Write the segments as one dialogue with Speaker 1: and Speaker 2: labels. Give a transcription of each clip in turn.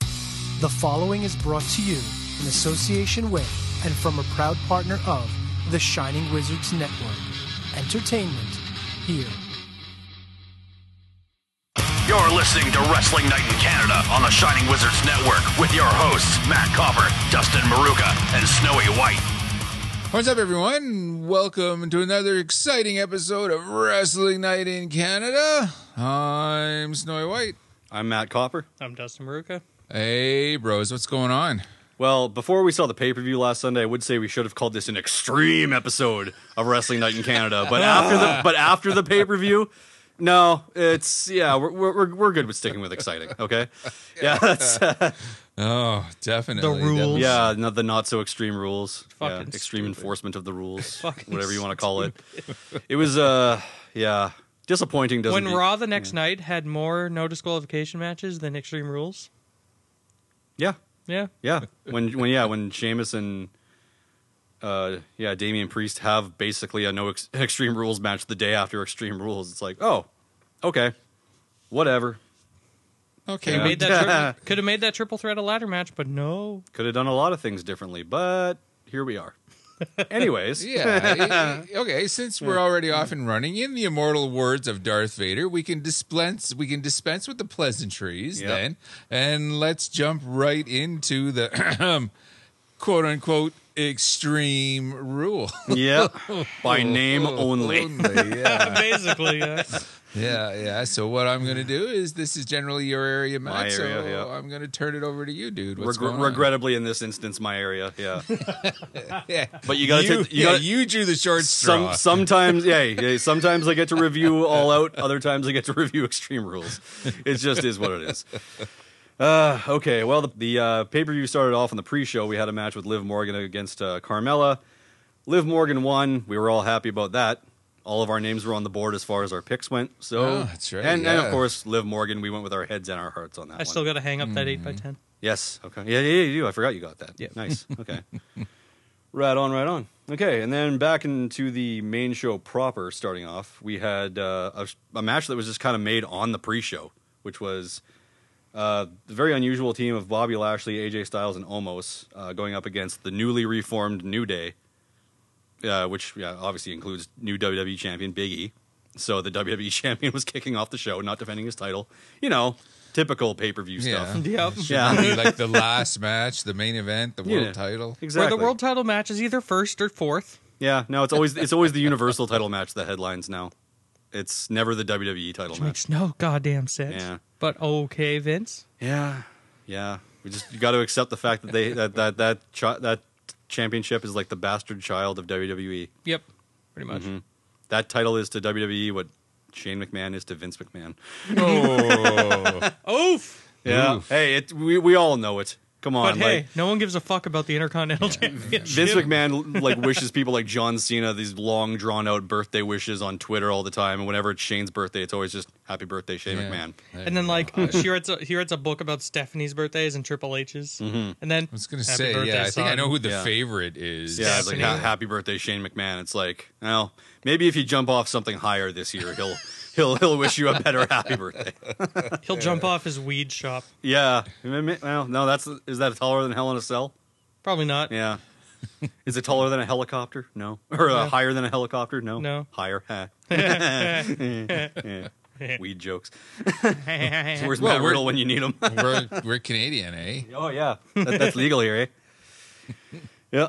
Speaker 1: The following is brought to you in association with and from a proud partner of the Shining Wizards Network. Entertainment here.
Speaker 2: You're listening to Wrestling Night in Canada on the Shining Wizards Network with your hosts, Matt Copper, Dustin Maruka, and Snowy White.
Speaker 3: What's up, everyone? Welcome to another exciting episode of Wrestling Night in Canada. I'm Snowy White.
Speaker 4: I'm Matt Copper.
Speaker 5: I'm Dustin Maruka.
Speaker 3: Hey, bros, what's going on?
Speaker 4: Well, before we saw the pay per view last Sunday, I would say we should have called this an extreme episode of Wrestling Night in Canada. But after the but after the pay per view, no, it's yeah, we're, we're we're- we're good with sticking with exciting. Okay, yeah, that's,
Speaker 3: Oh, definitely.
Speaker 5: The rules.
Speaker 3: definitely.
Speaker 4: yeah, not the not so extreme rules, yeah,
Speaker 5: Fucking
Speaker 4: extreme
Speaker 5: stupid.
Speaker 4: enforcement of the rules,
Speaker 5: Fucking
Speaker 4: whatever you want to call it. It was uh, yeah, disappointing. Doesn't
Speaker 5: When
Speaker 4: it?
Speaker 5: Raw the next night had more no disqualification matches than Extreme Rules.
Speaker 4: yeah,
Speaker 5: Yeah.
Speaker 4: Yeah. When when yeah, when Sheamus and uh yeah, Damian Priest have basically a no ex- extreme rules match the day after extreme rules. It's like, "Oh, okay. Whatever.
Speaker 3: Okay.
Speaker 4: Yeah.
Speaker 3: we-
Speaker 5: Made that tri- could have made that triple threat a ladder match, but no.
Speaker 4: Could have done a lot of things differently, but here we are." Anyways,
Speaker 3: yeah. eh, Okay. Since we're already off and running, in the immortal words of Darth Vader, we can dispense we can dispense with the pleasantries
Speaker 4: Yep.
Speaker 3: then, and let's jump right into the quote unquote extreme rule.
Speaker 4: yeah. By name only.
Speaker 3: Only, yeah.
Speaker 5: Basically, yeah.
Speaker 3: Yeah, yeah. So what I'm going to do is this is generally your area, Matt.
Speaker 4: My area,
Speaker 3: so
Speaker 4: yeah.
Speaker 3: I'm going to turn it over to you, dude. What's
Speaker 4: Regr-
Speaker 3: going on?
Speaker 4: regrettably in this instance my area, yeah.
Speaker 3: Yeah.
Speaker 4: But you got to
Speaker 3: you,
Speaker 4: take you
Speaker 3: yeah,
Speaker 4: got
Speaker 3: you drew the short straw.
Speaker 4: some sometimes yeah, yeah, sometimes I get to review all out, other times I get to review extreme rules. It just is what it is. Uh, okay, well the, the uh, pay per view started off on the pre show. We had a match with Liv Morgan against uh, Carmella. Liv Morgan won. We were all happy about that. All of our names were on the board as far as our picks went. So
Speaker 3: Oh, that's right,
Speaker 4: and, and
Speaker 3: yeah.
Speaker 4: of course Liv Morgan. We went with our heads and our hearts on that.
Speaker 5: I
Speaker 4: one.
Speaker 5: still got to hang up that 8
Speaker 4: Mm.
Speaker 5: by 10
Speaker 4: Yes. Okay. Yeah, yeah, you do. I forgot you got that.
Speaker 5: Yeah.
Speaker 4: Nice. Okay. right on, right on. Okay, and then back into the main show proper, starting off, we had uh, a, a match that was just kind of made on the pre show, which was uh, the very unusual team of Bobby Lashley, AJ Styles, and Omos uh, going up against the newly reformed New Day, uh, which yeah, obviously includes new WWE champion Big E. So the WWE champion was kicking off the show, not defending his title. You know, typical pay per view
Speaker 3: Yeah.
Speaker 4: stuff.
Speaker 5: Yep.
Speaker 4: Yeah.
Speaker 3: Be like the last match, the main event, the world
Speaker 4: Yeah.
Speaker 3: title.
Speaker 5: Where
Speaker 4: Exactly. Oh,
Speaker 5: the world title match is either first or fourth.
Speaker 4: Yeah, no, it's always it's always the universal title match that headlines now. It's never the WWE title
Speaker 5: Which
Speaker 4: match.
Speaker 5: makes no goddamn sense.
Speaker 4: Yeah.
Speaker 5: But okay, Vince.
Speaker 4: Yeah, yeah. We just you got to accept the fact that they that that that chi- that championship is like the bastard child of WWE.
Speaker 5: Yep. Pretty much.
Speaker 4: Mm-hmm. That title is to WWE what Shane McMahon is to Vince McMahon.
Speaker 3: Oh,
Speaker 5: Oof.
Speaker 4: Yeah.
Speaker 3: Oof.
Speaker 4: Hey, it we we all know it. Come on,
Speaker 5: But hey,
Speaker 4: like
Speaker 5: no one gives a fuck about the Intercontinental Championship.
Speaker 4: Vince McMahon like wishes people like John Cena these long drawn out birthday wishes on Twitter all the time, and whenever it's Shane's birthday, it's always just Happy Birthday, Shane
Speaker 3: Yeah.
Speaker 4: McMahon.
Speaker 5: And then like she writes a, he writes a book about Stephanie's birthdays and Triple H's,
Speaker 4: Mm-hmm.
Speaker 5: and then
Speaker 3: I was going to say, yeah, I think I know who the
Speaker 4: Yeah.
Speaker 3: favorite is.
Speaker 4: Yeah, it's like
Speaker 5: Stephanie.
Speaker 4: ha- happy birthday, Shane McMahon. It's like, well, maybe if you jump off something higher this year, he'll he'll he'll wish you a better happy birthday.
Speaker 5: he'll jump off his weed shop.
Speaker 4: Yeah. Well, no, that's is that taller than Hell in a Cell?
Speaker 5: Probably not.
Speaker 4: Yeah. Is it taller than a helicopter? No. Or uh,
Speaker 5: No.
Speaker 4: higher than a helicopter? No.
Speaker 5: No.
Speaker 4: Higher. Huh. Weed jokes. Where's
Speaker 3: Well,
Speaker 4: Matt
Speaker 3: we're-
Speaker 4: Riddle when you need him?
Speaker 3: We're, we're Canadian, eh?
Speaker 4: Oh yeah, that, that's legal here, eh? yeah.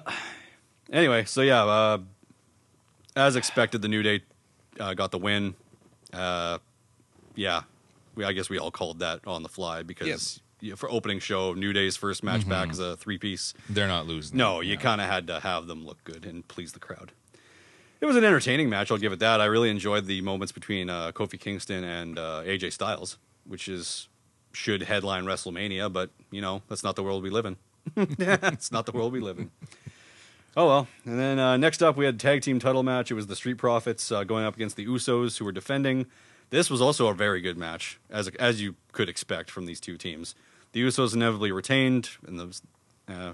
Speaker 4: Anyway, so yeah, uh, as expected, the New Day uh, got the win. Uh, yeah, we I guess we all called that on the fly because yeah, Mm-hmm. for opening show, New Day's first match back is a three piece.
Speaker 3: They're not losing.
Speaker 4: No, you kind of had to have them look good and please the crowd. It was an entertaining match, I'll give it that. I really enjoyed the moments between uh, Kofi Kingston and uh, AJ Styles, which is should headline WrestleMania, but you know that's not the world we live in. it's not the world we live in. Oh well. And then uh, next up, we had tag team title match. It was the Street Profits uh, going up against the Usos, who were defending. This was also a very good match, as as you could expect from these two teams. The Usos inevitably retained, and the uh,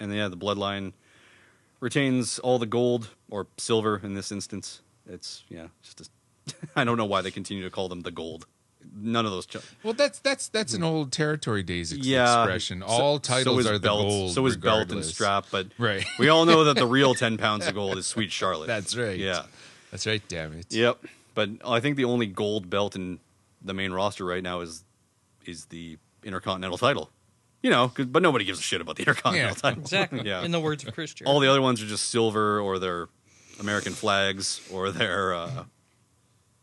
Speaker 4: and yeah, the Bloodline retains all the gold or silver in this instance. It's yeah, just a, I don't know why they continue to call them the gold. None of those. Ch-
Speaker 3: Well, that's that's that's an old territory days ex-
Speaker 4: yeah,
Speaker 3: expression.
Speaker 4: So-
Speaker 3: All
Speaker 4: so
Speaker 3: titles
Speaker 4: is
Speaker 3: are the
Speaker 4: belt,
Speaker 3: gold.
Speaker 4: So is belt and
Speaker 3: regardless.
Speaker 4: strap, but
Speaker 3: Right.
Speaker 4: we all know that the real ten pounds of gold is Sweet Charlotte.
Speaker 3: That's right.
Speaker 4: Yeah.
Speaker 3: That's right. Damn it.
Speaker 4: Yep. But I think the only gold belt in the main roster right now is is the Intercontinental title. You know, 'cause- but nobody gives a shit about the Intercontinental
Speaker 3: Yeah.
Speaker 4: title.
Speaker 5: Exactly.
Speaker 4: Yeah.
Speaker 5: In the words of Chris Jericho.
Speaker 4: All the other ones are just silver or their American flags or their uh,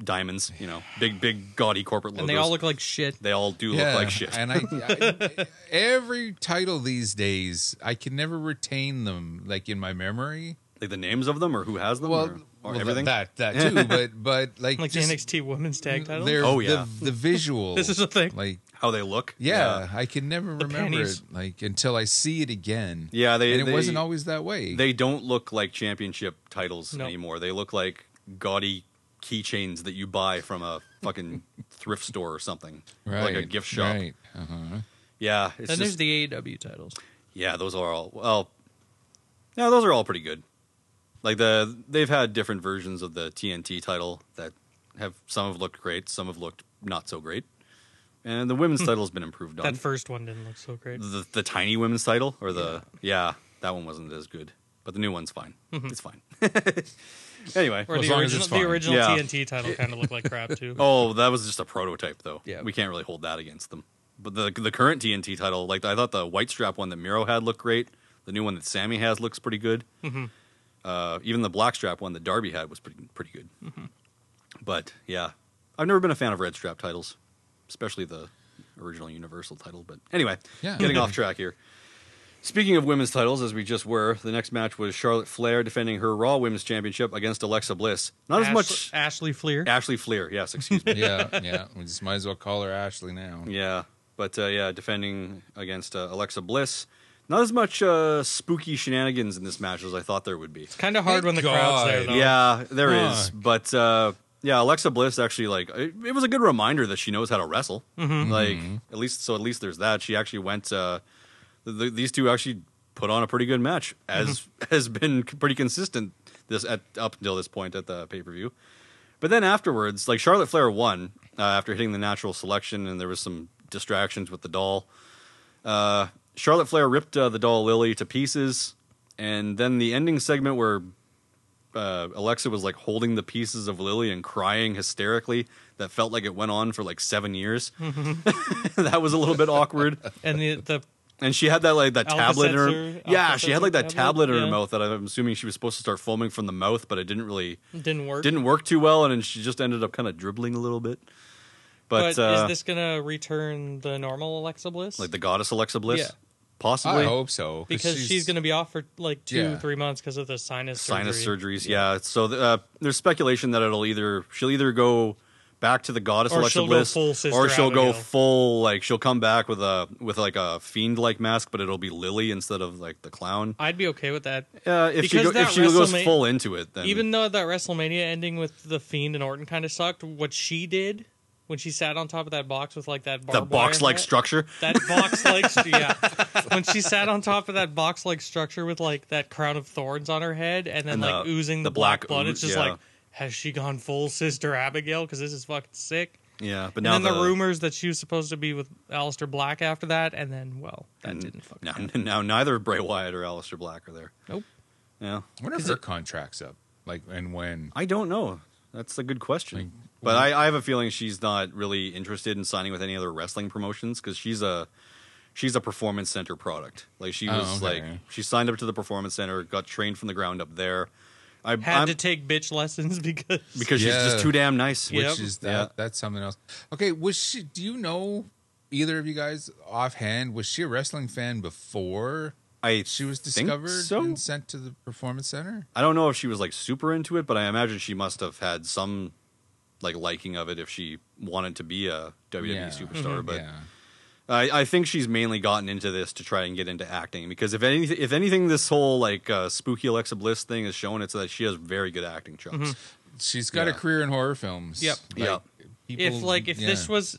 Speaker 4: diamonds. You know, big, big, gaudy corporate logos.
Speaker 5: and they all look like shit.
Speaker 4: They all do
Speaker 3: Yeah,
Speaker 4: look like shit.
Speaker 3: And I, I- every title these days, I can never retain them like in my memory.
Speaker 4: like the names of them or who has them
Speaker 3: Well,
Speaker 4: or, or
Speaker 3: well, th-
Speaker 4: everything.
Speaker 3: that that too, but but like
Speaker 5: Like
Speaker 3: just
Speaker 5: the NXT Women's Tag Title.
Speaker 3: their-
Speaker 4: Oh, yeah.
Speaker 3: the, the visual.
Speaker 5: This is a thing.
Speaker 3: Like
Speaker 4: how they look.
Speaker 3: yeah, I can never
Speaker 5: The
Speaker 3: remember
Speaker 5: panties.
Speaker 3: it like until I see it again.
Speaker 4: Yeah, they-
Speaker 3: and it
Speaker 4: they-
Speaker 3: wasn't always that way.
Speaker 4: They don't look like championship titles
Speaker 5: No.
Speaker 4: anymore. They look like gaudy keychains that you buy from a fucking thrift store or something, Or
Speaker 3: right,
Speaker 4: like a gift shop.
Speaker 3: Right. Uh-huh.
Speaker 4: Yeah, it's
Speaker 5: then
Speaker 4: just,
Speaker 5: there's the AEW titles.
Speaker 4: yeah, those are all well. No, those are all pretty good. Like the they've had different versions of the TNT title that have some have looked great, some have looked not so great, and the women's title has been improved on.
Speaker 5: Hmm. That first one didn't look so great.
Speaker 4: the the tiny women's title or the yeah. that one wasn't as good but the new one's fine it's fine anyway
Speaker 5: Mm-hmm. Or
Speaker 3: Well, as
Speaker 5: the
Speaker 3: long as
Speaker 5: original,
Speaker 3: it's
Speaker 5: the
Speaker 3: fine.
Speaker 5: original
Speaker 4: Yeah.
Speaker 5: TNT title kind of looked like crap too.
Speaker 4: oh that was just a prototype though
Speaker 5: Yeah.
Speaker 4: we can't really hold that against them but the the current tnt title like i thought the white strap one that miro had looked great the new one that sammy has looks pretty good
Speaker 5: Mm-hmm.
Speaker 4: uh, even the black strap one that darby had was pretty pretty good
Speaker 5: Mm-hmm.
Speaker 4: but yeah i've never been a fan of red strap titles especially the original universal title but anyway
Speaker 3: Yeah.
Speaker 4: getting off track here Speaking of women's titles, as we just were, the next match was Charlotte Flair defending her Raw Women's Championship against Alexa Bliss. Not as
Speaker 5: Ash-
Speaker 4: much
Speaker 5: Ashley Fleer.
Speaker 4: Ashley Flair, yes, excuse me.
Speaker 3: yeah, yeah. We just might as well call her Ashley now.
Speaker 4: yeah, but uh, yeah, defending against uh, Alexa Bliss. Not as much uh, spooky shenanigans in this match as I thought there would be.
Speaker 5: Kind of hard when the crowd's there
Speaker 3: God.
Speaker 5: though.
Speaker 4: Yeah, there is,
Speaker 3: Fuck.
Speaker 4: but uh, yeah, Alexa Bliss actually like it, it was a good reminder that she knows how to wrestle. Like at least so at least there's that. She actually went. Uh, th- th- these two actually put on a pretty good match, as has been c- pretty consistent this at up until this point at the pay per view. But then afterwards, like Charlotte Flair won uh, after hitting the natural selection, and there was some distractions with the doll. Uh, Charlotte Flair ripped uh, the doll Lily to pieces, and then the ending segment where uh, Alexa was like holding the pieces of Lily and crying hysterically. That felt like it went on for like seven years. that was a little bit awkward.
Speaker 5: And the the
Speaker 4: And she had that like that
Speaker 5: Alka
Speaker 4: tablet in her.
Speaker 5: Seltzer-
Speaker 4: yeah,
Speaker 5: Alka
Speaker 4: she had like that
Speaker 5: Seltzer
Speaker 4: tablet,
Speaker 5: tablet,
Speaker 4: in her
Speaker 5: yeah.
Speaker 4: mouth that I'm assuming she was supposed to start foaming from the mouth, but it didn't really
Speaker 5: didn't work.
Speaker 4: didn't work too well, and then she just ended up kind of dribbling a little bit. But,
Speaker 5: But,
Speaker 4: uh,
Speaker 5: is this gonna return the normal Alexa Bliss?
Speaker 4: like the goddess Alexa Bliss,
Speaker 5: Yeah.
Speaker 4: possibly
Speaker 3: I hope so
Speaker 5: because she's, going to be off for like two,
Speaker 3: Yeah.
Speaker 5: three months because of the sinus
Speaker 4: sinus
Speaker 5: surgery.
Speaker 4: surgeries. Yeah. So th- uh, there's speculation that it'll either she'll either go back to the goddess
Speaker 5: Or
Speaker 4: Alexa
Speaker 5: she'll go
Speaker 4: Bliss,
Speaker 5: full Sister
Speaker 4: or she'll go
Speaker 5: Abigail.
Speaker 4: full like she'll come back with a with like a fiend like mask, but it'll be Lily instead of like the clown.
Speaker 5: I'd be okay with that.
Speaker 4: Uh, if she
Speaker 5: Because
Speaker 4: go, if
Speaker 5: that
Speaker 4: she goes
Speaker 5: WrestleMania
Speaker 4: full into it, then
Speaker 5: Even though that WrestleMania ending with the Fiend and Orton kind of sucked, what she did when she sat on top of that box with like that
Speaker 4: the
Speaker 5: barbed wire
Speaker 4: box like
Speaker 5: net-
Speaker 4: structure.
Speaker 5: That box like yeah. When she sat on top of that box like structure with like that crown of thorns on her head and then
Speaker 4: And
Speaker 5: like
Speaker 4: the-
Speaker 5: oozing
Speaker 4: the
Speaker 5: the, black,
Speaker 4: black
Speaker 5: blood,
Speaker 4: ooze,
Speaker 5: it's just
Speaker 4: yeah.
Speaker 5: like has she gone full sister Abigail? Because this is fucking sick.
Speaker 4: Yeah, but
Speaker 5: And
Speaker 4: now
Speaker 5: then the, rumors that she was supposed to be with Alistair Black after that, and then well, that
Speaker 4: and
Speaker 5: didn't fucking
Speaker 4: now,
Speaker 5: happen.
Speaker 4: now neither Bray Wyatt or Aleister Black are there.
Speaker 5: Nope.
Speaker 4: Yeah,
Speaker 3: I wonder if her contract's up, like, and when.
Speaker 4: I don't know. That's a good question.
Speaker 3: Like,
Speaker 4: but I, I have a feeling she's not really interested in signing with any other wrestling promotions because she's a she's a performance center product. Like she
Speaker 3: Oh,
Speaker 4: was
Speaker 3: okay.
Speaker 4: like she signed up to the performance center, got trained from the ground up there. I
Speaker 5: had
Speaker 4: I'm-
Speaker 5: to take bitch lessons because
Speaker 4: because she's
Speaker 3: Yeah.
Speaker 4: just too damn nice.
Speaker 5: Yep.
Speaker 3: Which is that? That's something else. Okay, was she? Do you know either of you guys offhand? Was she a wrestling fan before
Speaker 4: I
Speaker 3: she was
Speaker 4: think
Speaker 3: discovered
Speaker 4: so?
Speaker 3: and sent to the performance center?
Speaker 4: I don't know if she was like super into it, but I imagine she must have had some like liking of it if she wanted to be a WWE
Speaker 3: Yeah.
Speaker 4: superstar.
Speaker 5: Mm-hmm.
Speaker 4: But
Speaker 3: yeah,
Speaker 4: I, I think she's mainly gotten into this to try and get into acting because if any if anything, this whole like uh, spooky Alexa Bliss thing is showing it's that she has very good acting chops.
Speaker 3: Mm-hmm. she's got a
Speaker 4: Yeah.
Speaker 3: career in horror films.
Speaker 5: Yep.
Speaker 4: Yep.
Speaker 3: people-
Speaker 5: if like if
Speaker 3: yeah.
Speaker 5: this was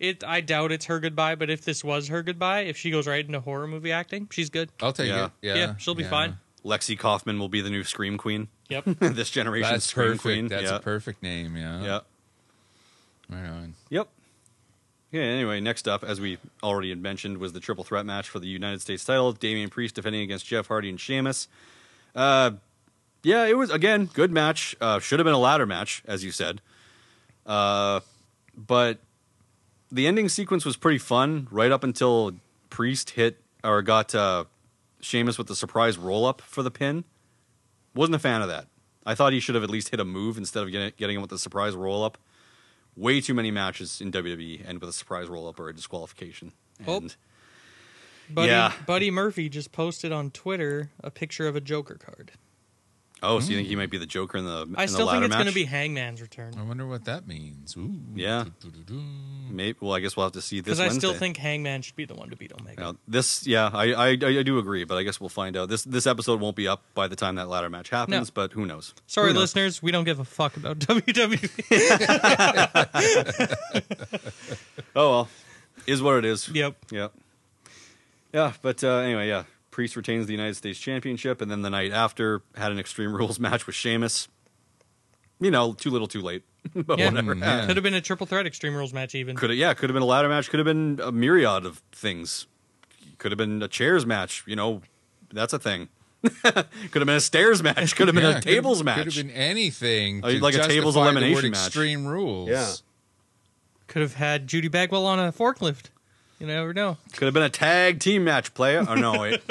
Speaker 5: it, I doubt it's her goodbye. But if this was her goodbye, if she goes right into horror movie acting, she's good.
Speaker 3: I'll take
Speaker 4: Yeah.
Speaker 3: it. Yeah,
Speaker 5: she'll be
Speaker 3: yeah.
Speaker 5: fine.
Speaker 4: Lexi Kaufman will be the new Scream Queen.
Speaker 5: Yep.
Speaker 4: this generation
Speaker 3: That's
Speaker 4: Scream
Speaker 3: perfect.
Speaker 4: Queen.
Speaker 3: That's
Speaker 4: yeah.
Speaker 3: a perfect name. Yeah,
Speaker 4: Yeah.
Speaker 3: Right on.
Speaker 4: Yep. Yeah, anyway, next up, as we already had mentioned, was the triple threat match for the United States title. Damian Priest defending against Jeff Hardy and Sheamus. Uh, yeah, it was, again, good match. Uh, should have been a ladder match, as you said. Uh, but the ending sequence was pretty fun right up until Priest hit or got uh, Sheamus with the surprise roll up for the pin. Wasn't a fan of that. I thought he should have at least hit a move instead of getting, getting him with the surprise roll up. Way too many matches in WWE end with a surprise roll up or a disqualification.
Speaker 5: Oh.
Speaker 4: And
Speaker 5: Buddy,
Speaker 4: Yeah.
Speaker 5: Buddy Murphy just posted on Twitter a picture of a Joker card.
Speaker 4: oh, so you think he might be the Joker in the in
Speaker 5: I
Speaker 4: the
Speaker 5: still
Speaker 4: ladder
Speaker 5: think it's
Speaker 4: match? Oh,
Speaker 5: going to be Hangman's return
Speaker 3: I wonder what that means. Ooh.
Speaker 4: Yeah.
Speaker 3: Do-do-do-do.
Speaker 4: Maybe. Well, I guess we'll have to see this.
Speaker 5: because I still
Speaker 4: Wednesday.
Speaker 5: think Hangman should be the one to beat Omega.
Speaker 4: Now, this, yeah, I, I I do agree, but I guess we'll find out. This this episode won't be up by the time that ladder match happens,
Speaker 5: No.
Speaker 4: but who knows?
Speaker 5: Sorry,
Speaker 4: Who knows?
Speaker 5: listeners, we don't give a fuck about E. WWE.
Speaker 4: Oh well, is what it is.
Speaker 5: Yep.
Speaker 4: Yep. Yeah, but uh, anyway, yeah. Priest retains the United States Championship, and then the night after had an Extreme Rules match with Sheamus. You know, too little, too late. but
Speaker 5: Yeah.
Speaker 4: whatever.
Speaker 3: Yeah.
Speaker 5: Could have been a triple threat Extreme Rules match, even.
Speaker 4: Could have, yeah, could have been a ladder match. Could have been a myriad of things. Could have been a chairs match. You know, that's a thing. could have been a stairs match. Could have been
Speaker 3: Yeah,
Speaker 4: a
Speaker 3: could've-
Speaker 4: tables match.
Speaker 3: Could have been anything.
Speaker 4: Oh,
Speaker 3: to
Speaker 4: like a tables
Speaker 3: justify the
Speaker 4: elimination
Speaker 3: word
Speaker 4: match.
Speaker 3: Extreme rules.
Speaker 4: Yeah.
Speaker 5: Could have had Judy Bagwell on a forklift. You never know.
Speaker 4: Could have been a tag team match player. Oh no, wait.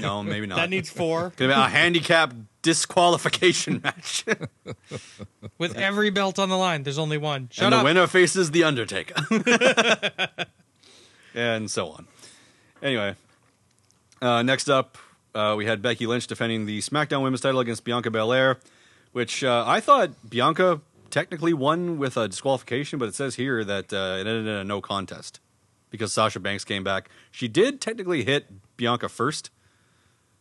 Speaker 4: no, maybe not.
Speaker 5: That needs four
Speaker 4: Could have been a handicap disqualification match.
Speaker 5: with every belt on the line. There's only one. Shut
Speaker 4: and
Speaker 5: up.
Speaker 4: the winner faces the Undertaker. and so on. Anyway, uh, next up, uh, we had Becky Lynch defending the SmackDown Women's title against Bianca Belair, which uh, I thought Bianca technically won with a disqualification, but it says here that uh, it ended in a no contest because Sasha Banks came back. She did technically hit Bianca first,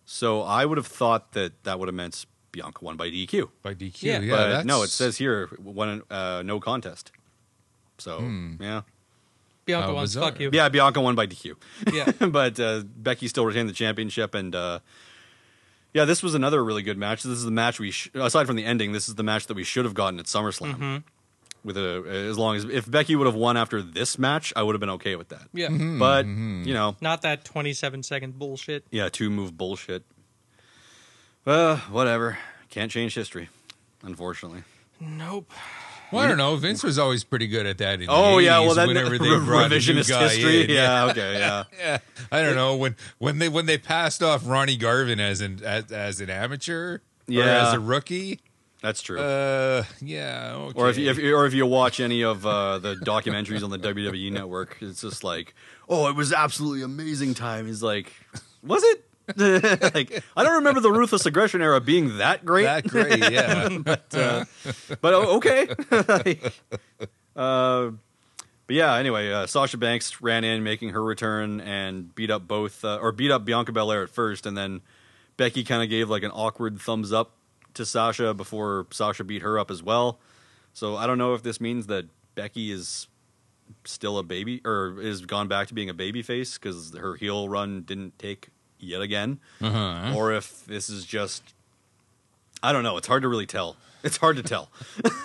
Speaker 4: so I would have thought that that would have meant Bianca won by DQ
Speaker 3: By DQ. Yeah,
Speaker 5: Yeah.
Speaker 4: but
Speaker 3: that's,
Speaker 4: no, it says here one uh, no contest. So yeah,
Speaker 5: Bianca
Speaker 3: How
Speaker 5: wants.
Speaker 3: bizarre.
Speaker 5: Fuck you.
Speaker 4: yeah, Bianca won by DQ,
Speaker 5: Yeah.
Speaker 4: but uh, Becky still retained the championship. And uh, yeah, this was another really good match. This is the match we, sh- aside from the ending, this is the match that we should have gotten at SummerSlam. With a, as long as if Becky would have won after this match, I would have been okay with that.
Speaker 5: Yeah.
Speaker 3: Mm-hmm.
Speaker 4: But you know,
Speaker 5: Not that 27 second bullshit.
Speaker 4: yeah, two move bullshit. Uh, whatever. Can't change history, unfortunately.
Speaker 5: Nope.
Speaker 3: Well, I don't know. Vince was always pretty good at that. In
Speaker 4: Oh
Speaker 3: the
Speaker 4: yeah, well
Speaker 3: 80s,
Speaker 4: then
Speaker 3: whenever they
Speaker 4: re-
Speaker 3: brought a new
Speaker 4: revisionist
Speaker 3: guy
Speaker 4: history.
Speaker 3: in.
Speaker 4: Yeah, okay, yeah.
Speaker 3: I don't know when when they when they passed off Ronnie Garvin as an as, as an amateur or
Speaker 4: Yeah.
Speaker 3: as a rookie.
Speaker 4: That's true.
Speaker 3: Uh, yeah. Okay.
Speaker 4: or if you, if you- or if you watch any of uh, the documentaries on the WWE network, it's just like, oh, it was absolutely amazing time. He's like, was it? like, I don't remember the ruthless aggression era being that great.
Speaker 3: that great, yeah.
Speaker 4: but oh, okay. uh, but yeah, anyway, uh, Sasha Banks ran in, making her return, and beat up both, uh, or beat up Bianca Belair at first, and then Becky kind of gave like an awkward thumbs up to Sasha before Sasha beat her up as well. So I don't know if this means that Becky is still a baby or is gone back to being a baby face because her heel run didn't take yet again
Speaker 3: Uh-huh.
Speaker 4: or if this is just I don't know. It's hard to really tell. It's hard to tell.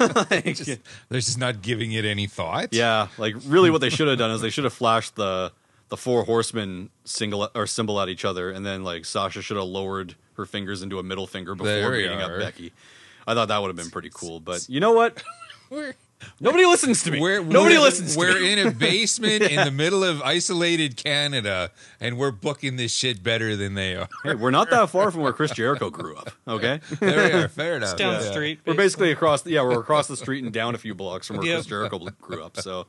Speaker 4: Like,
Speaker 3: They're just not giving it any thought.
Speaker 4: yeah, like really, what they should have done is they should have flashed the the four horsemen single or symbol at each other, and then like Sasha should have lowered her fingers into a middle finger
Speaker 3: There
Speaker 4: before
Speaker 3: we
Speaker 4: beating
Speaker 3: are.
Speaker 4: up Becky. I thought that would have been pretty cool, but you know what?
Speaker 3: We're-
Speaker 4: Nobody listens to me.
Speaker 3: We're,
Speaker 4: Nobody
Speaker 3: we're,
Speaker 4: listens. to
Speaker 3: We're
Speaker 4: me.
Speaker 3: in a basement in the middle of isolated Canada, and we're booking this shit better than they are.
Speaker 4: Hey, we're not that far from where Chris Jericho grew up. Okay,
Speaker 3: There we are. Fair enough.
Speaker 5: It's down
Speaker 3: yeah.
Speaker 5: the street.
Speaker 4: we're basically across. Yeah, we're across the street and down a few blocks from where
Speaker 5: Yep.
Speaker 4: Chris Jericho grew up. So,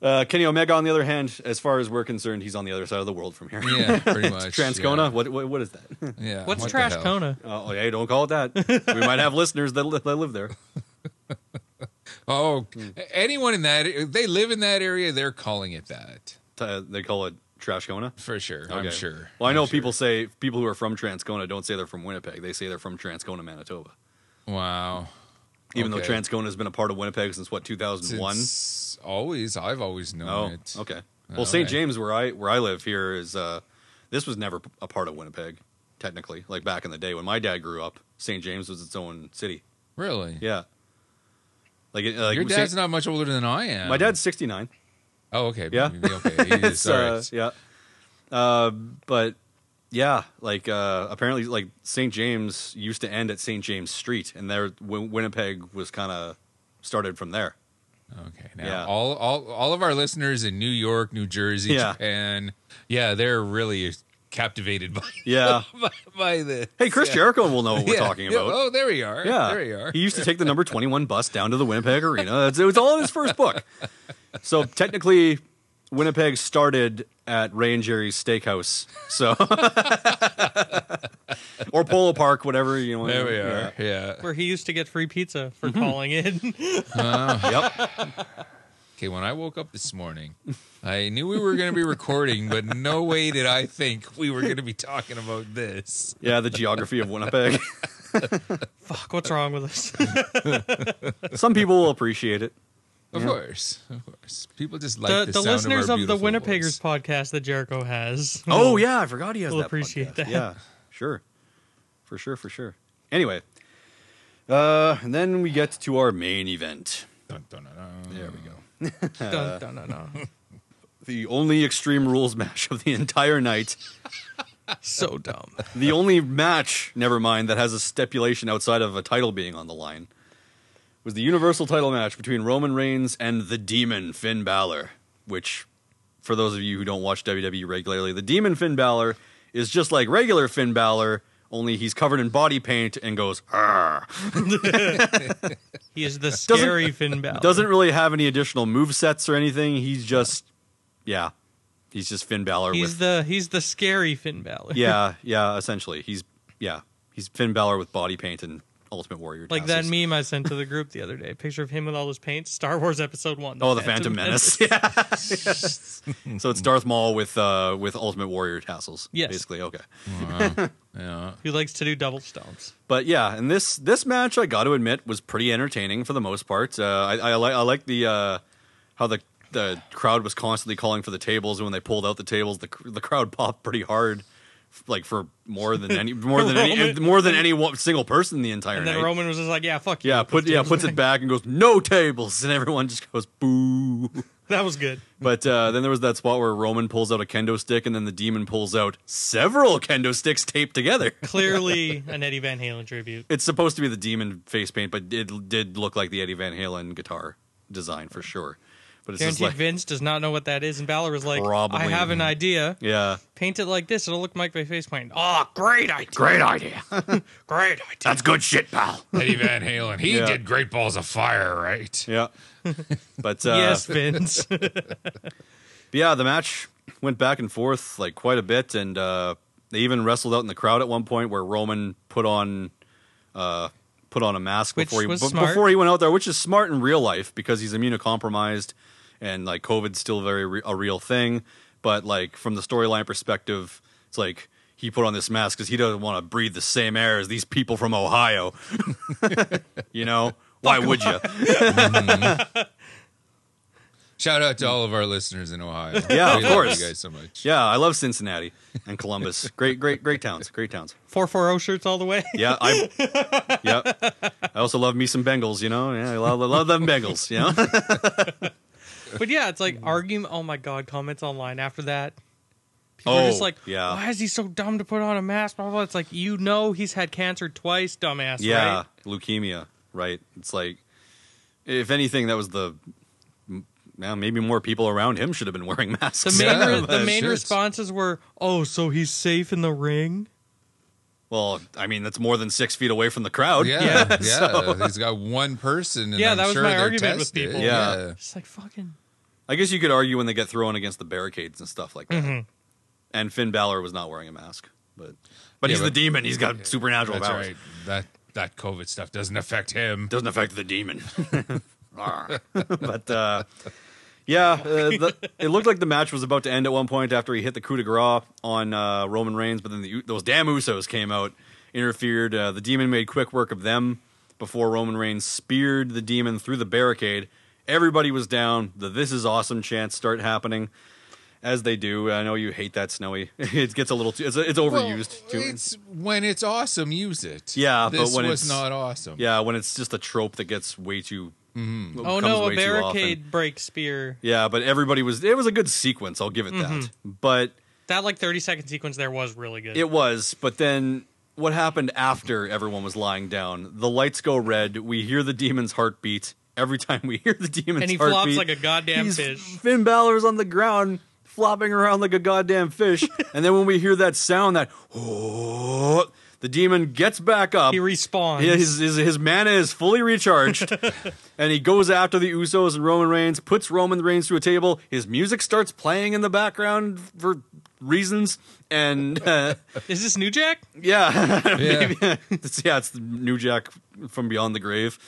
Speaker 4: uh, Kenny Omega, on the other hand, as far as we're concerned, he's on the other side of the world from here.
Speaker 3: Yeah, pretty much.
Speaker 4: Transcona, what, what what is that?
Speaker 3: Yeah. yeah.
Speaker 5: What's
Speaker 3: What the
Speaker 5: Trash
Speaker 3: hell?
Speaker 5: Kona?
Speaker 4: Oh, hey, don't call it that. We might have listeners that, li- that live there.
Speaker 3: Oh,
Speaker 4: Hmm.
Speaker 3: anyone in that if they live in that area, they're calling it that
Speaker 4: T- uh, they call it Trashcona.
Speaker 3: for sure.
Speaker 4: Okay.
Speaker 3: I'm sure.
Speaker 4: Well, I know
Speaker 3: I'm sure.
Speaker 4: people say people who are from Transcona don't say they're from Winnipeg. They say they're from Transcona, Manitoba.
Speaker 3: Wow.
Speaker 4: Even
Speaker 3: Okay.
Speaker 4: though Transcona has been a part of Winnipeg since what 2001.
Speaker 3: Since always, I've always
Speaker 4: Oh,
Speaker 3: known it.
Speaker 4: okay. Well,
Speaker 3: All
Speaker 4: St.
Speaker 3: right.
Speaker 4: James, where I where I live here, is uh, this was never p- a part of Winnipeg, technically. Like back in the day when my dad grew up, St. James was its own city.
Speaker 3: Really?
Speaker 4: Yeah. Like, it- like
Speaker 3: Your dad's
Speaker 4: Saint-
Speaker 3: not much older than I am.
Speaker 4: my dad's sixty nine.
Speaker 3: Oh, okay.
Speaker 4: Yeah.
Speaker 3: Okay. He-
Speaker 4: It's,
Speaker 3: Sorry.
Speaker 4: uh, yeah. Uh, but yeah, like uh, apparently, like St. James used to end at St. James Street, and there Win- Winnipeg was kind of started from there.
Speaker 3: Okay. Now
Speaker 4: Yeah.
Speaker 3: all all all of our listeners in New York, New Jersey,
Speaker 4: Yeah.
Speaker 3: Japan, yeah, they're really captivated by
Speaker 4: Yeah.
Speaker 3: by, by the
Speaker 4: hey, Chris Jericho will know what we're
Speaker 3: Yeah.
Speaker 4: talking
Speaker 3: Yeah.
Speaker 4: about.
Speaker 3: Oh, there we are.
Speaker 4: Yeah,
Speaker 3: There we are.
Speaker 4: He used to take the number twenty-one bus down to the Winnipeg Arena. That's, it was all in his first book. So technically, Winnipeg started at Ray and Jerry's Steakhouse, so or Polo Park, whatever you want.
Speaker 3: there we are. Yeah.
Speaker 5: where he used to get free pizza for
Speaker 3: Mm-hmm.
Speaker 5: calling in.
Speaker 4: Yep.
Speaker 3: Okay, when I woke up this morning, I knew we were going to be recording, but no way did I think we were going to be talking about this.
Speaker 4: Yeah, the geography of Winnipeg.
Speaker 5: Fuck, what's wrong with us?
Speaker 4: Some people will appreciate it.
Speaker 3: Of course, of course. People just like
Speaker 5: the
Speaker 3: the,
Speaker 5: the
Speaker 3: sound
Speaker 5: listeners
Speaker 3: our
Speaker 5: of, the
Speaker 3: beautiful
Speaker 5: Winnipeggers
Speaker 3: voice.
Speaker 5: podcast that Jericho has.
Speaker 4: Oh yeah, I forgot he has
Speaker 5: We'll
Speaker 4: that.
Speaker 5: appreciate
Speaker 4: podcast.
Speaker 5: that.
Speaker 4: Yeah, sure, for sure, for sure. Anyway, uh, and then we get to our main event.
Speaker 3: Dun, dun, dun, dun.
Speaker 4: There we go.
Speaker 5: Dun, dun, dun, dun.
Speaker 4: the only extreme rules match of the entire night.
Speaker 5: so dumb.
Speaker 4: The only match, never mind, that has a stipulation outside of a title being on the line was the Universal title match between Roman Reigns and the Demon Finn Balor, which for those of you who don't watch WWE regularly, the Demon Finn Balor is just like regular Finn Balor, only he's covered in body paint and goes "Arr."
Speaker 5: He is the scary Finn Balor.
Speaker 4: Doesn't really have any additional move sets or anything. He's just yeah. He's just Finn Balor with
Speaker 5: he's the he's the scary Finn Balor.
Speaker 4: yeah, yeah, essentially. He's yeah. He's Finn Balor with body paint and Ultimate Warrior.
Speaker 5: Like that
Speaker 4: tassels.
Speaker 5: meme I sent to the group the other day. Picture of him with all his paint. Star Wars Episode One.
Speaker 4: Oh, the Phantom, Menace. yeah. Yes. So it's Darth Maul with uh with Ultimate Warrior tassels.
Speaker 5: Yes.
Speaker 4: Basically, okay.
Speaker 3: Yeah.
Speaker 5: Who likes to do double stomps?
Speaker 4: But yeah, and this this match I got to admit was pretty entertaining for the most part. Uh, I I like I like the uh, how the the crowd was constantly calling for the tables, and when they pulled out the tables, the cr- the crowd popped pretty hard, f- like for more than any more than any
Speaker 5: Roman-
Speaker 4: more than any one single person the entire
Speaker 5: And
Speaker 4: night.
Speaker 5: then Roman was just like, "Yeah, fuck you."
Speaker 4: Yeah, put yeah, puts it back and goes no tables, and everyone just goes boo.
Speaker 5: That was good.
Speaker 4: But uh, then there was that spot where Roman pulls out a kendo stick, and then the demon pulls out several kendo sticks taped together.
Speaker 5: Clearly an Eddie Van Halen tribute.
Speaker 4: It's supposed to be the demon face paint, but it did look like the Eddie Van Halen guitar design for sure. But it's just
Speaker 5: Guaranteed
Speaker 4: like
Speaker 5: Vince does not know what that is, and Balor was like,
Speaker 4: Probably.
Speaker 5: "I have an idea.
Speaker 4: yeah, Uh,
Speaker 5: Paint it like this. It'll look like my face paint." Oh, great idea!
Speaker 2: Great idea.
Speaker 5: Great idea!
Speaker 2: That's good shit, pal.
Speaker 3: Eddie Van Halen. He
Speaker 4: Yeah.
Speaker 3: did Great Balls of Fire, right?
Speaker 4: yeah. But uh,
Speaker 5: yes, Vince.
Speaker 4: But yeah, the match went back and forth like quite a bit, and uh, they even wrestled out in the crowd at one point where Roman put on uh, put on a mask
Speaker 5: Which
Speaker 4: before he
Speaker 5: was
Speaker 4: b-
Speaker 5: smart.
Speaker 4: before he went out there, which is smart in real life because he's immunocompromised and like COVID's still very re- a real thing. But like from the storyline perspective, it's like he put on this mask because he doesn't want to breathe the same air as these people from Ohio. you know why would you?
Speaker 3: Shout out to all of our listeners in Ohio.
Speaker 4: Yeah, of
Speaker 3: we love
Speaker 4: course.
Speaker 3: you guys so much.
Speaker 4: Yeah, I love Cincinnati and Columbus. Great, great, great towns. Great towns.
Speaker 5: Four four O shirts all the way.
Speaker 4: Yeah, I. yeah, I also love me some Bengals. You know, yeah, I love, love them Bengals. You know,
Speaker 5: But yeah, it's like arguing. Oh my god, comments online after that. People
Speaker 4: Oh,
Speaker 5: are just like,
Speaker 4: yeah.
Speaker 5: why is he so dumb to put on a mask? Blah, blah, blah. It's like you know he's had cancer twice, dumbass.
Speaker 4: yeah,
Speaker 5: right?
Speaker 4: leukemia. Right. It's like, if anything, that was the. Now maybe more people around him should have been wearing masks.
Speaker 5: The main
Speaker 3: Yeah,
Speaker 5: the
Speaker 3: but
Speaker 5: main
Speaker 3: shit.
Speaker 5: responses were, oh, so he's safe in the ring.
Speaker 4: well, I mean, that's more than six feet away from the crowd.
Speaker 3: Yeah, yeah. He's got one person. And
Speaker 5: Yeah,
Speaker 3: I'm
Speaker 5: that was
Speaker 3: sure
Speaker 5: my
Speaker 3: they're
Speaker 5: argument with
Speaker 3: tested.
Speaker 5: people.
Speaker 4: Yeah.
Speaker 5: It's like fucking.
Speaker 4: I guess you could argue when they get thrown against the barricades and stuff like that.
Speaker 3: Mm-hmm.
Speaker 4: And Finn Balor was not wearing a mask, but but
Speaker 3: Yeah,
Speaker 4: he's the
Speaker 3: but-
Speaker 4: demon. He's got supernatural
Speaker 3: that's
Speaker 4: powers.
Speaker 3: right. That that COVID stuff doesn't affect him.
Speaker 4: doesn't affect the demon. Arr. but uh, yeah, uh, the, it looked like the match was about to end at one point after he hit the coup de grace on uh, Roman Reigns, but then the, those damn Usos came out, interfered. Uh, the demon made quick work of them before Roman Reigns speared the demon through the barricade. Everybody was down. The This Is Awesome chants start happening. As they do, I know you hate that snowy. It gets a little too. It's, it's overused
Speaker 3: Well,
Speaker 4: too.
Speaker 3: It's when it's awesome, use it.
Speaker 4: Yeah, but
Speaker 3: this
Speaker 4: when
Speaker 3: was
Speaker 4: it's-
Speaker 3: not awesome.
Speaker 4: Yeah, when it's just a trope that gets way too What comes
Speaker 5: Oh no,
Speaker 4: way
Speaker 5: a
Speaker 4: too often.
Speaker 5: barricade break spear.
Speaker 4: Yeah, but everybody was. It was a good sequence. I'll give it that.
Speaker 5: Mm-hmm.
Speaker 4: But
Speaker 5: That like 30 second sequence there was really good.
Speaker 4: It was, but then what happened after everyone was lying down? The lights go red. We hear the demon's heartbeat. Every time we hear the demon's
Speaker 5: and he
Speaker 4: heartbeat,
Speaker 5: flops like a goddamn
Speaker 4: he's-
Speaker 5: fish.
Speaker 4: Finn Balor's on the ground, flopping around like a goddamn fish. and then when we hear that sound, that "Oh," the demon gets back up.
Speaker 5: He respawns.
Speaker 4: His, his, his mana is fully recharged, and he goes after the Usos and Roman Reigns, puts Roman Reigns through a table. His music starts playing in the background for reasons, and uh,
Speaker 5: Is this New Jack?
Speaker 4: yeah, uh,
Speaker 3: Yeah.
Speaker 4: it's, yeah, it's the New Jack from Beyond the Grave.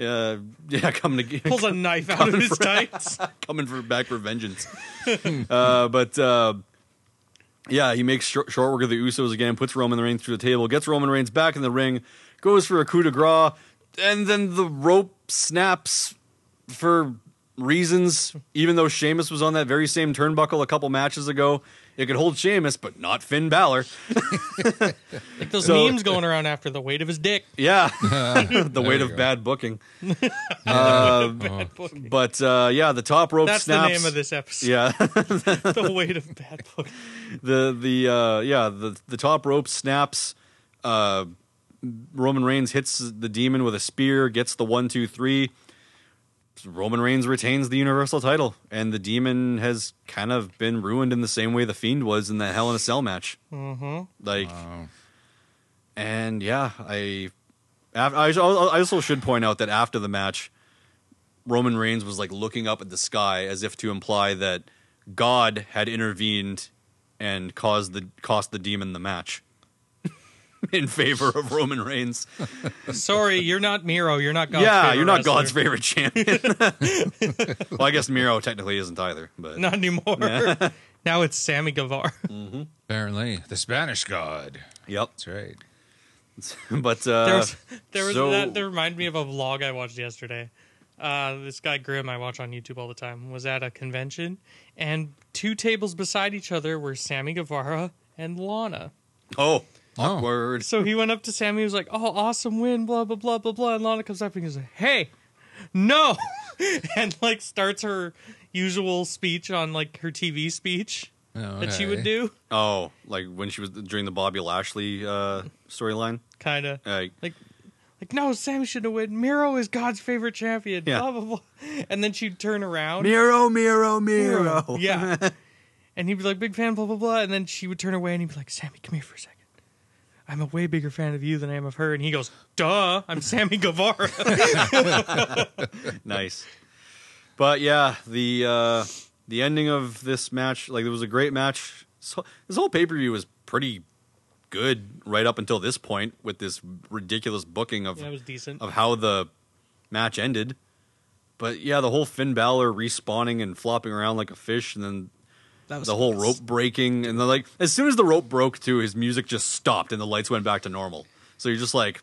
Speaker 4: Uh, yeah, coming to
Speaker 5: Pulls a knife out of his tights.
Speaker 4: coming for back for vengeance. uh, but uh, yeah, he makes short, short work of the Usos again, puts Roman Reigns through the table, gets Roman Reigns back in the ring, goes for a coup de grace, and then the rope snaps for reasons. Even though Sheamus was on that very same turnbuckle a couple matches ago, it could hold Sheamus, but not Finn Balor.
Speaker 5: Like those
Speaker 4: So-
Speaker 5: memes going around after the weight of his dick.
Speaker 4: Yeah, the weight
Speaker 3: you
Speaker 4: of
Speaker 3: go.
Speaker 4: bad booking.
Speaker 5: Bad booking.
Speaker 4: But uh, yeah, the top rope
Speaker 5: That's
Speaker 4: snaps.
Speaker 5: the name of this episode.
Speaker 4: Yeah,
Speaker 5: The weight of bad booking.
Speaker 4: the the uh, yeah the the top rope snaps. Uh, Roman Reigns hits the demon with a spear, gets the one two three. Roman Reigns retains the Universal title, and the demon has kind of been ruined in the same way the Fiend was in the Hell in a Cell match. Mm-hmm. Like, and yeah, I, af- I, I also should point out that after the match, Roman Reigns was like looking up at the sky as if to imply that God had intervened and caused the cost the demon the match in favor of Roman Reigns.
Speaker 5: Sorry, you're not Miro. You're not God's
Speaker 4: yeah,
Speaker 5: favorite
Speaker 4: you're not
Speaker 5: wrestler.
Speaker 4: God's favorite champion. well, I guess Miro technically isn't either, but
Speaker 5: Not anymore. now it's Sammy Guevara.
Speaker 3: Apparently, the Spanish god.
Speaker 4: yep.
Speaker 3: That's right.
Speaker 4: But uh,
Speaker 5: there was there was
Speaker 4: so-
Speaker 5: that that reminded me of a vlog I watched yesterday. Uh, this guy Grim I watch on YouTube all the time was at a convention, and two tables beside each other were Sammy Guevara and Lana.
Speaker 4: oh,
Speaker 3: Oh.
Speaker 4: awkward.
Speaker 5: So he went up to Sammy. He was like, "Oh, awesome win!" Blah blah blah blah blah. And Lana comes up and goes, "Hey, no," and like starts her usual speech on like her TV speech that she would
Speaker 3: Okay.
Speaker 5: do,
Speaker 4: Oh, like when she was during the Bobby Lashley uh, storyline.
Speaker 5: kind of.
Speaker 4: Like,
Speaker 5: like like no Sammy should have win miro is god's favorite champion
Speaker 4: Yeah.
Speaker 5: blah blah blah and then she'd turn around
Speaker 4: Miro, Miro, Miro.
Speaker 5: yeah and he'd be like big fan blah blah blah and then she would turn away and he'd be like sammy come here for a second i'm a way bigger fan of you than i am of her and he goes duh i'm sammy guevara
Speaker 4: nice. But yeah, the uh, the ending of this match, like it was a great match. So, this whole pay per view was pretty good right up until this point with this ridiculous booking of
Speaker 5: that was decent
Speaker 4: of how the match ended. But yeah, the whole Finn Balor respawning and flopping around like a fish, and then
Speaker 6: That was
Speaker 4: the whole rope breaking, and then like as soon as the rope broke too, his music just stopped and the lights went back to normal. So you're just like,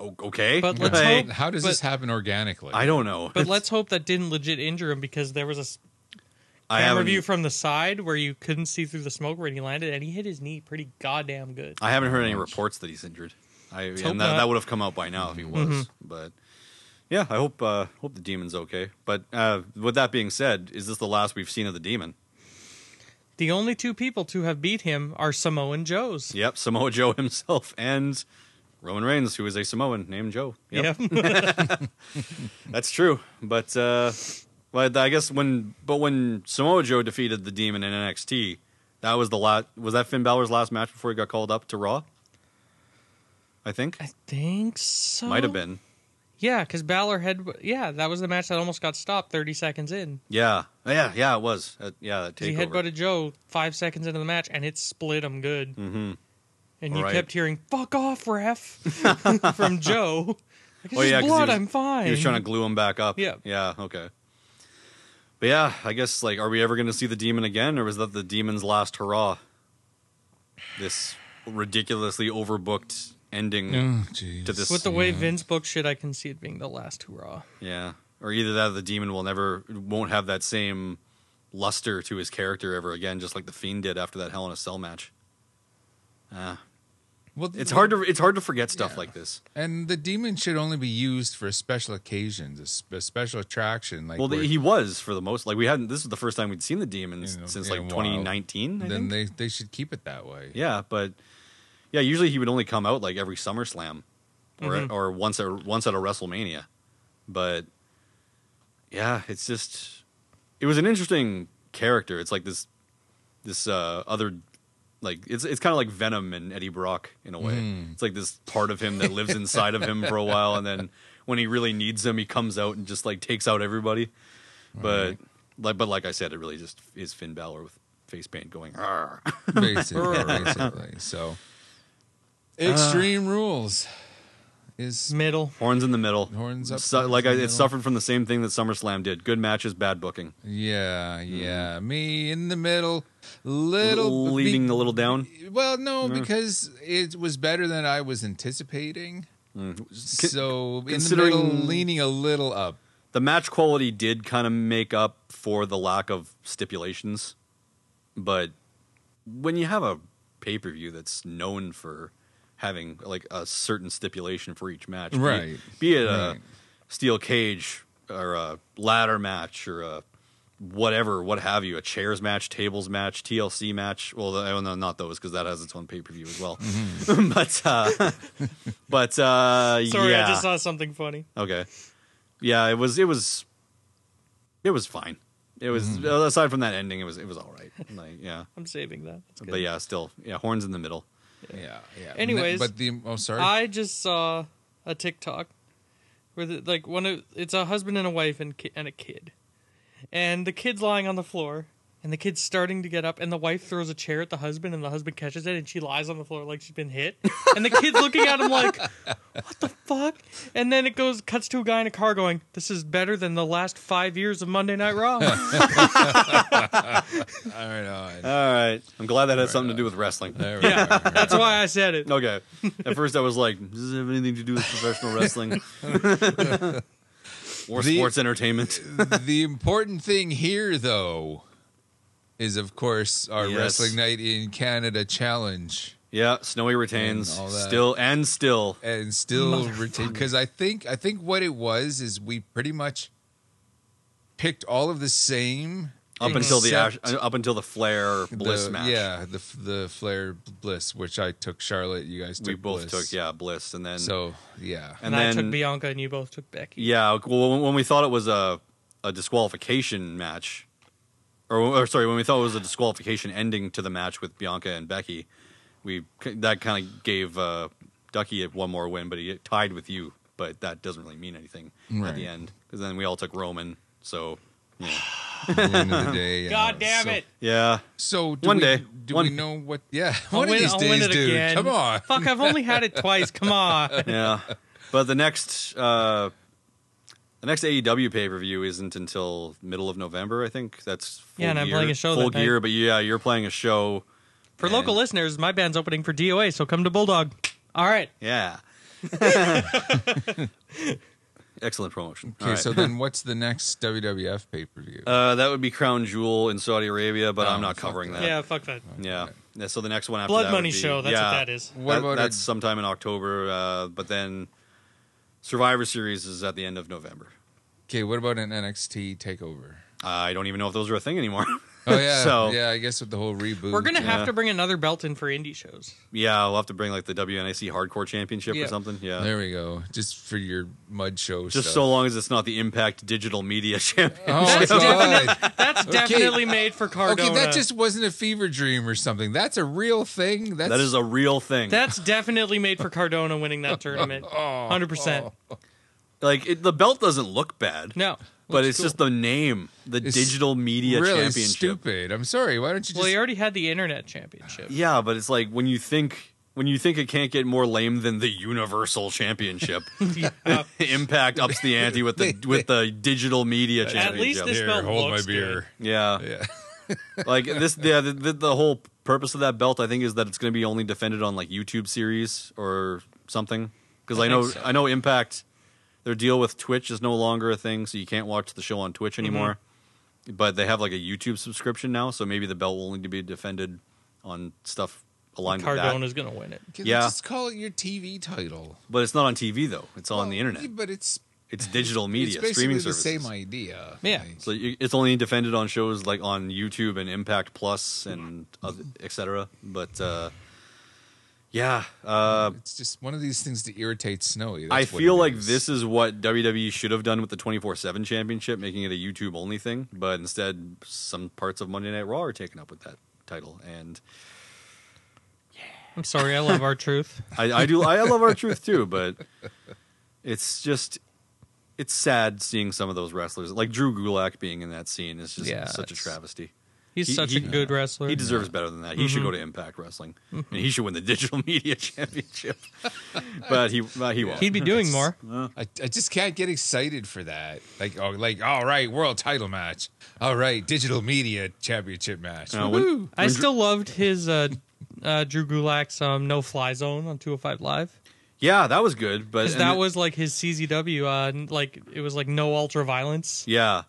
Speaker 4: o- okay,
Speaker 5: But let's
Speaker 4: Like,
Speaker 5: hope-
Speaker 3: How does
Speaker 5: But-
Speaker 3: this happen organically?
Speaker 4: I don't know.
Speaker 5: but let's hope that didn't legit injure him because there was a s-
Speaker 4: I
Speaker 5: camera
Speaker 4: haven't- e-
Speaker 5: view from the side where you couldn't see through the smoke where he landed and he hit his knee pretty goddamn good
Speaker 4: I haven't heard any reports that he's injured. I
Speaker 5: hope
Speaker 4: and
Speaker 5: not. Mm-hmm.
Speaker 4: that, that would have come out by now if he was. But yeah, I hope uh, hope the demon's okay. But uh, with that being said, is this the last we've seen of the demon?
Speaker 5: the only two people to have beat him are samoan joes
Speaker 4: Yep, Samoa Joe himself and Roman Reigns, who is a Samoan named Joe. Yep,
Speaker 5: Yeah.
Speaker 4: that's true. But uh, well, I guess when but when Samoa Joe defeated the demon in NXT, that was the last. Was that Finn Balor's last match before he got called up to Raw? I think
Speaker 5: I think so.
Speaker 4: might have been.
Speaker 5: Yeah, because Balor had. Yeah, that was the match that almost got stopped 30 seconds in.
Speaker 4: Yeah, Oh, yeah, yeah. It was. Uh, yeah, that
Speaker 5: Because he
Speaker 4: takeover.
Speaker 5: headbutted Joe five seconds into the match and it split him good. Mm-hmm. And you
Speaker 4: Right.
Speaker 5: kept hearing, fuck off, ref, from Joe. Like, it's
Speaker 4: Oh,
Speaker 5: just
Speaker 4: yeah, 'cause he
Speaker 5: blood,
Speaker 4: was-
Speaker 5: I'm fine.
Speaker 4: He was trying to glue him back up.
Speaker 5: Yeah.
Speaker 4: Yeah. Okay. But yeah, I guess like, are we ever going to see the demon again, or was that the demon's last hurrah? This ridiculously overbooked ending
Speaker 3: Oh, jeez.
Speaker 4: to this.
Speaker 5: With the way Vince booked shit, I can see it being the last hurrah.
Speaker 4: yeah. Or either that, or the demon will never won't have that same luster to his character ever again, just like the fiend did after that Hell in a Cell match. Ah.
Speaker 3: Well,
Speaker 4: It's hard to it's hard to forget stuff like this.
Speaker 3: And the demon should only be used for special occasions, a, sp- a special attraction. Like
Speaker 4: Well,
Speaker 3: where-
Speaker 4: the, he was for the most. Like we hadn't. This is the first time we'd seen the demons
Speaker 3: You know,
Speaker 4: since
Speaker 3: in a
Speaker 4: like
Speaker 3: while.
Speaker 4: 2019. I
Speaker 3: then
Speaker 4: think.
Speaker 3: they they should keep it that way.
Speaker 4: yeah, but yeah, usually he would only come out like every SummerSlam, or or once at once at a WrestleMania. But yeah, it's just it was an interesting character. It's like this this uh, other like it's it's kind of like Venom and Eddie Brock in a way. It's like this part of him that lives inside of him for a while, and then when he really needs him, he comes out and just like takes out everybody. But like but like I said, it really just is Finn Balor with face paint going. "Arr."
Speaker 3: basically. basically. So,
Speaker 4: Uh.
Speaker 3: extreme rules is
Speaker 5: Middle.
Speaker 4: Horns in the middle.
Speaker 3: Horns up,
Speaker 4: Su-
Speaker 3: horns
Speaker 4: like
Speaker 3: in
Speaker 4: I,
Speaker 3: the
Speaker 4: it
Speaker 3: middle.
Speaker 4: suffered from the same thing that SummerSlam did. Good matches, bad booking.
Speaker 3: yeah,
Speaker 4: Hmm.
Speaker 3: yeah. Me in the middle, little
Speaker 4: leading
Speaker 3: be-
Speaker 4: a little down.
Speaker 3: Well, no, because it was better than I was anticipating. So in the middle,
Speaker 4: considering-
Speaker 3: leaning a little up.
Speaker 4: The match quality did kind of make up for the lack of stipulations, but when you have a pay per view that's known for having like a certain stipulation for each match, be-
Speaker 3: Right.
Speaker 4: Be, it a
Speaker 3: Right.
Speaker 4: steel cage or a ladder match or a whatever, what have you, a chairs match, tables match, TLC match. Well, the, oh, no, not those because that has its own pay per view as well.
Speaker 3: Mm-hmm.
Speaker 4: but uh, but uh,
Speaker 5: Sorry,
Speaker 4: yeah,
Speaker 5: I just saw something funny.
Speaker 4: okay, yeah, it was it was it was fine. It was
Speaker 3: Mm-hmm.
Speaker 4: aside from that ending, it was it was all right. Like yeah,
Speaker 5: I'm saving that. That's
Speaker 4: but
Speaker 5: good.
Speaker 4: yeah, still yeah, horns in the middle.
Speaker 3: Yeah, yeah.
Speaker 5: Anyways,
Speaker 3: but the oh sorry.
Speaker 5: I just saw a TikTok where the, like one of it's a husband and a wife and ki- and a kid, and the kid's lying on the floor and the kid's starting to get up and the wife throws a chair at the husband and the husband catches it and she lies on the floor like she's been hit and the kid's looking at him like what the fuck and then it goes cuts to a guy in a car going this is better than the last five years of monday night raw
Speaker 3: all right, all right.
Speaker 4: All right, I'm glad that had something to do with wrestling.
Speaker 3: There we
Speaker 5: yeah
Speaker 3: go.
Speaker 5: that's why i said it
Speaker 4: Okay, at first I was like, does this have anything to do with professional wrestling or
Speaker 3: The-
Speaker 4: sports entertainment?
Speaker 3: the important thing here, though, is of course our
Speaker 4: Yes.
Speaker 3: wrestling night in Canada challenge,
Speaker 4: Yeah, Snowy retains
Speaker 3: all that.
Speaker 4: still and still.
Speaker 3: and still retain because I think I think what it was is we pretty much picked all of the same
Speaker 4: up until the ash,
Speaker 3: except
Speaker 4: uh, up until the Flair Bliss
Speaker 3: the-
Speaker 4: match.
Speaker 3: Yeah, the the Flair Bliss, which I took Charlotte. You guys took
Speaker 4: we both
Speaker 3: Bliss.
Speaker 4: took yeah Bliss, and then
Speaker 3: So yeah,
Speaker 5: and,
Speaker 4: and then
Speaker 5: i took bianca and you both took becky
Speaker 4: yeah. Well, when, when we thought it was a a disqualification match, or, or sorry, when we thought it was a disqualification ending to the match with Bianca and Becky, we that kind of gave uh, Ducky one more win, but he tied with you. But that doesn't really mean anything at
Speaker 3: Right.
Speaker 4: the end because then we all took Roman. So yeah,
Speaker 3: at the end of the day, you
Speaker 5: god
Speaker 3: know,
Speaker 5: damn
Speaker 3: so-
Speaker 5: it
Speaker 4: yeah.
Speaker 3: So do
Speaker 4: One
Speaker 3: we,
Speaker 4: day.
Speaker 3: do we
Speaker 4: One-
Speaker 3: know what? Yeah,
Speaker 5: I'll
Speaker 3: one
Speaker 5: win-
Speaker 3: of these
Speaker 5: I'll win
Speaker 3: days,
Speaker 5: it
Speaker 3: dude.
Speaker 5: again.
Speaker 3: Come on.
Speaker 5: Fuck, I've only had it twice. Come on.
Speaker 4: yeah. But the next uh the next AEW pay per view isn't until middle of November, I think. That's full
Speaker 5: Yeah, and I'm
Speaker 4: gear,
Speaker 5: playing a show
Speaker 4: full
Speaker 5: that
Speaker 4: gear, but yeah, you're playing a show.
Speaker 5: For local
Speaker 4: And-
Speaker 5: listeners, my band's opening for DOA, so come to Bulldog. All right.
Speaker 4: Yeah. Excellent promotion. All
Speaker 3: Okay,
Speaker 4: right.
Speaker 3: so then what's the next WWF pay per view?
Speaker 4: uh, that would be Crown Jewel in Saudi Arabia, but I'm
Speaker 3: Oh,
Speaker 4: not
Speaker 3: fuck
Speaker 4: covering Uh, that.
Speaker 5: Yeah, fuck that.
Speaker 4: Yeah. Yeah, So the next one after
Speaker 5: Blood
Speaker 4: that
Speaker 5: Money
Speaker 4: would be-
Speaker 5: Show, that's
Speaker 4: yeah.
Speaker 5: what that is.
Speaker 3: What
Speaker 4: That-
Speaker 3: about
Speaker 4: that's
Speaker 3: a-
Speaker 4: sometime in October, uh, but then Survivor Series is at the end of November.
Speaker 3: okay, what about an NXT takeover?
Speaker 4: I don't even know if those are a thing anymore.
Speaker 3: Oh yeah,
Speaker 4: So-
Speaker 3: yeah. I guess with the whole reboot,
Speaker 5: We're going to
Speaker 4: Yeah.
Speaker 5: have to bring another belt in for indie shows.
Speaker 4: Yeah, we'll have to bring like the WNIC Hardcore Championship
Speaker 5: Yeah.
Speaker 4: or something. Yeah.
Speaker 3: There we go. Just for your mud show.
Speaker 4: Just so
Speaker 3: stuff.
Speaker 4: long as it's not the Impact Digital Media Championship.
Speaker 3: Oh my
Speaker 5: That's definite-
Speaker 3: god.
Speaker 5: That's definitely made for Cardona.
Speaker 3: Okay, that just wasn't a fever dream or something. That's a real thing. That's
Speaker 4: That is a real thing.
Speaker 5: That's definitely made for Cardona winning that tournament. 100%.
Speaker 4: like it, the belt doesn't look bad.
Speaker 5: No.
Speaker 4: But
Speaker 5: Looks
Speaker 4: it's
Speaker 5: cool.
Speaker 4: just the name, the
Speaker 3: It's
Speaker 4: Digital Media
Speaker 3: really
Speaker 4: Championship.
Speaker 3: stupid. I'm sorry. Why don't you
Speaker 5: Well,
Speaker 3: just
Speaker 5: he already had the internet championship.
Speaker 4: Yeah, but it's like when you think when you think it can't get more lame than the Universal Championship.
Speaker 5: Yeah.
Speaker 4: Impact ups the ante with the with the Digital Media Championship.
Speaker 5: At least this
Speaker 3: Here,
Speaker 5: belt
Speaker 3: hold my
Speaker 5: looks
Speaker 3: beer?
Speaker 4: yeah.
Speaker 3: Yeah.
Speaker 4: like this yeah the, the, the whole purpose of that belt i think is that it's going to be only defended on like youtube series or something because i, know
Speaker 5: think so.
Speaker 4: i know impact their deal with twitch is no longer a thing so you can't watch the show on twitch anymore
Speaker 3: Mm-hmm.
Speaker 4: but they have like a youtube subscription now so maybe the belt will only be defended on stuff aligned with that.
Speaker 5: Cardona's gonna win it.
Speaker 3: Can
Speaker 4: Yeah.
Speaker 3: Just call it your TV title.
Speaker 4: But it's not on TV though. It's on the
Speaker 3: Well,
Speaker 4: internet.
Speaker 3: yeah, but it's
Speaker 4: It's digital
Speaker 3: it's
Speaker 4: media,
Speaker 3: basically
Speaker 4: streaming
Speaker 3: the
Speaker 4: services.
Speaker 3: same idea.
Speaker 5: Yeah.
Speaker 3: Like,
Speaker 4: So you, it's only defended on shows like on YouTube and Impact Plus and other- et cetera. But uh, yeah, uh,
Speaker 3: it's just one of these things to irritate Snowy.
Speaker 4: I
Speaker 3: That's what
Speaker 4: feel
Speaker 3: it
Speaker 4: like
Speaker 3: is.
Speaker 4: this is what WWE should have done with the 24 7 championship, making it a YouTube only thing. But instead, some parts of Monday Night Raw are taken up with that title. And
Speaker 5: I'm sorry, I love our truth.
Speaker 4: I, I do, I love our truth too, but it's just, it's sad seeing some of those wrestlers, like Drew Gulak being in that scene is just
Speaker 5: Yeah,
Speaker 4: such a
Speaker 5: it's-
Speaker 4: travesty.
Speaker 5: He's
Speaker 4: He-
Speaker 5: such
Speaker 4: he-
Speaker 5: a good wrestler.
Speaker 4: He deserves better than that. He should go
Speaker 5: Mm-hmm.
Speaker 4: to Impact Wrestling, and he should win the Digital Media Championship. but he uh, he won't.
Speaker 5: He'd be doing more.
Speaker 3: I, I just can't get excited for that. Like oh, like all right, world title match. All right, digital media championship match.
Speaker 4: You know, when-
Speaker 3: Woohoo.
Speaker 5: I
Speaker 4: when Drew-
Speaker 5: still loved his uh, uh, Drew Gulak's um, No Fly Zone on 205 Live.
Speaker 4: yeah, that was good, but
Speaker 5: Because
Speaker 4: and
Speaker 5: that
Speaker 4: it-
Speaker 5: was like his CZW, uh, n- like it was like no ultra violence.
Speaker 4: yeah.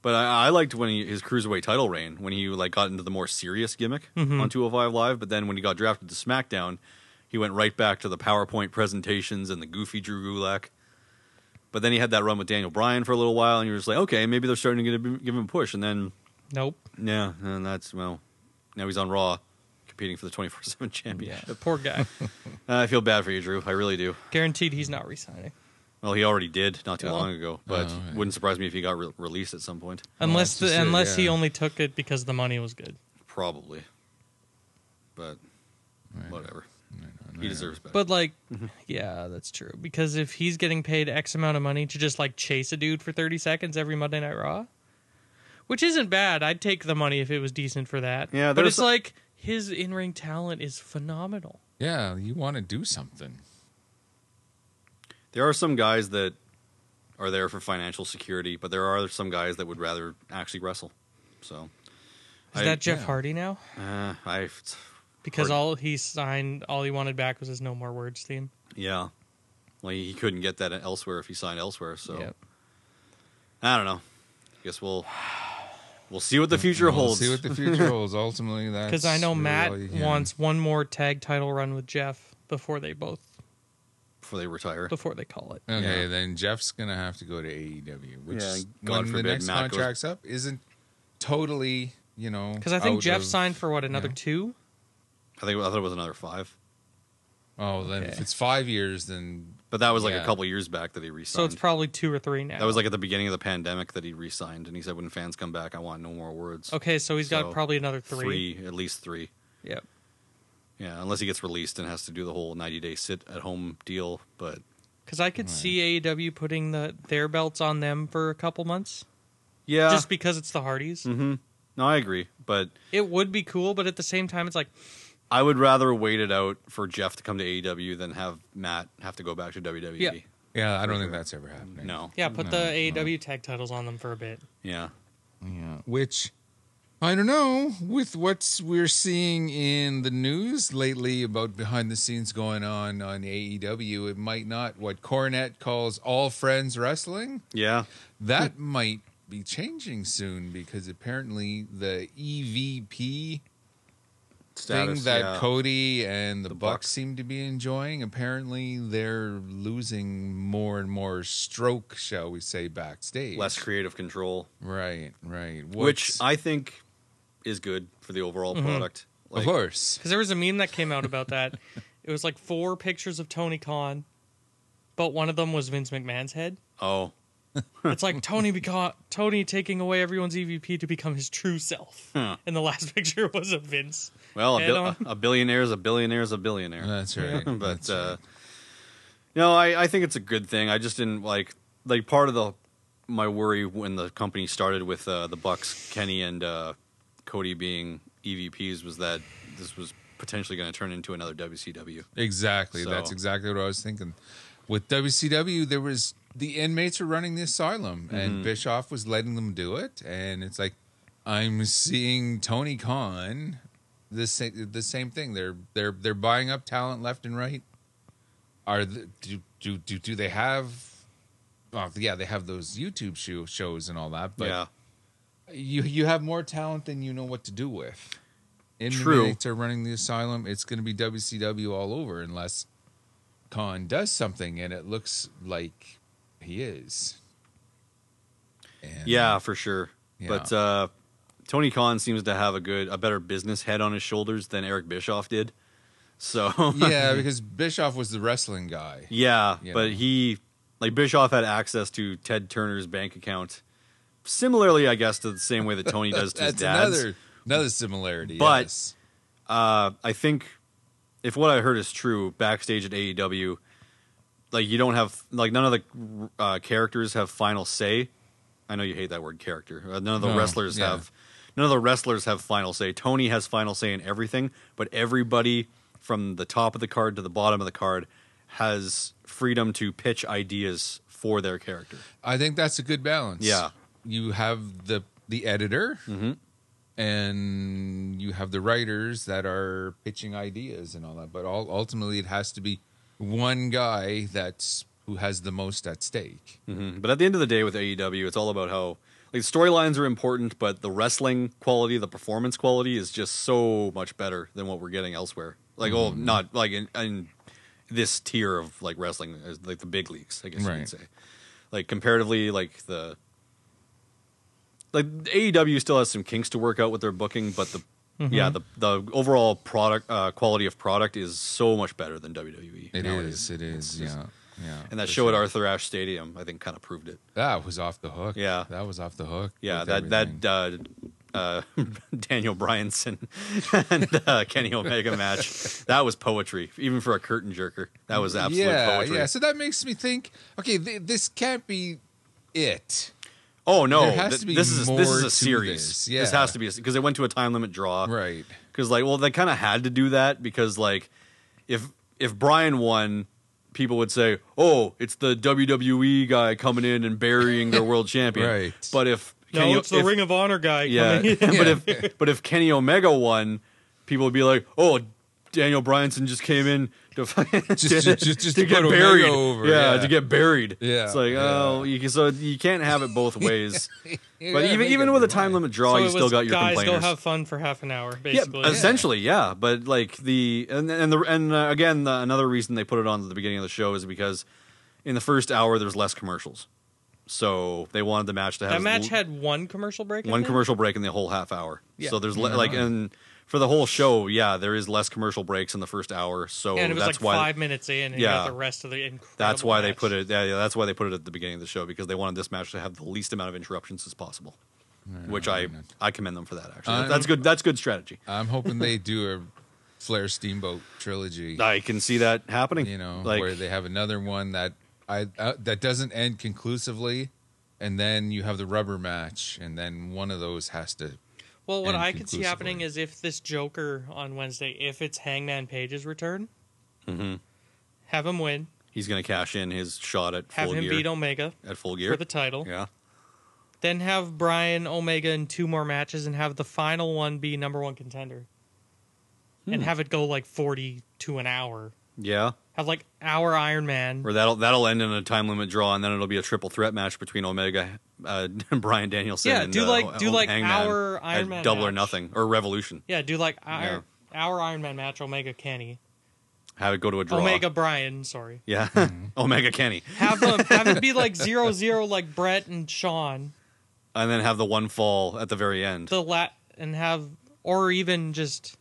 Speaker 4: But I, I liked when he, his cruiserweight title reign when he like got into the more serious gimmick
Speaker 5: Mm-hmm.
Speaker 4: on 205 Live. But then when he got drafted to SmackDown, he went right back to the PowerPoint presentations and the goofy Drew Gulak. But then he had that run with Daniel Bryan for a little while, and you were just like, okay, maybe they're starting to get a, give him a push. And then
Speaker 5: Nope.
Speaker 4: Yeah, and that's well. Now he's on Raw, competing for the twenty four seven
Speaker 5: Yeah,
Speaker 4: championship.
Speaker 5: poor guy.
Speaker 4: Uh, I feel bad for you, Drew. I really do.
Speaker 5: Guaranteed he's not resigning
Speaker 4: Well, he already did not too
Speaker 3: Oh.
Speaker 4: long ago,
Speaker 3: Oh,
Speaker 4: but
Speaker 3: yeah.
Speaker 4: wouldn't surprise me if he got re- released at some point.
Speaker 5: unless
Speaker 3: that's just
Speaker 5: the,
Speaker 3: it,
Speaker 5: unless he
Speaker 3: yeah.
Speaker 5: only took it because the money was good.
Speaker 4: Probably, but whatever. He deserves better.
Speaker 5: But like,
Speaker 4: Mm-hmm.
Speaker 5: yeah, that's true. Because if he's getting paid X amount of money to just like chase a dude for 30 seconds every Monday Night Raw, which isn't bad, I'd take the money if it was decent for that.
Speaker 4: Yeah,
Speaker 5: but
Speaker 4: there's
Speaker 5: it's
Speaker 4: some-
Speaker 5: like his in ring talent is phenomenal.
Speaker 3: Yeah, you want to do something.
Speaker 4: there are some guys that are there for financial security, but there are some guys that would rather actually wrestle. So,
Speaker 5: Is
Speaker 4: I-
Speaker 5: that Jeff
Speaker 3: yeah.
Speaker 5: Hardy now?
Speaker 4: uh, I
Speaker 5: Because
Speaker 4: Hardy.
Speaker 5: all he signed, all he wanted back was his No More Words theme.
Speaker 4: yeah, like he couldn't get that elsewhere if he signed elsewhere. So.
Speaker 5: Yep.
Speaker 4: I don't know. Guess we'll we'll see what the future
Speaker 3: We'll
Speaker 4: holds.
Speaker 3: see what the future holds. Ultimately, that's
Speaker 5: Because I know
Speaker 3: really
Speaker 5: Matt
Speaker 3: all you can-
Speaker 5: wants one more tag title run with Jeff before they both
Speaker 4: before they retire.
Speaker 5: before they call it.
Speaker 3: Okay,
Speaker 4: Yeah.
Speaker 3: then Jeff's gonna have to go to AEW, which
Speaker 4: Yeah,
Speaker 3: is
Speaker 4: God
Speaker 3: when
Speaker 4: forbid
Speaker 3: the next
Speaker 4: Matt goes-
Speaker 3: contract's up isn't totally, you know,
Speaker 5: Because I think
Speaker 3: out
Speaker 5: Jeff
Speaker 3: of-
Speaker 5: signed for what another
Speaker 3: yeah.
Speaker 5: two.
Speaker 4: I think I thought it was another five,
Speaker 3: Oh, then if
Speaker 5: Okay.
Speaker 3: it's five years, then
Speaker 4: but that was like a
Speaker 3: Yeah.
Speaker 4: couple years back that he resigned.
Speaker 5: So it's probably two or three now.
Speaker 4: that was like at the beginning of the pandemic that he resigned, and he said, "When fans come back, I want no more words."
Speaker 5: okay, so he's got
Speaker 4: So,
Speaker 5: probably another three.
Speaker 4: three, at least three.
Speaker 5: Yep.
Speaker 4: Yeah, unless he gets released and has to do the whole ninety-day sit-at-home deal. But
Speaker 5: Because I could see AEW putting the their belts on them for a couple months,
Speaker 4: yeah,
Speaker 5: just because it's the Hardys.
Speaker 4: no, I agree. But
Speaker 5: It would be cool, but at the same time, it's like
Speaker 4: I would rather wait it out for Jeff to come to AEW than have Matt have to go back to WWE.
Speaker 5: Yeah.
Speaker 3: yeah, I don't think that's ever happening.
Speaker 4: No.
Speaker 5: yeah, put the AEW tag titles on them for a bit.
Speaker 4: Yeah.
Speaker 3: Yeah. Which I don't know, with what we're seeing in the news lately about behind the scenes going on on AEW, it might not what Cornette calls all friends wrestling.
Speaker 4: Yeah.
Speaker 3: That might be changing soon because apparently the E EVP thing
Speaker 4: Status,
Speaker 3: that
Speaker 4: yeah.
Speaker 3: Cody and the, Bucks,
Speaker 4: Bucks.
Speaker 3: seem to be enjoying, apparently they're losing more and more stroke, shall we say, backstage.
Speaker 4: less creative control.
Speaker 3: Right, right.
Speaker 4: which
Speaker 3: What's-
Speaker 4: I think is good for the overall
Speaker 5: Mm-hmm.
Speaker 4: product. Like,
Speaker 3: of course.
Speaker 5: Because there was a meme that came out about that. It was like four pictures of Tony Khan, but one of them was Vince McMahon's head.
Speaker 4: Oh,
Speaker 5: It's like Tony beca- Tony taking away everyone's EVP to become his true self. And the last picture was of Vince.
Speaker 4: well, a,
Speaker 5: Head
Speaker 4: bil-
Speaker 5: on.
Speaker 4: a billionaire is a billionaire is a billionaire.
Speaker 3: That's right.
Speaker 4: but
Speaker 3: That's
Speaker 4: uh, no, I, I think it's a good thing. I just didn't like like part of the my worry when the company started with uh, the Bucks, Kenny and uh, Cody being EVPs was that this was potentially going to turn into another WCW.
Speaker 3: Exactly.
Speaker 4: So-
Speaker 3: That's exactly what I was thinking. With WCW, there was the inmates were running the asylum,
Speaker 4: Mm-hmm.
Speaker 3: and Bischoff was letting them do it. And it's like I'm seeing Tony Khan the same the same thing. They're they're they're buying up talent left and right. Are the, do do do do they have? Well, yeah, they have those YouTube show, shows and all that, but
Speaker 4: yeah,
Speaker 3: you you have more talent than you know what to do with. inmates are running the asylum, it's going to be WCW all over unless Khan does something, and it looks like he is. And
Speaker 4: Yeah, for sure.
Speaker 3: Yeah.
Speaker 4: But uh, Tony Khan seems to have a good, a better business head on his shoulders than Eric Bischoff did. So
Speaker 3: yeah, because Bischoff was the wrestling guy.
Speaker 4: yeah,
Speaker 3: You
Speaker 4: but
Speaker 3: know.
Speaker 4: he, like Bischoff, had access to Ted Turner's bank account. Similarly, I guess, to the same way that Tony does to his
Speaker 3: That's
Speaker 4: dad's.
Speaker 3: another another similarity.
Speaker 4: But-
Speaker 3: yes.
Speaker 4: uh, I think if what I heard is true, backstage at AEW, like you don't have like none of the uh, characters have final say. I know you hate that word character. Uh, None of the
Speaker 3: No,
Speaker 4: wrestlers
Speaker 3: yeah.
Speaker 4: have. None of the wrestlers have final say. Tony has final say in everything, but everybody from the top of the card to the bottom of the card has freedom to pitch ideas for their character.
Speaker 3: I think that's a good balance.
Speaker 4: Yeah. Mm-hmm.
Speaker 3: You have the the editor and you have the writers that are pitching ideas and all that, but all, ultimately it has to be one guy that's who has the most at stake.
Speaker 4: Mm-hmm. But at the end of the day, with AEW, it's all about how like storylines are important, but the wrestling quality, the performance quality, is just so much better than what we're getting elsewhere. Like, oh,
Speaker 3: Mm-hmm.
Speaker 4: not like in, in this tier of like wrestling, is like the big leagues, I guess you
Speaker 3: Right.
Speaker 4: could say. Like comparatively, like the like AEW still has some kinks to work out with their booking, but the
Speaker 3: Mm-hmm.
Speaker 4: yeah the the overall product uh, quality of product is so much better than WWE.
Speaker 3: It is.
Speaker 4: nowadays.
Speaker 3: it is,
Speaker 4: It's just-
Speaker 3: yeah. Yeah.
Speaker 4: and that
Speaker 3: for
Speaker 4: show at
Speaker 3: sure.
Speaker 4: Arthur Ashe Stadium, I think, kind of proved it.
Speaker 3: that was off the hook.
Speaker 4: Yeah.
Speaker 3: That was off the hook.
Speaker 4: Yeah,
Speaker 3: with
Speaker 4: that
Speaker 3: everything.
Speaker 4: that uh, uh, Daniel Bryanson and uh, Kenny Omega match that was poetry, even for a curtain jerker. That was absolute
Speaker 3: yeah,
Speaker 4: poetry.
Speaker 3: Yeah, so that makes me think, okay, th- this can't be it.
Speaker 4: oh no,
Speaker 3: There has
Speaker 4: th-
Speaker 3: to be
Speaker 4: this is this
Speaker 3: more
Speaker 4: is
Speaker 3: to
Speaker 4: a series.
Speaker 3: this,
Speaker 4: This,
Speaker 3: yeah.
Speaker 4: has to be because it went to a time limit draw,
Speaker 3: Right.
Speaker 4: Because like, well, they kind of had to do that because like, if if Bryan won. People would say, "Oh, it's the WWE guy coming in and burying their world champion."
Speaker 3: Right.
Speaker 4: But if
Speaker 5: No,
Speaker 4: Kenny-
Speaker 5: it's the
Speaker 4: if-
Speaker 5: Ring of Honor guy.
Speaker 4: Yeah,
Speaker 5: coming in.
Speaker 4: but if but if Kenny Omega won, people would be like, "Oh, Daniel Bryanson just came in to fucking
Speaker 3: Just- just- just to
Speaker 4: to get
Speaker 3: put Omega
Speaker 4: buried
Speaker 3: over,
Speaker 4: Yeah,
Speaker 3: yeah.
Speaker 4: to get buried.
Speaker 3: Yeah,
Speaker 4: it's like oh, you can, so you can't have it both ways.
Speaker 3: You
Speaker 4: but
Speaker 3: gotta
Speaker 4: even
Speaker 3: make
Speaker 4: even
Speaker 3: up
Speaker 4: with a
Speaker 3: your
Speaker 4: time
Speaker 3: mind.
Speaker 4: limit draw,
Speaker 5: So
Speaker 4: you
Speaker 5: it
Speaker 4: still
Speaker 5: was,
Speaker 4: got your
Speaker 5: guys
Speaker 4: complainers.
Speaker 5: go have fun for half an hour,
Speaker 4: yeah,
Speaker 5: basically.
Speaker 4: essentially, yeah. But like the and and the and uh, again, the, another reason they put it on at the beginning of the show is because in the first hour there's less commercials, so they wanted the match to have
Speaker 5: that
Speaker 4: as
Speaker 5: match
Speaker 4: l-
Speaker 5: had one commercial break. I
Speaker 4: one
Speaker 5: think?
Speaker 4: commercial break in the whole half hour.
Speaker 5: Yeah.
Speaker 4: So there's le- like and for the whole show, yeah, there is less commercial breaks in the first hour. So
Speaker 5: and it was
Speaker 4: that's
Speaker 5: like
Speaker 4: why
Speaker 5: five minutes in, and yeah,
Speaker 4: Yeah.
Speaker 5: got the rest of the incredible.
Speaker 4: that's why they
Speaker 5: match.
Speaker 4: put it. Yeah, yeah, that's why they put it at the beginning of the show because they wanted this match to have the least amount of interruptions as possible. Which I I commend them for that. Actually,
Speaker 3: I'm-
Speaker 4: that's good. That's good strategy.
Speaker 3: I'm hoping they do a Flair Steamboat trilogy.
Speaker 4: I can see that happening.
Speaker 3: you know,
Speaker 4: like
Speaker 3: where they have another one that I uh, that doesn't end conclusively, and then you have the rubber match, and then one of those has to.
Speaker 5: Well, what
Speaker 3: and
Speaker 5: I could see happening
Speaker 3: conclusively.
Speaker 5: is if this Joker on Wednesday, if it's Hangman Page's return,
Speaker 4: Mm-hmm.
Speaker 5: have him win,
Speaker 4: he's going to cash in his shot at
Speaker 5: have
Speaker 4: full
Speaker 5: him
Speaker 4: gear.
Speaker 5: beat Omega
Speaker 4: at full
Speaker 5: for
Speaker 4: gear.
Speaker 5: the title,
Speaker 4: yeah,
Speaker 5: then have Brian Omega in two more matches, and have the final one be number one contender,
Speaker 4: Hmm.
Speaker 5: and have it go like forty to an hour.
Speaker 4: yeah.
Speaker 5: Have like our Iron Man.
Speaker 4: Or that'll that'll end in a time limit draw, and then it'll be a triple threat match between Omega, uh, Brian Danielson.
Speaker 5: Yeah,
Speaker 4: and,
Speaker 5: do
Speaker 4: uh,
Speaker 5: like- do
Speaker 4: Ho-
Speaker 5: like
Speaker 4: Hangman
Speaker 5: our Iron
Speaker 4: at
Speaker 5: Man
Speaker 4: Double or
Speaker 5: match.
Speaker 4: Nothing or Revolution.
Speaker 5: Yeah, do like our,
Speaker 4: Yeah.
Speaker 5: our Iron Man match, Omega Kenny,
Speaker 4: Have it go to a draw.
Speaker 5: Omega Brian. Sorry,
Speaker 4: yeah, Omega Kenny,
Speaker 5: have them have it be like zero zero, like Brett and Sean.
Speaker 4: and then have the one fall at the very end.
Speaker 5: the lat and have or even just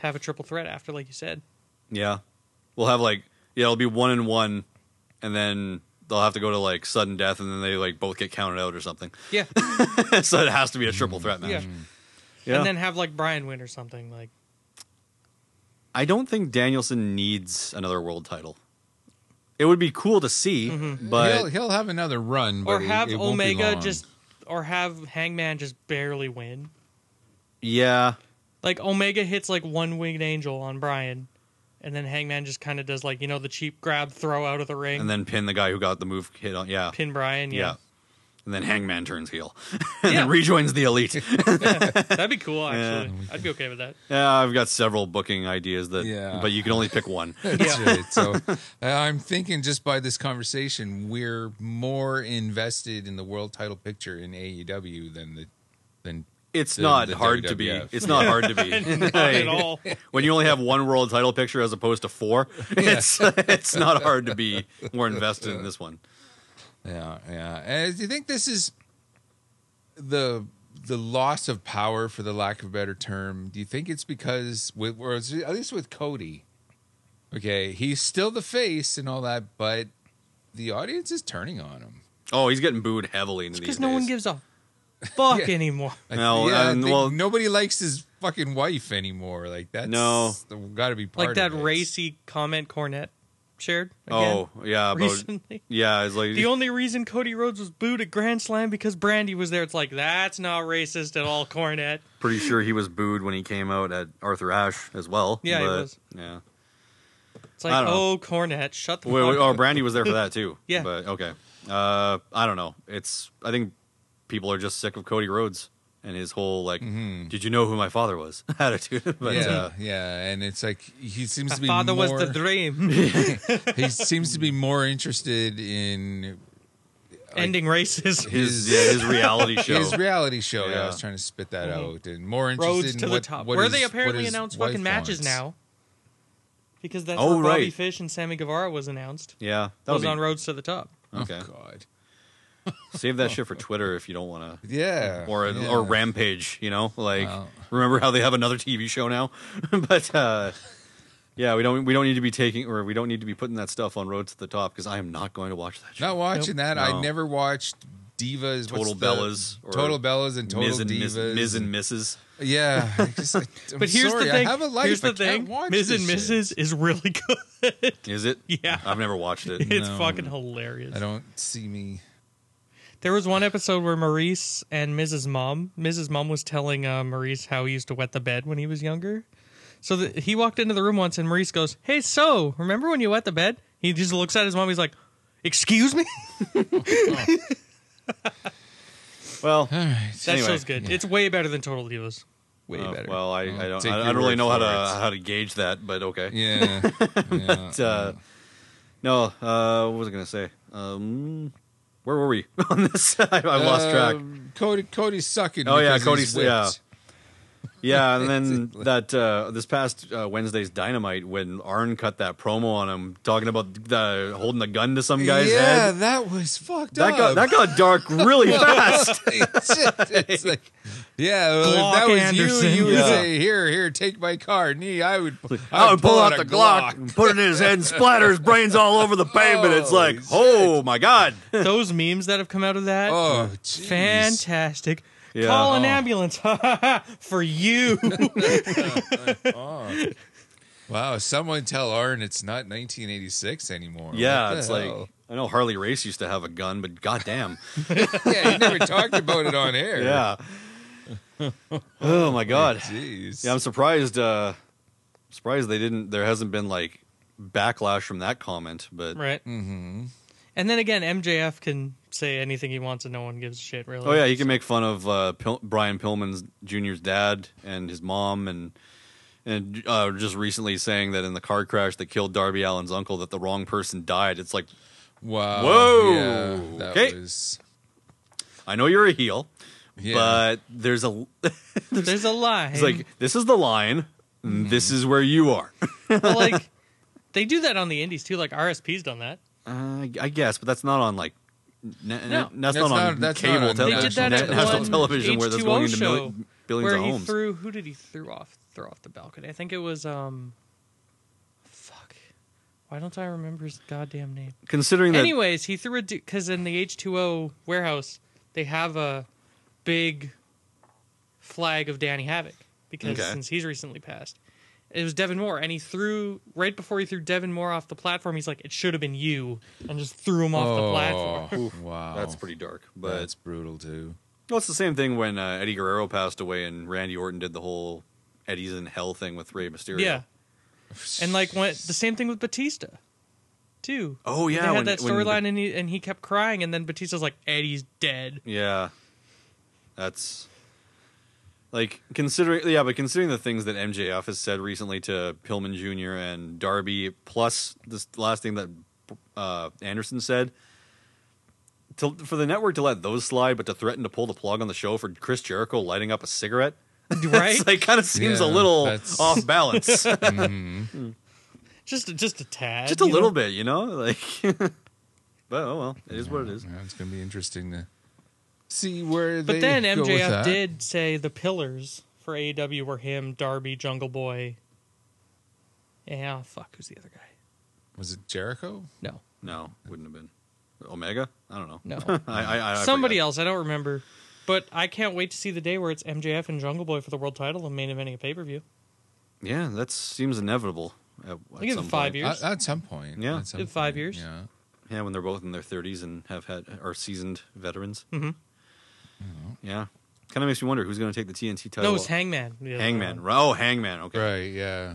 Speaker 5: have a triple threat after like you said
Speaker 4: yeah, we'll have like yeah, it'll be one and one, and then they'll have to go to like sudden death, and then they like both get counted out or something.
Speaker 5: yeah
Speaker 4: so it has to be a triple threat match.
Speaker 5: Mm-hmm. yeah
Speaker 4: Yeah.
Speaker 5: and then have like brian win or something like
Speaker 4: I don't think Danielson needs another world title. It would be cool to see,
Speaker 5: Mm-hmm.
Speaker 4: but
Speaker 3: he'll he'll have another run, but
Speaker 5: or
Speaker 3: it-
Speaker 5: have
Speaker 3: it won't be
Speaker 5: omega
Speaker 3: long.
Speaker 5: just or have hangman just barely win
Speaker 4: yeah.
Speaker 5: like omega hits like one winged angel on brian and then hangman just kind of does like you know the cheap grab throw out of the ring
Speaker 4: and then pin the guy who got the move hit on. Yeah,
Speaker 5: pin brian
Speaker 4: yeah.
Speaker 5: yeah,
Speaker 4: And then Hangman turns heel and
Speaker 5: Yeah.
Speaker 4: then rejoins the elite.
Speaker 5: that'd be cool actually i'd be okay with that
Speaker 4: yeah, I've got several booking ideas that,
Speaker 3: Yeah.
Speaker 4: but you can only pick one.
Speaker 3: That's right. So uh, I'm thinking just by this conversation, E we're more invested in the world title picture in AEW than the than
Speaker 4: it's
Speaker 3: The-
Speaker 4: not
Speaker 3: the
Speaker 4: hard to be.
Speaker 3: WWF.
Speaker 4: It's not hard to be
Speaker 5: Not at all.
Speaker 4: when you only have one world title picture as opposed to four. It's it's not hard to be more invested in this one.
Speaker 3: Yeah, yeah. And do you think this is the the loss of power, for the lack of a better term? Do you think it's because with or is it- at least with Cody? Okay, he's still the face and all that, but the audience is turning on him.
Speaker 4: Oh, he's getting booed heavily in these
Speaker 5: Because no one
Speaker 4: days.
Speaker 5: gives a fuck anymore.
Speaker 3: Like,
Speaker 4: No,
Speaker 3: yeah, I
Speaker 4: and,
Speaker 3: think
Speaker 4: well-
Speaker 3: nobody likes his fucking wife anymore. Like that's
Speaker 4: No.
Speaker 3: got to be part
Speaker 5: Like that
Speaker 3: of it.
Speaker 5: racy comment Cornette shared. Again,
Speaker 4: Oh yeah, about,
Speaker 5: recently.
Speaker 4: yeah. It's like
Speaker 5: The only reason Cody Rhodes was booed at Grand Slam because Brandy was there. It's like that's not racist at all, Cornette.
Speaker 4: pretty sure he was booed when he came out at Arthur Ashe as well.
Speaker 5: Yeah, he
Speaker 4: but-
Speaker 5: was.
Speaker 4: Yeah.
Speaker 5: It's like
Speaker 4: I don't know.
Speaker 5: oh, Cornette, shut the
Speaker 4: Wait,
Speaker 5: fuck
Speaker 4: wait,
Speaker 5: up.
Speaker 4: oh, Brandy was there for that too.
Speaker 5: Yeah.
Speaker 4: But okay. Uh, I don't know. It's I think people are just sick of Cody Rhodes and his whole like, did you know who my father was attitude. But
Speaker 3: Mm-hmm. yeah,
Speaker 4: uh,
Speaker 3: yeah, and it's like he seems
Speaker 5: My
Speaker 3: to be
Speaker 5: father
Speaker 3: more,
Speaker 5: was the dream.
Speaker 3: he seems to be more interested in
Speaker 5: Ending racism.
Speaker 4: his yeah, his reality show.
Speaker 3: His reality show. Yeah. I
Speaker 4: Yeah.
Speaker 3: was trying to spit that
Speaker 5: Mhm.
Speaker 3: out and more interested
Speaker 5: Roads
Speaker 3: in
Speaker 5: to
Speaker 3: what,
Speaker 5: the top.
Speaker 3: what
Speaker 5: Where
Speaker 3: his-
Speaker 5: they
Speaker 3: what
Speaker 5: apparently
Speaker 3: his
Speaker 5: announced
Speaker 3: wife
Speaker 5: fucking matches
Speaker 3: wants.
Speaker 5: now. Because that's
Speaker 4: Oh,
Speaker 5: how Bobby
Speaker 4: right.
Speaker 5: Fish and Sammy Guevara was announced.
Speaker 4: yeah, that
Speaker 5: That
Speaker 4: was
Speaker 5: was
Speaker 4: be,
Speaker 5: on Roads to the Top.
Speaker 4: Okay,
Speaker 3: Oh God. Oh,
Speaker 4: save that shit for Twitter if you don't want to.
Speaker 3: Yeah.
Speaker 4: Or
Speaker 3: yeah.
Speaker 4: or Rampage, you know, like
Speaker 3: Wow.
Speaker 4: remember how they have another TV show now, but uh, yeah, we don't we don't need to be taking or we don't need to be putting that stuff on Road to the Top because I am not going to watch that. Show.
Speaker 3: Not watching that. I
Speaker 4: No.
Speaker 3: never watched Divas. what's
Speaker 4: Total
Speaker 3: the-
Speaker 4: Bellas or
Speaker 3: Total Bellas and Total
Speaker 4: Ms. and Miss-
Speaker 3: Divas.
Speaker 4: Ms. and Mrs.
Speaker 3: yeah. I just, I, am
Speaker 5: But here's
Speaker 3: sorry,
Speaker 5: the thing.
Speaker 3: I have a life.
Speaker 5: Here's the
Speaker 3: I can't
Speaker 5: thing.
Speaker 3: watch
Speaker 5: Ms. and
Speaker 3: this shit.
Speaker 5: Mrs. is really good.
Speaker 4: Is it?
Speaker 5: Yeah.
Speaker 4: I've never watched it.
Speaker 5: it's
Speaker 3: No.
Speaker 5: fucking hilarious.
Speaker 3: I don't see me.
Speaker 5: There was one episode where Maurice and Mrs. Mom, Mrs. Mom was telling uh, Maurice how he used to wet the bed when he was younger. So the, he walked into the room once and Maurice goes, Hey, so remember when you wet the bed? He just looks at his mom. He's like, Excuse me?
Speaker 4: Well,
Speaker 3: All right.
Speaker 5: That
Speaker 4: Anyway,
Speaker 5: show's good. It's way better than Total Divas.
Speaker 3: Way
Speaker 4: uh,
Speaker 3: better.
Speaker 4: well, I,
Speaker 3: Oh, I'll
Speaker 4: I don't,
Speaker 3: take
Speaker 4: I, I
Speaker 3: your
Speaker 4: don't really
Speaker 3: word
Speaker 4: know how
Speaker 3: for
Speaker 4: to
Speaker 3: it.
Speaker 4: how to gauge that, but okay.
Speaker 3: Yeah. yeah.
Speaker 4: But, uh, No, uh, what was I going to say? Um, where were we on this? I, I lost track.
Speaker 3: Um, Cody, Cody's sucking.
Speaker 4: Oh, yeah,
Speaker 3: because
Speaker 4: Cody's-
Speaker 3: he's whipped.
Speaker 4: yeah. Yeah, and then that uh, this past uh, Wednesday's Dynamite when Arn cut that promo on him talking about the, holding the gun to some guy's
Speaker 3: yeah,
Speaker 4: head.
Speaker 3: that was fucked
Speaker 4: That
Speaker 3: up.
Speaker 4: got that got dark really fast.
Speaker 3: it's like, yeah, well,
Speaker 5: Glock
Speaker 3: if that was
Speaker 5: Anderson.
Speaker 3: you, you would
Speaker 4: Yeah.
Speaker 3: say, "Here, here, take my card." Me, I would,
Speaker 4: I would pull out the
Speaker 3: a
Speaker 4: Glock, and put it in his head and splatter his brains all over the pavement. it's like,
Speaker 3: Holy shit.
Speaker 4: oh my god!
Speaker 5: Those memes that have come out of that,
Speaker 3: Oh, jeez.
Speaker 5: fantastic.
Speaker 4: Yeah.
Speaker 5: Call an
Speaker 4: Oh.
Speaker 5: ambulance for you.
Speaker 3: Wow, someone tell Arn it's not 1986 anymore. What
Speaker 4: Yeah,
Speaker 3: the
Speaker 4: it's
Speaker 3: hell?
Speaker 4: like I know Harley Race used to have a gun, but goddamn,
Speaker 3: yeah, he never talked about it on air.
Speaker 4: yeah. oh my god.
Speaker 3: jeez.
Speaker 4: Yeah, I'm surprised. uh Surprised they didn't. There hasn't been like backlash from that comment, but
Speaker 5: right. Mm-hmm. And then again, MJF can say anything he wants and no one gives a shit, really.
Speaker 4: oh yeah, you can make fun of uh, Pil- Brian Pillman's Jr.'s dad and his mom and. And uh, just recently saying that in the car crash that killed Darby Allen's uncle, that the wrong person died. It's like
Speaker 3: wow.
Speaker 4: Whoa.
Speaker 3: Yeah, that
Speaker 4: Okay.
Speaker 3: was.
Speaker 4: I know you're a heel,
Speaker 3: Yeah.
Speaker 4: but there's a
Speaker 5: There's a lie.
Speaker 4: It's like this is the line. This is where you are.
Speaker 5: But, like they do that on the indies too. Like RSP's done that.
Speaker 4: Uh, I guess, but that's not on like. N- n-
Speaker 5: No.
Speaker 4: that's,
Speaker 3: That's
Speaker 4: not,
Speaker 3: not-
Speaker 4: on
Speaker 3: that's
Speaker 4: cable
Speaker 3: not on
Speaker 4: tele-
Speaker 5: They did that at
Speaker 4: national
Speaker 5: one
Speaker 4: television where that's
Speaker 5: H2O
Speaker 4: going into
Speaker 5: show
Speaker 4: mil- billions
Speaker 5: Where
Speaker 4: of
Speaker 5: he
Speaker 4: homes.
Speaker 5: threw who did he throw off throw off the balcony? I think it was um fuck. Why don't I remember his goddamn name?
Speaker 4: Considering that,
Speaker 5: Anyways, he threw a because in the H2O warehouse they have a big flag of Danny Havoc because
Speaker 4: Okay.
Speaker 5: since he's recently passed, it was Devin Moore, and he threw right before he threw Devin Moore off the platform. He's like, "It should have been you," and just threw him off the platform.
Speaker 3: Oh, wow.
Speaker 4: that's pretty dark. But
Speaker 3: That's brutal too.
Speaker 4: well, it's the same thing when uh, Eddie Guerrero passed away and Randy Orton did the whole Eddie's in Hell thing with Rey Mysterio.
Speaker 5: Yeah, and like when the same thing with Batista, too.
Speaker 4: Oh yeah.
Speaker 5: they had
Speaker 4: when-
Speaker 5: that
Speaker 4: when-
Speaker 5: storyline, and he and he kept crying, and then Batista's like, "Eddie's dead."
Speaker 4: Yeah. That's like considering yeah, but considering the things that MJF has said recently to Pillman Jr. and Darby, plus this last thing that uh, Anderson said, to, for the network to let those slide, but to threaten to pull the plug on the show for Chris Jericho lighting up a cigarette,
Speaker 5: right?
Speaker 4: it's like kind of seems a
Speaker 3: Yeah,
Speaker 4: little
Speaker 3: that's-
Speaker 4: off balance, just
Speaker 5: just just a tad,
Speaker 4: a
Speaker 5: you know?
Speaker 4: little bit, you know. Like, but oh well, it is what it is.
Speaker 3: Yeah, it's gonna be interesting to see where.
Speaker 5: But
Speaker 3: they
Speaker 5: then
Speaker 3: go with
Speaker 5: MJF
Speaker 3: that.
Speaker 5: did say the pillars for AEW were him, Darby, Jungle Boy. Yeah, fuck, who's the other guy?
Speaker 3: Was it Jericho?
Speaker 5: No,
Speaker 4: No, wouldn't have been Omega. I don't know.
Speaker 5: no,
Speaker 4: I, I, I, I
Speaker 5: somebody
Speaker 4: forget.
Speaker 5: else. I don't remember. But I can't wait to see the day where it's MJF and Jungle Boy for the world title and main eventing a pay per view.
Speaker 4: Yeah, that seems inevitable. At, at
Speaker 5: give it
Speaker 4: some
Speaker 5: five
Speaker 4: point.
Speaker 5: years.
Speaker 3: At, at some point.
Speaker 4: Yeah.
Speaker 3: At some
Speaker 5: In five
Speaker 3: point,
Speaker 5: years.
Speaker 3: Yeah.
Speaker 4: Yeah, when they're both in their thirties and have had are seasoned veterans.
Speaker 5: Mhm.
Speaker 3: Mm-hmm.
Speaker 4: Yeah, kind of makes me wonder who's going to take the TNT title.
Speaker 5: No, it's Hangman. the other
Speaker 4: Oh. Hangman.
Speaker 5: one.
Speaker 4: Oh, Hangman. Okay.
Speaker 3: Right. Yeah.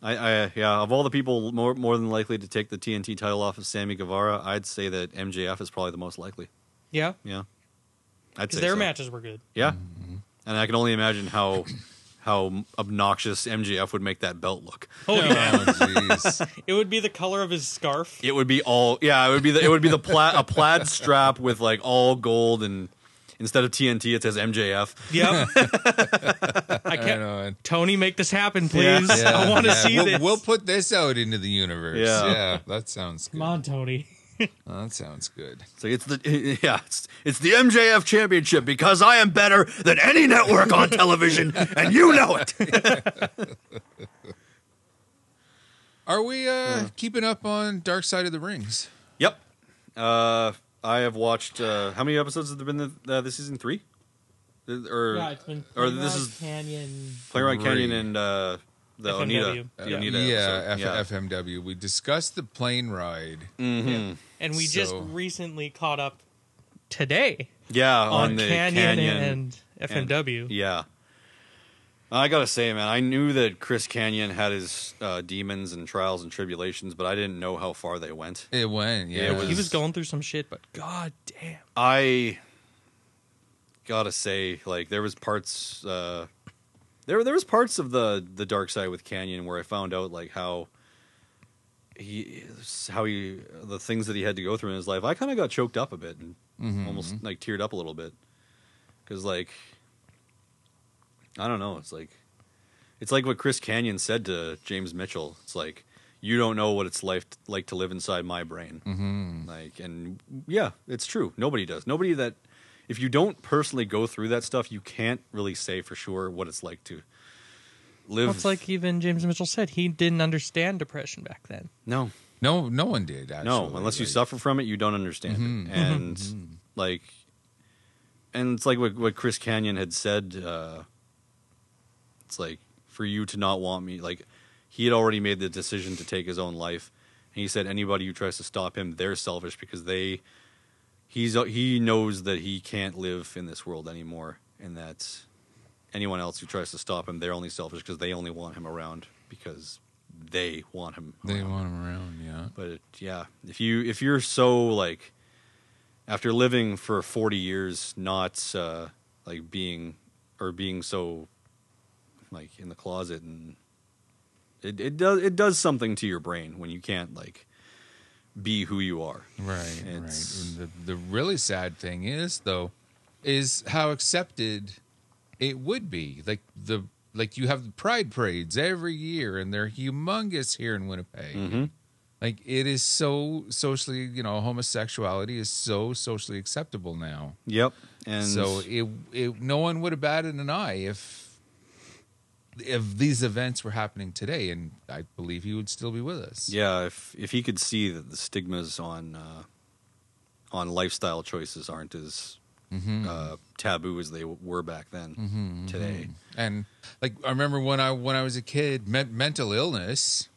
Speaker 4: I, I, yeah. Of all the people more more than likely to take the TNT title off of Sammy Guevara, I'd say that MJF is probably the most likely.
Speaker 5: Yeah,
Speaker 4: Yeah, I'd say
Speaker 5: because their
Speaker 4: so.
Speaker 5: matches were good.
Speaker 4: Yeah, and I can only imagine how how obnoxious MJF would make that belt look.
Speaker 5: Oh yeah,
Speaker 3: Oh, jeez.
Speaker 5: it would be the color of his scarf.
Speaker 4: It would be all yeah. It would be the it would be the plaid a plaid strap with like all gold and instead of TNT it says MJF.
Speaker 5: Yep. I
Speaker 3: Right
Speaker 5: can't.
Speaker 3: on.
Speaker 5: Tony, make this happen, please.
Speaker 4: Yeah.
Speaker 5: I want to
Speaker 3: Yeah,
Speaker 5: see
Speaker 3: we'll,
Speaker 5: this.
Speaker 3: We'll put this out into the universe.
Speaker 4: Yeah.
Speaker 3: Yeah. that sounds good.
Speaker 5: Come on, Tony.
Speaker 3: That sounds good.
Speaker 4: It's like it's the yeah it's it's the MJF championship because I am better than any network on television and you know it.
Speaker 3: Are we uh, keeping up on Dark Side of the Rings?
Speaker 4: Yep. Uh, I have watched uh, how many episodes have there been th- uh, this season? Three, Th- or or this is
Speaker 5: Canyon.
Speaker 4: Playwright Canyon
Speaker 3: Three.
Speaker 4: and uh, the Onita.
Speaker 5: FMW.
Speaker 4: The
Speaker 5: Yeah.
Speaker 4: Oneida
Speaker 3: yeah,
Speaker 4: episode. Mm.
Speaker 3: F- FMW. We discussed the plane ride.
Speaker 5: And we just
Speaker 3: So-
Speaker 5: recently caught up today
Speaker 4: yeah, on,
Speaker 5: on,
Speaker 4: the
Speaker 5: Canyon,
Speaker 4: Canyon
Speaker 5: and FMW.
Speaker 4: Yeah. I gotta say, man, I knew that Chris Canyon had his uh, demons and trials and tribulations, but I didn't know how far they went.
Speaker 3: It went. Yeah,
Speaker 4: It was-
Speaker 5: He was going through some shit, but god damn.
Speaker 4: I gotta say, like there was parts uh, there there was parts of the the dark side with Canyon where I found out like how he how he the things that he had to go through in his life. I kind of got choked up a bit and
Speaker 5: Mm-hmm,
Speaker 4: almost like teared up a little bit because like I don't know. It's like it's like what Chris Canyon said to James Mitchell. It's like you don't know what it's life like to live inside my brain.
Speaker 5: Mm-hmm.
Speaker 4: Like, and yeah, it's true. Nobody does. Nobody that, if you don't personally go through that stuff, you can't really say for sure what it's like to live.
Speaker 5: Well, it's like even James Mitchell said, he didn't understand depression back then.
Speaker 4: no,
Speaker 3: No, no one did. Actually.
Speaker 4: no. Unless you
Speaker 3: Like, Mm-hmm.
Speaker 4: suffer from it, you don't understand it. And like, and it's like what what Chris Canyon had said. Uh, it's like for you to not want me. Like, he had already made the decision to take his own life. And he said anybody who tries to stop him, they're selfish because they he's he knows that he can't live in this world anymore, and that anyone else who tries to stop him, they're only selfish because they only want him around because they want him.
Speaker 3: They
Speaker 4: around.
Speaker 3: want him around. Yeah.
Speaker 4: But it, yeah, if you if you're so like after living for 40 years not uh like being or being so like in the closet and it it does it does something to your brain when you can't like be who you are.
Speaker 3: Right, Mm.
Speaker 4: It's-
Speaker 3: right. And The, the really sad thing is, though, is how accepted it would be. Like the like you have the pride parades every year, and they're humongous here in Winnipeg.
Speaker 4: Mm-hmm.
Speaker 3: Like it is so socially, you know, homosexuality is so socially acceptable now.
Speaker 4: Yep. And
Speaker 3: so it, it no one would have batted an eye if if these events were happening today, and I believe he would still be with us.
Speaker 4: Yeah, if if he could see that the stigmas on uh, on lifestyle choices aren't as
Speaker 3: Mm-hmm.
Speaker 4: uh, taboo as they w- were back then, today,
Speaker 3: and like I remember when I when I was a kid, me- mental illness.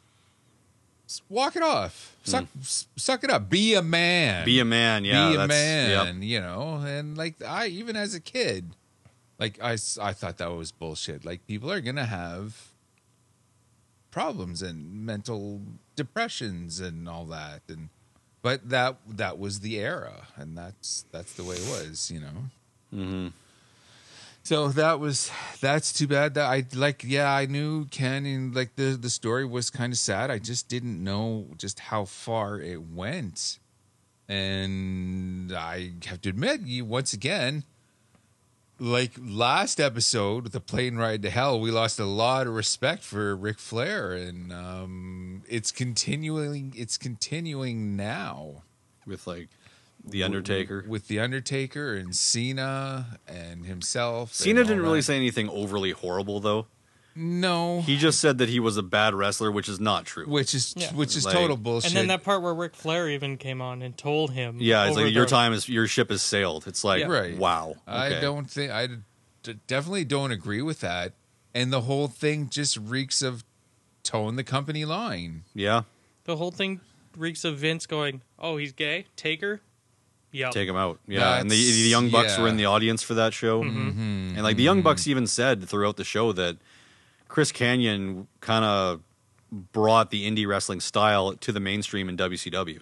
Speaker 3: s- Walk it off. Suck, s- suck it up. Be a man.
Speaker 4: Hmm. be a man. Yeah,
Speaker 3: be a
Speaker 4: that's,
Speaker 3: man.
Speaker 4: Yep.
Speaker 3: You know, and like I even as a kid, like I s- I thought that was bullshit. Like people are gonna have problems and mental depressions and all that, and but that that was the era, and that's that's the way it was. You know.
Speaker 4: Mm-hmm.
Speaker 3: So that was that's too bad that I like yeah I knew Ken and like the the story was kind of sad I just didn't know just how far it went And I have to admit, you once again, like last episode with the plane ride to hell, we lost a lot of respect for Ric Flair, and um, it's continuing. It's continuing now
Speaker 4: with like the Undertaker.
Speaker 3: with the Undertaker and Cena and himself.
Speaker 4: Cena
Speaker 3: and all
Speaker 4: didn't really
Speaker 3: that.
Speaker 4: say anything overly horrible though.
Speaker 3: no,
Speaker 4: He just said that he was a bad wrestler, which is not true.
Speaker 3: which is
Speaker 5: Yeah.
Speaker 3: which is
Speaker 4: Like-
Speaker 3: total
Speaker 4: And
Speaker 3: bullshit.
Speaker 5: And then that part where Ric Flair even came on and told him,
Speaker 4: yeah, it's
Speaker 5: over
Speaker 4: like your
Speaker 5: the-
Speaker 4: time is your ship has sailed. It's like
Speaker 5: Yeah.
Speaker 3: Right.
Speaker 4: wow.
Speaker 3: I
Speaker 4: okay.
Speaker 3: don't think I d- definitely don't agree with that, and the whole thing just reeks of towing the company line.
Speaker 4: Yeah.
Speaker 5: The whole thing reeks of Vince going, "Oh, he's gay. Take her." Yeah.
Speaker 4: Take him out. Yeah. And the, the
Speaker 3: That's-
Speaker 4: Young Bucks
Speaker 3: yeah.
Speaker 4: were in
Speaker 3: Mm-hmm.
Speaker 4: the audience for that show. And like the Young Bucks even said throughout the show that Chris Canyon kind of brought the indie wrestling style to the mainstream in WCW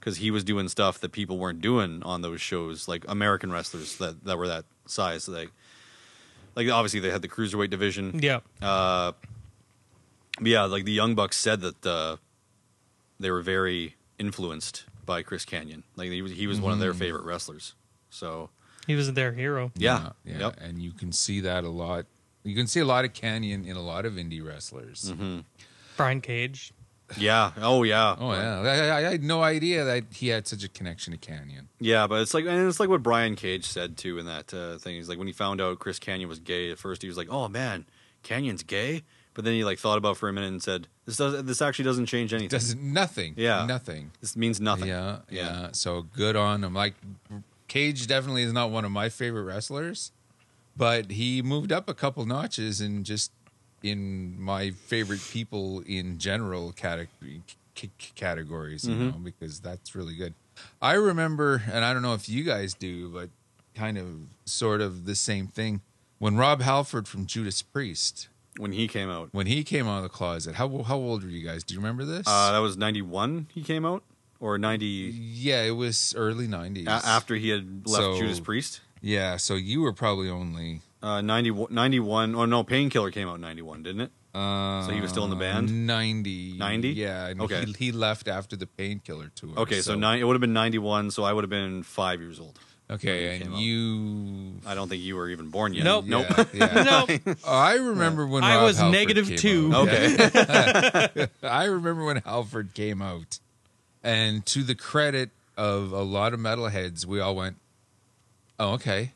Speaker 4: because he was doing stuff that people weren't doing on those shows, like American wrestlers that, that were that size. Like, like obviously they had the cruiserweight division.
Speaker 5: Yeah.
Speaker 4: But yeah, like the Young Bucks said that uh, they were very influenced by Chris Canyon. Like he was, he was one of their favorite wrestlers. So
Speaker 5: He was their hero.
Speaker 4: yeah,
Speaker 3: yeah,
Speaker 4: Yep.
Speaker 3: and you can see that a lot. You can see a lot of Canyon in a lot of indie wrestlers.
Speaker 4: Mm-hmm.
Speaker 5: Brian Cage.
Speaker 4: yeah. Oh yeah.
Speaker 3: Oh yeah, I, I- I had no idea that he had such a connection to Canyon.
Speaker 4: Yeah, but it's like and it's like what Brian Cage said too in that uh, thing. He's like when he found out Chris Canyon was gay at first, he was like, "Oh man, Canyon's gay." But then he like thought about it for a minute and said, "This does this actually doesn't change anything.
Speaker 3: Doesn't nothing.
Speaker 4: Yeah.
Speaker 3: nothing.
Speaker 4: This means nothing."
Speaker 3: Yeah,
Speaker 4: Yeah.
Speaker 3: yeah, So good on him. Like Cage definitely is not one of my favorite wrestlers, but he moved up a couple notches and just in my favorite people in general cate- c- c- categories,
Speaker 4: Mm-hmm.
Speaker 3: you know, because that's really good. I remember, and I don't know if you guys do, but kind of sort of the same thing when Rob Halford from Judas Priest
Speaker 4: When he came out,
Speaker 3: when he came out of the closet. How how old were you guys? Do you remember this?
Speaker 4: uh, that was ninety one. He came out or ninety
Speaker 3: yeah, it was early nineties.
Speaker 4: a- after he had left
Speaker 3: So-
Speaker 4: Judas Priest.
Speaker 3: Yeah, so you were probably only
Speaker 4: Uh, 90, 91 Oh no, Painkiller came out in ninety one, didn't it?
Speaker 3: uh,
Speaker 4: So he was still in the
Speaker 3: Um,
Speaker 4: band.
Speaker 3: 90.
Speaker 4: 90?
Speaker 3: Yeah, and
Speaker 4: Okay.
Speaker 3: he, he left after the painkiller tour.
Speaker 4: Okay, so, nine, it would have been ninety one. So I would have been five years old. when
Speaker 3: Okay,
Speaker 4: he
Speaker 3: and
Speaker 4: came out.
Speaker 3: you
Speaker 4: I don't think you were even born yet.
Speaker 5: Nope.
Speaker 4: Nope.
Speaker 3: Yeah, yeah. Oh,
Speaker 5: No,
Speaker 3: I remember when
Speaker 5: I
Speaker 3: Rob
Speaker 5: was
Speaker 3: Halford
Speaker 5: negative
Speaker 3: came
Speaker 5: two.
Speaker 3: out.
Speaker 4: Okay.
Speaker 3: I remember when Halford came out, and to the credit of a lot of metalheads, we all went, "Oh, okay.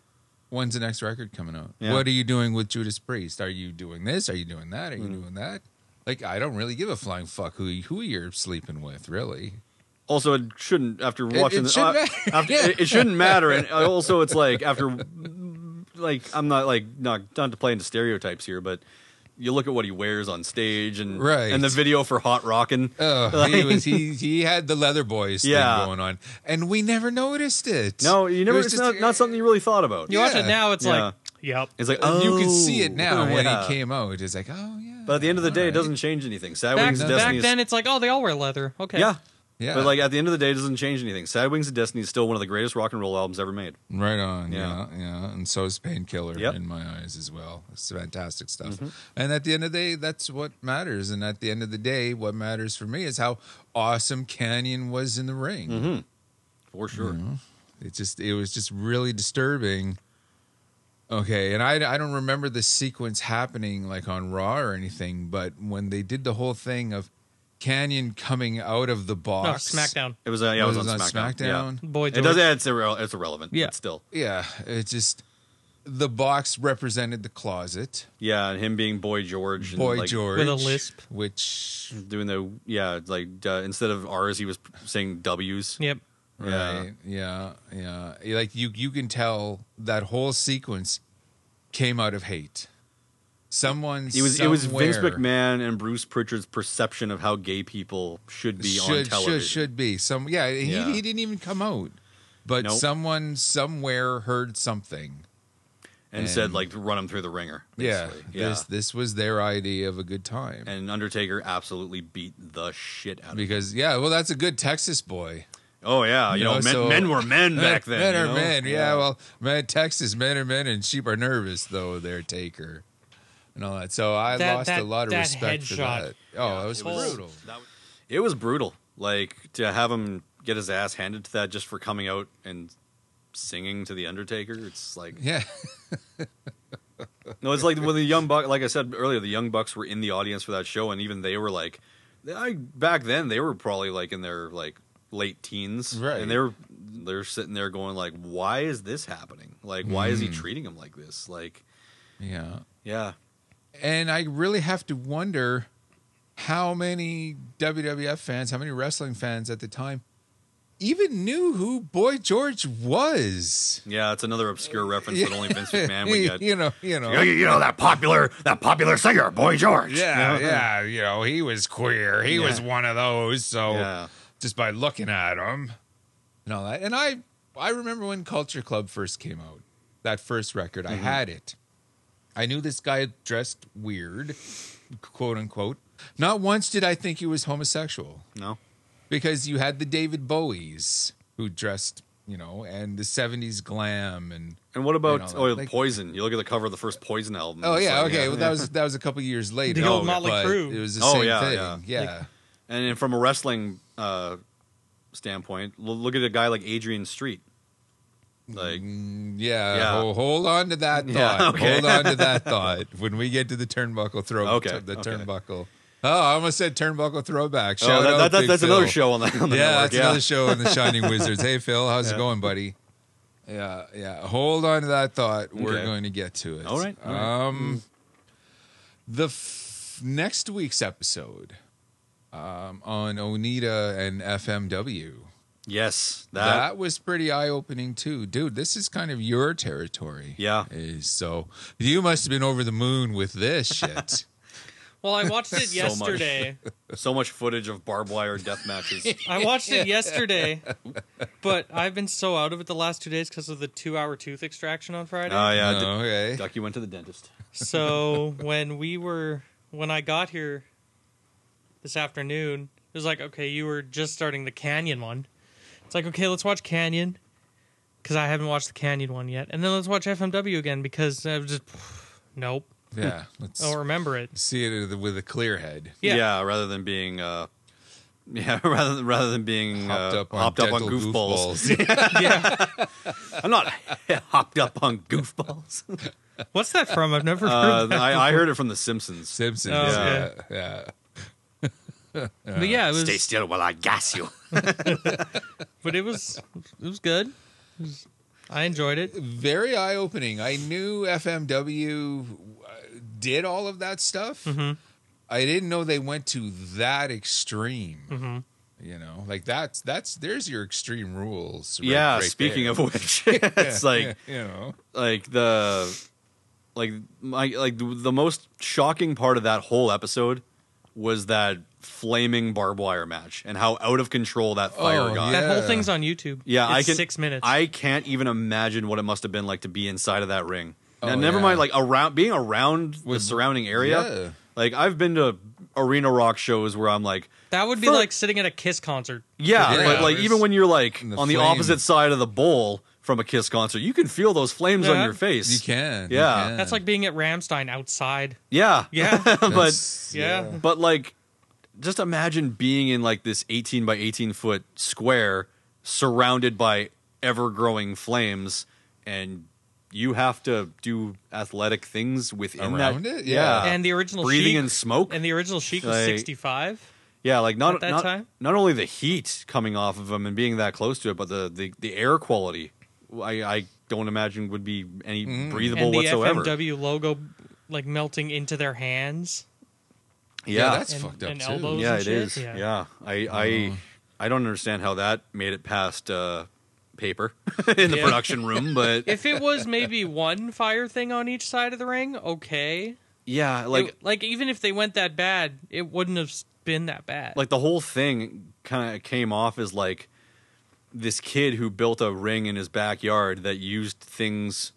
Speaker 3: When's the next record coming out?
Speaker 4: Yeah.
Speaker 3: What are you doing with Judas Priest? Are you doing this? Are you doing that? Are you
Speaker 4: Mm.
Speaker 3: doing that?" Like, I don't really give a flying fuck who who you're sleeping with, really.
Speaker 4: Also, it shouldn't after watching.
Speaker 3: it
Speaker 4: the-
Speaker 3: shouldn't
Speaker 4: uh,
Speaker 3: matter.
Speaker 4: after- it, it shouldn't matter, and uh, also it's like after, like I'm not like not not to play into stereotypes here, but you look at what he wears on stage and
Speaker 3: Right.
Speaker 4: and the video for Hot Rockin'.
Speaker 3: Oh, he was he he had the leather boys
Speaker 4: Yeah.
Speaker 3: thing going on, and we never noticed it.
Speaker 4: no, you
Speaker 3: It
Speaker 4: never.
Speaker 3: was
Speaker 4: It's
Speaker 3: just-
Speaker 4: not, not something you really thought about.
Speaker 5: you watch
Speaker 3: Yeah.
Speaker 5: it now. It's
Speaker 4: Yeah.
Speaker 5: like, yep.
Speaker 4: It's like
Speaker 3: you can see
Speaker 4: oh,
Speaker 3: it now when
Speaker 4: yeah.
Speaker 3: he came out. It's like, oh yeah.
Speaker 4: But at the end of the day, it
Speaker 3: alright.
Speaker 4: doesn't change anything. Sad
Speaker 5: Back,
Speaker 4: Wings of
Speaker 5: back
Speaker 4: Destiny. is-
Speaker 5: then, it's like, oh, they all wear leather. Okay.
Speaker 4: yeah.
Speaker 3: Yeah,
Speaker 4: But like at the end of the day, it doesn't change anything. Sad Wings of Destiny is still one of the greatest rock and roll albums ever made.
Speaker 3: Right on.
Speaker 4: Yeah.
Speaker 3: Yeah. Yeah. And so is Painkiller
Speaker 4: Yep. Mm-hmm.
Speaker 3: in my eyes as well. It's fantastic stuff. And at the end of the day, that's what matters. And at the end of the day, what matters for me is how awesome Canyon was in the ring.
Speaker 4: Mm-hmm. For sure.
Speaker 3: Mm-hmm. It just, it was just really disturbing. Okay. And I, I don't remember the sequence happening like on Raw or anything, but when they did the whole thing of Canyon coming out of the
Speaker 5: No,
Speaker 3: box.
Speaker 5: Oh, SmackDown.
Speaker 4: It was, uh, yeah, it was,
Speaker 3: Was
Speaker 4: on
Speaker 3: it on
Speaker 4: SmackDown. Yeah.
Speaker 3: SmackDown?
Speaker 5: Boy,
Speaker 4: It
Speaker 5: George.
Speaker 4: does. It's, irre- it's irrelevant.
Speaker 5: Yeah.
Speaker 4: But still.
Speaker 3: Yeah. It just, the box represented the closet.
Speaker 4: Yeah, and him being Boy George. And
Speaker 3: Boy
Speaker 4: like,
Speaker 3: George
Speaker 5: With a lisp.
Speaker 3: which
Speaker 4: Doing the, yeah, like uh, instead of R's, he was saying W's.
Speaker 5: Yep.
Speaker 4: Yeah.
Speaker 3: right, yeah, yeah, Like you, you can tell that whole sequence came out of hate. Someone,
Speaker 4: It was it was Vince
Speaker 3: somewhere
Speaker 4: McMahon and Bruce Pritchard's perception of how gay people should be on
Speaker 3: should
Speaker 4: television.
Speaker 3: should should be some. Yeah,
Speaker 4: Yeah.
Speaker 3: He, he didn't even come out, but
Speaker 4: Nope.
Speaker 3: someone somewhere heard something.
Speaker 4: and, said
Speaker 3: and-
Speaker 4: like run him through the ringer.
Speaker 3: Yeah,
Speaker 4: basically. yeah.
Speaker 3: this this was their idea of a good time
Speaker 4: and uh, Undertaker absolutely beat the shit out of him.
Speaker 3: because yeah, well, that's a good Texas boy.
Speaker 4: Oh yeah, you
Speaker 3: You
Speaker 4: know,
Speaker 3: know,
Speaker 4: men,
Speaker 3: so-
Speaker 4: men were men back then.
Speaker 3: Men
Speaker 4: you
Speaker 3: are
Speaker 4: know?
Speaker 3: men. Yeah, well, men Texas men are men, and sheep are nervous though they're taker and all that. So I
Speaker 5: That-
Speaker 3: lost
Speaker 5: that-
Speaker 3: a lot of
Speaker 5: that
Speaker 3: respect for
Speaker 5: headshot.
Speaker 3: that. Oh, that was
Speaker 5: it was-
Speaker 3: brutal.
Speaker 4: That was- it was brutal. Like to have him get his ass handed to that just for coming out and singing to the Undertaker. It's like
Speaker 3: Yeah.
Speaker 4: no, it's like when the young buck, like I said earlier, the young bucks were in the audience for that show, and even they were like, I back then they were probably like in their like late teens,
Speaker 3: Right.
Speaker 4: And they were they're sitting there going like, why is this happening? Like, why
Speaker 3: Mm.
Speaker 4: is he treating him like this? Like,
Speaker 3: Yeah.
Speaker 4: yeah,
Speaker 3: And I really have to wonder how many WWF fans, how many wrestling fans at the time even knew who Boy George was.
Speaker 4: yeah, it's another obscure reference that only Vince McMahon would get.
Speaker 3: you know, you know.
Speaker 2: You, you know that popular that popular singer, Boy George.
Speaker 3: Yeah, yeah, you know, he was queer. He was
Speaker 4: Yeah.
Speaker 3: one of those. So
Speaker 4: Yeah.
Speaker 3: just by looking at him and all that. And I I remember when Culture Club first came out. That first record,
Speaker 4: Mm-hmm.
Speaker 3: I had it. I knew this guy dressed weird, quote unquote. Not once did I think he was homosexual
Speaker 4: No,
Speaker 3: because you had the David Bowies who dressed, you know, and the 70s glam and
Speaker 4: and what about
Speaker 3: You know,
Speaker 4: oh,
Speaker 3: like-
Speaker 4: Poison? You look at the cover of the first Poison album.
Speaker 3: Oh
Speaker 4: it's
Speaker 3: yeah,
Speaker 4: like,
Speaker 3: okay. Well, that was that was a couple years later.
Speaker 5: old
Speaker 3: but
Speaker 5: Motley Crue.
Speaker 3: It was the
Speaker 4: Oh,
Speaker 3: same
Speaker 4: yeah,
Speaker 3: thing.
Speaker 4: yeah.
Speaker 3: Yeah.
Speaker 4: And then from a wrestling uh, standpoint, l- look at a guy like Adrian Street. Like,
Speaker 3: Mm-hmm. Yeah,
Speaker 4: Yeah.
Speaker 3: ho- hold on to that thought.
Speaker 4: Yeah, okay.
Speaker 3: Hold on to that thought. When we get to the turnbuckle throw,
Speaker 4: Okay,
Speaker 3: the
Speaker 4: okay.
Speaker 3: turnbuckle. Oh, I almost said turnbuckle throwback. Shout
Speaker 4: oh, that,
Speaker 3: out
Speaker 4: that- that-
Speaker 3: Big
Speaker 4: that's another
Speaker 3: Phil.
Speaker 4: show on the, on the
Speaker 3: yeah,
Speaker 4: network.
Speaker 3: that's another show on the Shining Wizards. Hey, Phil, how's it going, buddy? Yeah, yeah. Hold on to that thought. We're
Speaker 4: Okay.
Speaker 3: going to get to it.
Speaker 4: All right, all right. Mm.
Speaker 3: Um, the f- next week's episode um, on Oneida and FMW.
Speaker 4: Yes,
Speaker 3: That,
Speaker 4: that.
Speaker 3: was pretty eye opening too, dude. This is kind of your territory.
Speaker 4: Yeah.
Speaker 3: Eh, So you must have been over the moon with this shit.
Speaker 5: Well, I watched it
Speaker 4: So much.
Speaker 5: yesterday.
Speaker 4: So much footage of barbed wire death matches.
Speaker 5: I watched it yesterday, but I've been so out of it the last two days because of the two-hour tooth extraction on Friday.
Speaker 4: Oh, yeah.
Speaker 3: Oh, okay.
Speaker 4: D- Ducky went to the dentist.
Speaker 5: so when we were when I got here this afternoon, it was like, okay, you were just starting the Canyon one. It's like, okay, let's watch Canyon because I haven't watched the Canyon one yet, and then let's watch FMW again because I was just nope,
Speaker 3: Yeah. Let's
Speaker 5: don't remember it.
Speaker 3: see it with a clear head.
Speaker 5: Yeah.
Speaker 4: rather than being. Uh, yeah, rather than rather than being
Speaker 3: Hopped
Speaker 4: uh,
Speaker 3: up on,
Speaker 4: hopped up on
Speaker 3: dental
Speaker 4: goofballs.
Speaker 3: goofballs.
Speaker 5: Yeah,
Speaker 4: I'm not hopped up on goofballs.
Speaker 5: what's that from? I've never heard
Speaker 4: Uh,
Speaker 5: that.
Speaker 4: I, I heard it from The Simpsons.
Speaker 3: Simpsons.
Speaker 5: Oh,
Speaker 3: yeah.
Speaker 5: okay.
Speaker 3: yeah.
Speaker 5: but yeah, it was.
Speaker 2: Stay still while I gas you.
Speaker 5: but it was it was good. It was- I enjoyed it.
Speaker 3: Very eye opening. I knew FMW uh, did all of that stuff. I didn't know they went to that extreme. You know, like that's that's there's your extreme rules. right-
Speaker 4: yeah,
Speaker 3: right
Speaker 4: speaking
Speaker 3: there.
Speaker 4: of which, it's like
Speaker 3: you know,
Speaker 4: like the like my like the, the most shocking part of that whole episode was that flaming barbed wire match and how out of control that fire
Speaker 3: Oh,
Speaker 4: got.
Speaker 5: That
Speaker 4: Yeah,
Speaker 5: whole
Speaker 3: Yeah.
Speaker 5: thing's on YouTube. it's
Speaker 4: I can
Speaker 5: six minutes.
Speaker 4: I can't even imagine what it must have been like to be inside of that ring.
Speaker 3: Oh,
Speaker 4: now, never
Speaker 3: yeah.
Speaker 4: mind like around being around
Speaker 3: With-
Speaker 4: the surrounding area.
Speaker 3: Yeah.
Speaker 4: Like I've been to arena rock shows where I'm like
Speaker 5: that would be
Speaker 4: Fuck.
Speaker 5: like sitting at a Kiss concert.
Speaker 4: yeah,
Speaker 3: Yeah,
Speaker 4: but like
Speaker 3: there's-
Speaker 4: even when you're like
Speaker 3: and the
Speaker 4: on the
Speaker 3: flame.
Speaker 4: opposite side of the bowl from a Kiss concert, you can feel those flames on
Speaker 5: Yeah.
Speaker 4: your face.
Speaker 3: You can.
Speaker 4: Yeah.
Speaker 3: you can.
Speaker 5: That's like being at Ramstein outside.
Speaker 4: Yeah.
Speaker 5: Yeah,
Speaker 4: but
Speaker 3: That's-
Speaker 5: yeah.
Speaker 4: but like just imagine being in like this 18 by 18 foot square surrounded by ever growing flames and you have to do athletic things within
Speaker 3: Around
Speaker 4: that
Speaker 3: it? Yeah.
Speaker 5: And the original
Speaker 4: breathing
Speaker 5: Sheik,
Speaker 4: in smoke
Speaker 5: and the original Sheik was
Speaker 4: Like-
Speaker 5: sixty five.
Speaker 4: yeah like not
Speaker 5: at that
Speaker 4: not,
Speaker 5: time?
Speaker 4: not only the heat coming off of them and being that close to it but the the, the air quality I, I don't imagine would be any
Speaker 3: Mm.
Speaker 4: breathable
Speaker 5: And the
Speaker 4: whatsoever
Speaker 5: FMW logo like melting into their hands.
Speaker 3: Yeah,
Speaker 4: yeah
Speaker 3: that's
Speaker 5: And-
Speaker 3: fucked up
Speaker 5: and
Speaker 3: too.
Speaker 5: elbows.
Speaker 4: yeah
Speaker 5: and
Speaker 4: it
Speaker 5: shit?
Speaker 4: is
Speaker 5: Yeah.
Speaker 4: yeah, i i
Speaker 3: Uh-huh.
Speaker 4: i don't understand how that made it past uh paper in the
Speaker 5: Yeah.
Speaker 4: production room but
Speaker 5: If it was maybe one fire thing on each side of the ring, okay.
Speaker 4: yeah like
Speaker 5: It- like even if they went that bad, it wouldn't have been that bad.
Speaker 4: like the whole thing kind of came off as like this kid who built a ring in his backyard that used things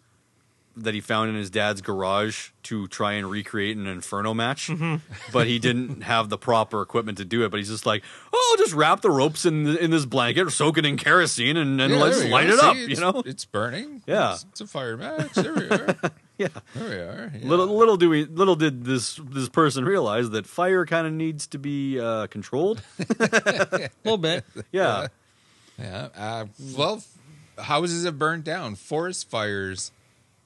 Speaker 4: that he found in his dad's garage to try and recreate an inferno match
Speaker 3: Mm-hmm.
Speaker 4: but he didn't have the proper equipment to do it but he's just like oh I'll just wrap the ropes in the, in this blanket soak it in kerosene and, and
Speaker 3: Yeah,
Speaker 4: let's
Speaker 3: there we go.
Speaker 4: light it up
Speaker 3: See,
Speaker 4: you
Speaker 3: it's-
Speaker 4: know
Speaker 3: it's burning.
Speaker 4: Yeah.
Speaker 3: it's, it's a fire match. There we are.
Speaker 4: Yeah.
Speaker 3: there we are. Yeah.
Speaker 4: Little little do we little did this this person realize that fire kind of needs to be uh, controlled.
Speaker 5: a little bit.
Speaker 4: Yeah.
Speaker 3: Yeah. Uh, well, houses have burned down. Forest fires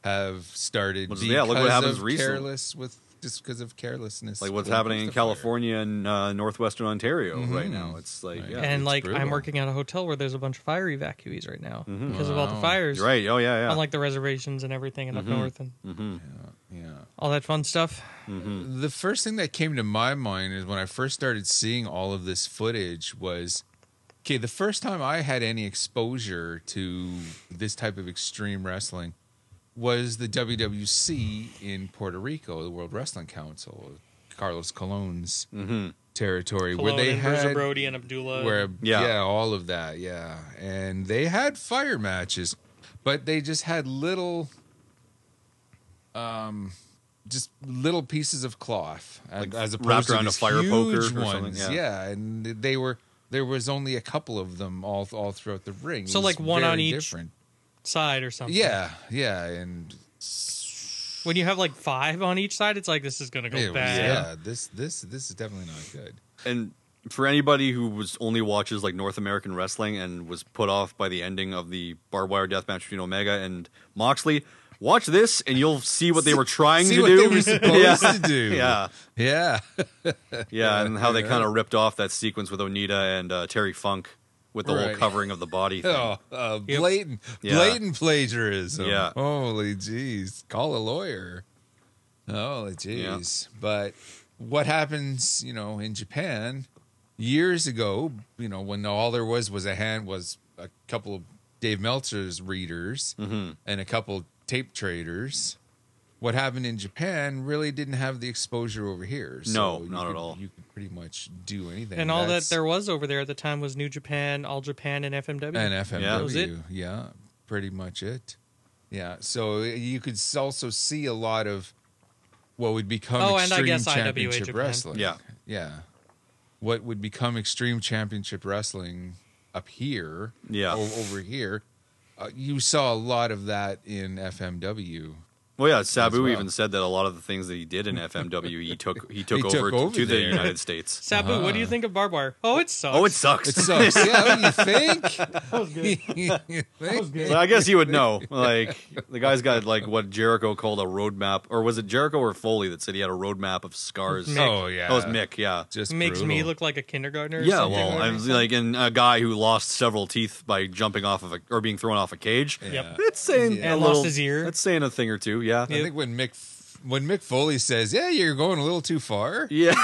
Speaker 3: have started.
Speaker 4: Well, yeah, look what
Speaker 3: because
Speaker 4: happens
Speaker 3: of
Speaker 4: recently.
Speaker 3: Careless with just because of carelessness.
Speaker 4: Like what's
Speaker 3: when it
Speaker 4: happening
Speaker 3: comes
Speaker 4: in
Speaker 3: to fire.
Speaker 4: California and uh, northwestern Ontario right
Speaker 3: Mhm.
Speaker 4: now. It's like,
Speaker 3: Right.
Speaker 4: yeah,
Speaker 5: and
Speaker 3: it's
Speaker 5: like I'm
Speaker 3: brutal.
Speaker 5: working at a hotel where there's a bunch of fire evacuees right now because of all the
Speaker 3: Wow.
Speaker 5: fires.
Speaker 4: Mm-hmm. you're right. Mm-hmm. Oh yeah, yeah.
Speaker 5: On like the reservations and everything and up north and
Speaker 3: Yeah.
Speaker 5: all that fun stuff.
Speaker 3: the first thing that came to my mind is when I first started seeing all of this footage was okay, the first time I had any exposure to this type of extreme wrestling was the WWC in Puerto Rico, the World Wrestling Council, Carlos Colon's territory, where they
Speaker 5: Cologne Mm-hmm. and Bruiser
Speaker 3: had
Speaker 5: Brody and Abdullah.
Speaker 3: where
Speaker 4: Yeah.
Speaker 3: yeah. all of that yeah and they had fire matches but they just had little um just little pieces of cloth
Speaker 4: Like
Speaker 3: as opposed
Speaker 4: wrapped
Speaker 3: to
Speaker 4: around a
Speaker 3: these
Speaker 4: fire poker or
Speaker 3: huge
Speaker 4: something,
Speaker 3: ones
Speaker 4: yeah.
Speaker 3: and they were there was only a couple of them all all throughout the ring It
Speaker 5: So,
Speaker 3: was
Speaker 5: like, one
Speaker 3: very
Speaker 5: on each?
Speaker 3: different.
Speaker 5: side or something.
Speaker 3: yeah yeah and
Speaker 5: When you have like five on each side, it's like this is gonna go
Speaker 3: it was-
Speaker 5: bad.
Speaker 3: yeah this this this is definitely not good
Speaker 4: and for anybody who was only watches like North American wrestling and was put off by the ending of the barbed wire death match between Omega and Moxley, watch this and you'll see what they were trying
Speaker 3: see
Speaker 4: to
Speaker 3: what
Speaker 4: do.
Speaker 3: they were supposed
Speaker 4: yeah.
Speaker 3: to do
Speaker 4: Yeah,
Speaker 3: yeah
Speaker 4: yeah, and how they kind of ripped off that sequence with Onita and uh, Terry Funk with the whole
Speaker 3: Right.
Speaker 4: covering of the body thing.
Speaker 3: Oh, uh,
Speaker 5: Yep.
Speaker 3: blatant,
Speaker 4: Yeah.
Speaker 3: blatant plagiarism.
Speaker 4: Yeah.
Speaker 3: Holy jeez. Call a lawyer. Holy jeez. But what happens, you know, in Japan years ago, you know, when all there was was a hand was a couple of Dave Meltzer's readers
Speaker 4: Mm-hmm.
Speaker 3: and a couple tape traders. What happened in Japan really didn't have the exposure over here.
Speaker 4: No,
Speaker 3: you
Speaker 4: not at
Speaker 3: could-
Speaker 4: all.
Speaker 3: You could pretty much do anything.
Speaker 5: And all
Speaker 3: That's-
Speaker 5: that there was over there at the time was New Japan, All Japan, and FMW.
Speaker 3: and uh,
Speaker 4: That
Speaker 5: was it.
Speaker 3: FMW. Yeah. pretty much it. Yeah, so you could s- also see a lot of what would become
Speaker 5: Oh, and I
Speaker 3: extreme
Speaker 5: guess IWA
Speaker 3: championship
Speaker 5: Japan.
Speaker 3: wrestling.
Speaker 4: Yeah.
Speaker 3: yeah. What would become extreme championship wrestling up here?
Speaker 4: Yeah.
Speaker 3: o- over here, uh, you saw a lot of that in FMW.
Speaker 4: Well, yeah, Sabu
Speaker 3: well.
Speaker 4: even said that a lot of the things that he did in FMW, he took he took
Speaker 3: He took
Speaker 4: over,
Speaker 3: over
Speaker 4: to the
Speaker 3: there.
Speaker 4: United States.
Speaker 5: Sabu, what do you think of barbed wire? Oh, it sucks.
Speaker 4: Oh, it sucks.
Speaker 3: uh-huh. It sucks. yeah, what do you think? You think?
Speaker 4: Well, I guess you would know. Like the guy's got like what Jericho called a roadmap, or was it Jericho or Foley that said he had a roadmap of scars?
Speaker 5: Mick.
Speaker 3: Oh yeah,
Speaker 4: that was Mick. Yeah,
Speaker 3: Just
Speaker 5: makes me
Speaker 3: brutal.
Speaker 5: look like a kindergartner. Or
Speaker 4: yeah.
Speaker 5: something
Speaker 4: Well,
Speaker 5: or
Speaker 4: I was like, and a guy who lost several teeth by jumping off of a or being thrown off a cage.
Speaker 5: Yep.
Speaker 4: That's saying
Speaker 5: Yeah.
Speaker 4: a
Speaker 5: And
Speaker 4: little,
Speaker 5: lost his ear.
Speaker 4: That's saying a thing or two. Yeah,
Speaker 3: I think when Mick when Mick Foley says, "Yeah, you're going a little too far."
Speaker 4: yeah.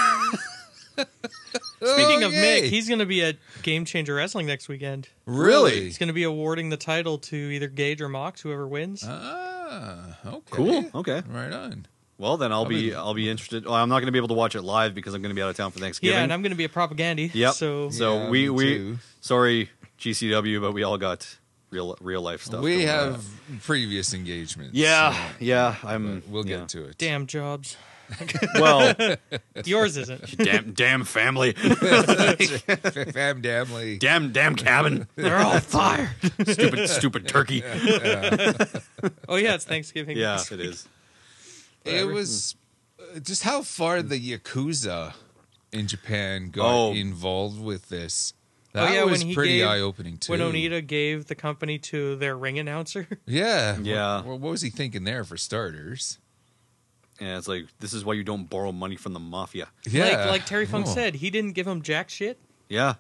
Speaker 5: Speaking
Speaker 3: Oh,
Speaker 5: of
Speaker 3: yay.
Speaker 5: Mick, he's going to be at Game Changer Wrestling next weekend.
Speaker 3: really
Speaker 5: He's going to be awarding the title to either Gage or Mox, whoever wins.
Speaker 3: ah okay
Speaker 4: Cool. Okay.
Speaker 3: right on.
Speaker 4: Well, then I'll be I'll be interested. Well, I'm not going to be able to watch it live because I'm going to be out of town for Thanksgiving.
Speaker 5: yeah, and I'm going to be a propaganda.
Speaker 4: Yep.
Speaker 5: So,
Speaker 4: so
Speaker 3: Yeah,
Speaker 4: we
Speaker 3: me
Speaker 4: we
Speaker 3: too.
Speaker 4: sorry GCW, but we all got real real life stuff.
Speaker 3: we
Speaker 4: going on.
Speaker 3: have previous engagements.
Speaker 4: Yeah, yeah. I'm.
Speaker 3: but we'll
Speaker 4: yeah.
Speaker 3: get to it.
Speaker 5: damn jobs.
Speaker 4: Well,
Speaker 5: Yours isn't.
Speaker 4: damn, damn family,
Speaker 3: Fam Damley.
Speaker 4: damn, damn cabin,
Speaker 5: They're all fired.
Speaker 4: stupid, stupid turkey.
Speaker 5: Oh, yeah, it's Thanksgiving.
Speaker 4: Yeah, it is.
Speaker 3: It was uh, just how far the yakuza in Japan got
Speaker 4: Oh.
Speaker 3: involved with this.
Speaker 5: Oh,
Speaker 3: That
Speaker 5: yeah,
Speaker 3: was
Speaker 5: when he
Speaker 3: pretty
Speaker 5: gave-
Speaker 3: eye opening too.
Speaker 5: When Onita gave the company to their ring announcer.
Speaker 3: yeah,
Speaker 4: Yeah.
Speaker 3: What, what was he thinking there for starters?
Speaker 4: Yeah, it's like this is why you don't borrow money from the mafia.
Speaker 3: Yeah,
Speaker 5: Like, like Terry Funk
Speaker 3: Oh.
Speaker 5: said, he didn't give him jack shit
Speaker 4: Yeah,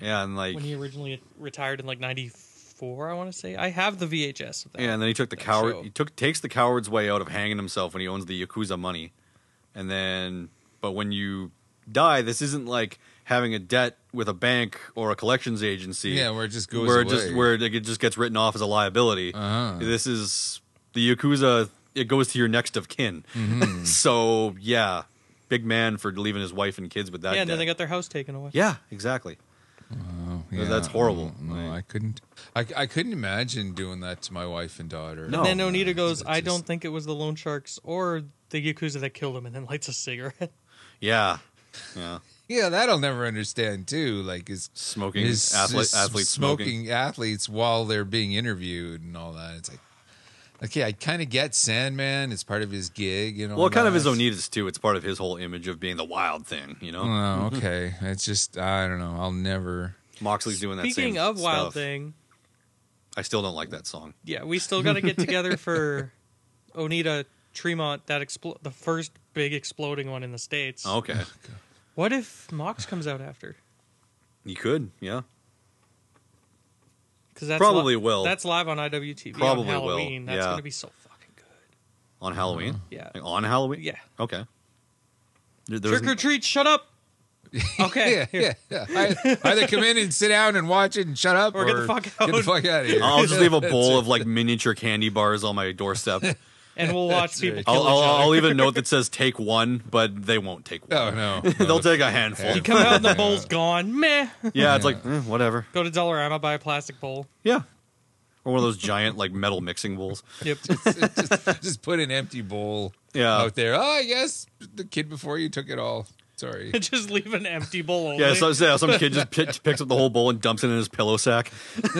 Speaker 4: yeah, and like,
Speaker 5: when he originally retired in like 94, I want to say. I have the VHS of that.
Speaker 4: yeah, and then he took the
Speaker 5: that
Speaker 4: coward.
Speaker 5: show.
Speaker 4: He took takes the coward's way out of hanging himself when he owns the yakuza money, and then but when you die, this isn't like having a debt with a bank or a collections agency.
Speaker 3: Yeah, where it just goes
Speaker 4: where it
Speaker 3: away.
Speaker 4: just where it it just gets written off as a liability.
Speaker 3: Uh-huh.
Speaker 4: This is the yakuza. It goes to your next of kin.
Speaker 3: Mm-hmm.
Speaker 4: so yeah, big man for leaving his wife and kids with that.
Speaker 5: yeah, and then
Speaker 4: debt.
Speaker 5: they got their house taken away.
Speaker 4: yeah, exactly.
Speaker 3: Yeah,
Speaker 4: That's horrible.
Speaker 3: No, no, I couldn't. I, I couldn't imagine doing that to my wife and daughter.
Speaker 4: No.
Speaker 5: And then Onita goes,
Speaker 3: it's
Speaker 5: I
Speaker 3: just-
Speaker 5: don't think it was the loan sharks or the Yakuza that killed him, and then lights a cigarette.
Speaker 4: Yeah, yeah.
Speaker 3: Yeah, that I'll never understand too. Like is
Speaker 4: Smoking
Speaker 3: is-
Speaker 4: athlete,
Speaker 3: is
Speaker 4: athletes smoking.
Speaker 3: athletes while they're being interviewed and all that. It's like, okay, I kind of get Sandman. It's part of his gig. You know,
Speaker 4: Well, it kind of is Onita's too. It's part of his whole image of being the wild thing. You know.
Speaker 3: Oh, okay. It's just I don't know. I'll never.
Speaker 4: Moxley's doing that. same
Speaker 5: Speaking of Wild
Speaker 4: stuff.
Speaker 5: Thing,
Speaker 4: I still don't like that song.
Speaker 5: yeah, we still got to get together for Onita Tremont. That expl- the first big exploding one in the states.
Speaker 4: Okay,
Speaker 5: What if Mox comes out after?
Speaker 4: you could, yeah.
Speaker 5: Because that's
Speaker 4: Probably
Speaker 5: li-
Speaker 4: will.
Speaker 5: That's live on IWTV.
Speaker 4: Probably
Speaker 5: on
Speaker 4: will,
Speaker 5: Halloween. That's
Speaker 4: yeah.
Speaker 5: gonna be so fucking good.
Speaker 4: On Halloween,
Speaker 5: Yeah.
Speaker 4: Like, on Halloween,
Speaker 5: Uh-huh. Yeah.
Speaker 4: Okay. There- there
Speaker 5: Trick or
Speaker 4: isn't-
Speaker 5: treat. Shut up. Okay.
Speaker 3: Yeah, yeah. yeah. I, either come in and sit down and watch it and shut up,
Speaker 5: Or get the fuck
Speaker 3: Get the
Speaker 5: out.
Speaker 3: fuck out of here.
Speaker 4: I'll just leave a
Speaker 3: That's
Speaker 4: bowl
Speaker 3: it.
Speaker 4: of like miniature candy bars on my doorstep.
Speaker 5: And we'll watch people. Kill
Speaker 4: I'll, I'll,
Speaker 5: each other.
Speaker 4: I'll leave a note that says "Take one," but they won't take one.
Speaker 3: Oh no,
Speaker 4: They'll take a handful.
Speaker 5: You come out and the bowl's gone. Meh.
Speaker 4: Yeah, it's like eh, whatever.
Speaker 5: Go to Dollarama, buy a plastic bowl.
Speaker 4: Yeah, or one of those giant like metal mixing bowls.
Speaker 5: Yep.
Speaker 3: just, just put an empty bowl
Speaker 4: Yeah.
Speaker 3: out there. Oh yes, the kid before you took it all. Sorry.
Speaker 5: just leave an empty bowl. Only.
Speaker 4: Yeah, so, so some kid just pi- picks up the whole bowl and dumps it in his pillow sack.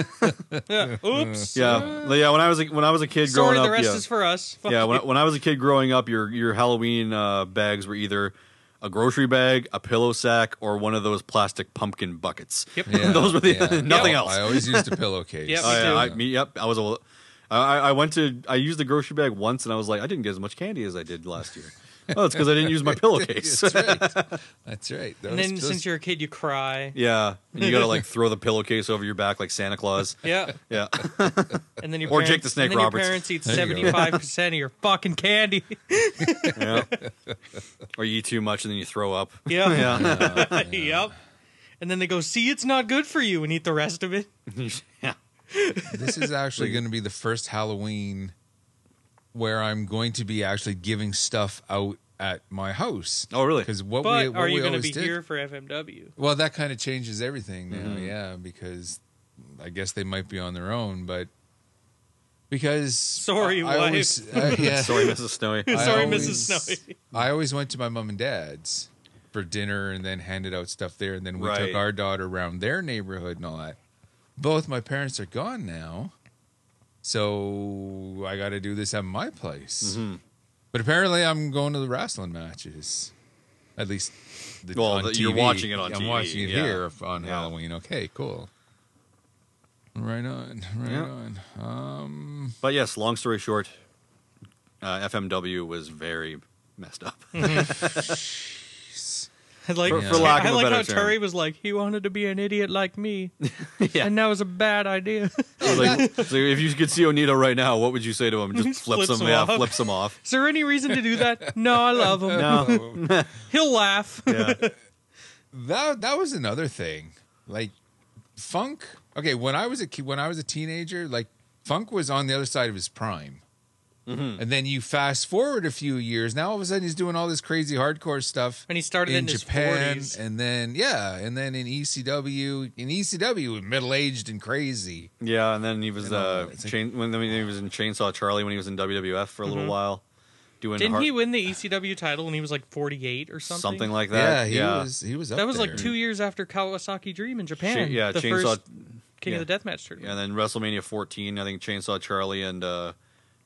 Speaker 5: Yeah. Oops.
Speaker 4: Yeah, yeah. When I was a, when I was a kid
Speaker 5: Sorry,
Speaker 4: growing
Speaker 5: the
Speaker 4: up,
Speaker 5: rest
Speaker 4: yeah,
Speaker 5: is for us. Fuck
Speaker 4: yeah. When, I-
Speaker 5: you.
Speaker 4: when I was a kid growing up, your your Halloween uh, bags were either a grocery bag, a pillow sack, or one of those plastic pumpkin buckets.
Speaker 5: Yep.
Speaker 3: Yeah,
Speaker 4: Those were the- nothing
Speaker 3: Oh,
Speaker 4: else.
Speaker 3: I always used a pillowcase.
Speaker 5: Yep.
Speaker 4: Oh, yeah,
Speaker 5: too.
Speaker 4: I, me, yep. I was a. little- I, I went to. I used the grocery bag once, and I was like, I didn't get as much candy as I did last year. oh, it's because I didn't use my pillowcase.
Speaker 3: That's right. That's right. Those,
Speaker 5: And then
Speaker 3: those-
Speaker 5: since you're a kid, you cry.
Speaker 4: yeah, and you gotta like throw the pillowcase over your back like Santa Claus.
Speaker 5: Yeah.
Speaker 4: Yeah,
Speaker 5: And then your
Speaker 4: Or
Speaker 5: parents,
Speaker 4: Jake the Snake
Speaker 5: and then
Speaker 4: Roberts.
Speaker 5: Your parents eat
Speaker 3: There you
Speaker 5: seventy
Speaker 3: go.
Speaker 5: five percent of your fucking candy.
Speaker 4: yeah. or you eat too much and then you throw up.
Speaker 5: Yeah.
Speaker 4: Yeah,
Speaker 5: yep. And then they go, see, it's not good for you, and eat the rest of it.
Speaker 4: yeah.
Speaker 3: this is actually going to be the first Halloween where I'm going to be actually giving stuff out at my house.
Speaker 4: Oh, really?
Speaker 3: Because what
Speaker 5: But
Speaker 3: we what
Speaker 5: are
Speaker 3: we
Speaker 5: you going to
Speaker 3: always
Speaker 5: be
Speaker 3: did.
Speaker 5: here for FMW?
Speaker 3: Well, that kind of changes everything now, yeah, because I guess they might be on their own, but because
Speaker 5: Sorry,
Speaker 3: I, I
Speaker 5: wife.
Speaker 3: always, uh, yeah,
Speaker 4: Sorry, Mrs. Snowy.
Speaker 3: I
Speaker 5: Sorry,
Speaker 3: always-
Speaker 5: Mrs. Snowy.
Speaker 3: I always went to my mom and dad's for dinner and then handed out stuff there, and then we
Speaker 4: Right.
Speaker 3: took our daughter around their neighborhood and all that. Both my parents are gone now, so I got to do this at my place.
Speaker 4: Mm-hmm.
Speaker 3: But apparently, I'm going to the wrestling matches. At least, the,
Speaker 4: Well,
Speaker 3: on
Speaker 4: the- you're
Speaker 3: TV.
Speaker 4: watching it on
Speaker 3: I'm
Speaker 4: TV,
Speaker 3: watching it
Speaker 4: yeah.
Speaker 3: here on
Speaker 4: Yeah.
Speaker 3: Halloween. Okay, cool. Right on, right
Speaker 4: Yeah.
Speaker 3: on.
Speaker 4: But yes, long story short, uh, FMW was very messed up.
Speaker 5: I like,
Speaker 4: For- for lack
Speaker 5: I
Speaker 4: of a
Speaker 5: like
Speaker 4: better
Speaker 5: how
Speaker 4: term.
Speaker 5: Terry was like, he wanted to be an idiot like me,
Speaker 4: yeah.
Speaker 5: and that was a bad idea.
Speaker 4: It's like, so if you could see Onito right now, what would you say to him? Just
Speaker 5: Just
Speaker 4: flips,
Speaker 5: flips
Speaker 4: him,
Speaker 5: him
Speaker 4: yeah,
Speaker 5: off.
Speaker 4: flips him off.
Speaker 5: Is there any reason to do that? No, I love him.
Speaker 4: No,
Speaker 5: He'll laugh.
Speaker 4: yeah,
Speaker 3: that that was another thing. Like funk. Okay, when I was a ki- when I was a teenager, like funk was on the other side of his prime.
Speaker 5: Mm-hmm.
Speaker 3: And then you fast forward a few years. Now all of a sudden he's doing all this crazy hardcore stuff.
Speaker 5: And he started
Speaker 3: in
Speaker 5: it in his
Speaker 3: Japan,
Speaker 5: 40s.
Speaker 3: and then yeah, and then in ECW, in E ECW, middle aged and crazy.
Speaker 4: yeah. And then he was
Speaker 3: I don't
Speaker 4: uh,
Speaker 3: know, it's like-
Speaker 4: chain, when when he was in Chainsaw Charlie when he was in WWF for a little while, doing
Speaker 5: Mm-hmm. Didn't
Speaker 4: hard-
Speaker 5: he win the ECW title when he was like 48 or something?
Speaker 4: something like
Speaker 3: yeah,
Speaker 4: that.
Speaker 3: he was he was up
Speaker 5: that was like
Speaker 3: there.
Speaker 5: two years after Kawasaki Dream in Japan.
Speaker 4: Cha- yeah,
Speaker 5: the
Speaker 4: Chainsaw-
Speaker 5: first King
Speaker 4: yeah.
Speaker 5: of the Deathmatch tournament.
Speaker 4: And then WrestleMania 14, I think Chainsaw Charlie and uh,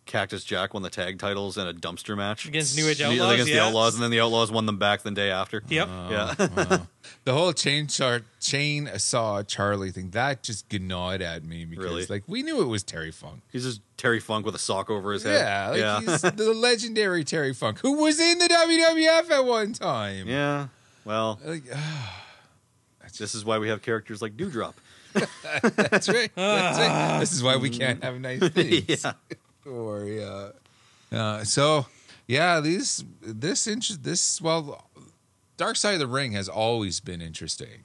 Speaker 4: Cactus Jack won the tag titles in a dumpster match
Speaker 5: Against New Age
Speaker 4: Yeah,
Speaker 5: Outlaws,
Speaker 4: Against the
Speaker 5: yeah.
Speaker 4: Outlaws, and then the Outlaws won them back the day after. Uh,
Speaker 5: Yep.
Speaker 3: Oh,
Speaker 4: Yeah,
Speaker 3: The whole chain char- chain saw Charlie thing that just gnawed at me because
Speaker 4: Really?
Speaker 3: like we knew it was Terry Funk.
Speaker 4: he's just Terry Funk with a sock over his head.
Speaker 3: Yeah, like he's the legendary Terry Funk, who was in the WWF at one time.
Speaker 4: yeah. Well,
Speaker 3: Like,
Speaker 4: this is why we have characters like Dewdrop.
Speaker 3: that's right. That's right. This is why we can't have nice things.
Speaker 4: yeah.
Speaker 3: Or yeah. Uh, so yeah, these this interest this well, Dark Side of the Ring has always been interesting.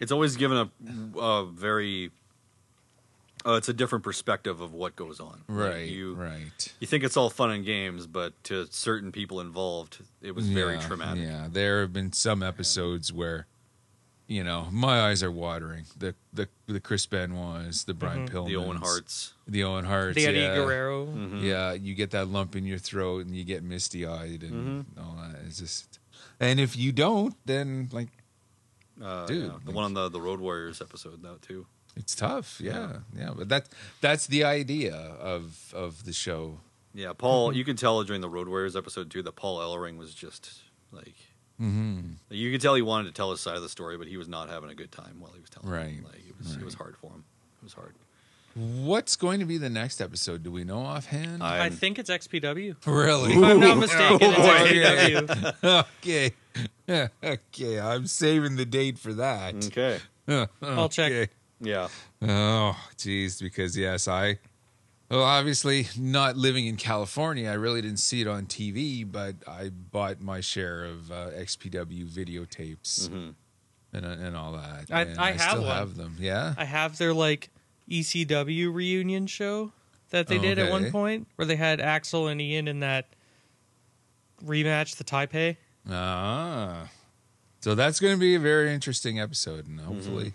Speaker 4: it's always given a, a very uh, it's a different perspective of what goes on Like, you
Speaker 3: right.
Speaker 4: you think it's all fun and games but to certain people involved it was very
Speaker 3: Yeah,
Speaker 4: traumatic
Speaker 3: Yeah, there have been some episodes where, you know, my eyes are watering. The the the Chris Benoit's, the Brian Pillman,
Speaker 4: the owen hearts
Speaker 3: the Owen Hart's,
Speaker 5: Mm-hmm. The Eddie
Speaker 3: yeah.
Speaker 5: Guerrero.
Speaker 4: Mm. Mm-hmm.
Speaker 3: Yeah, you get that lump in your throat and you get misty eyed and
Speaker 4: Mm-hmm.
Speaker 3: all that. It's just, and if you don't, then like
Speaker 4: uh,
Speaker 3: Dude,
Speaker 4: yeah, the
Speaker 3: like-
Speaker 4: one on the the road warriors episode though too
Speaker 3: it's tough. Yeah, yeah. But that that's the idea of of the show. Mm-hmm.
Speaker 4: yeah paul you can tell during the road warriors episode too that paul ellering was just like
Speaker 3: Mm-hmm.
Speaker 4: You could tell he wanted to tell his side of the story, but he was not having a good time while he was telling.
Speaker 3: Right,
Speaker 4: It. Like it was, it was hard for him. It was hard.
Speaker 3: What's going to be the next episode? Do we know offhand?
Speaker 5: I think it's XPW.
Speaker 3: really?
Speaker 5: If I'm not mistaken,
Speaker 4: boy.
Speaker 5: it's XPW.
Speaker 3: okay. okay. I'm saving the date for that.
Speaker 4: Okay.
Speaker 5: I'll check.
Speaker 3: Okay.
Speaker 4: Yeah.
Speaker 3: Oh, geez, because yes, I well, obviously not living in California, I really didn't see it on TV, but I bought my share of uh, XPW videotapes and uh, and all that.
Speaker 5: I-
Speaker 3: and
Speaker 5: I have
Speaker 3: still
Speaker 5: one.
Speaker 3: have them. Yeah,
Speaker 5: I have their like ECW reunion show that they did at
Speaker 3: Okay.
Speaker 5: one point where they had Axel and Ian in that rematch, the Taipei.
Speaker 3: ah, so that's going to be a very interesting episode, and hopefully,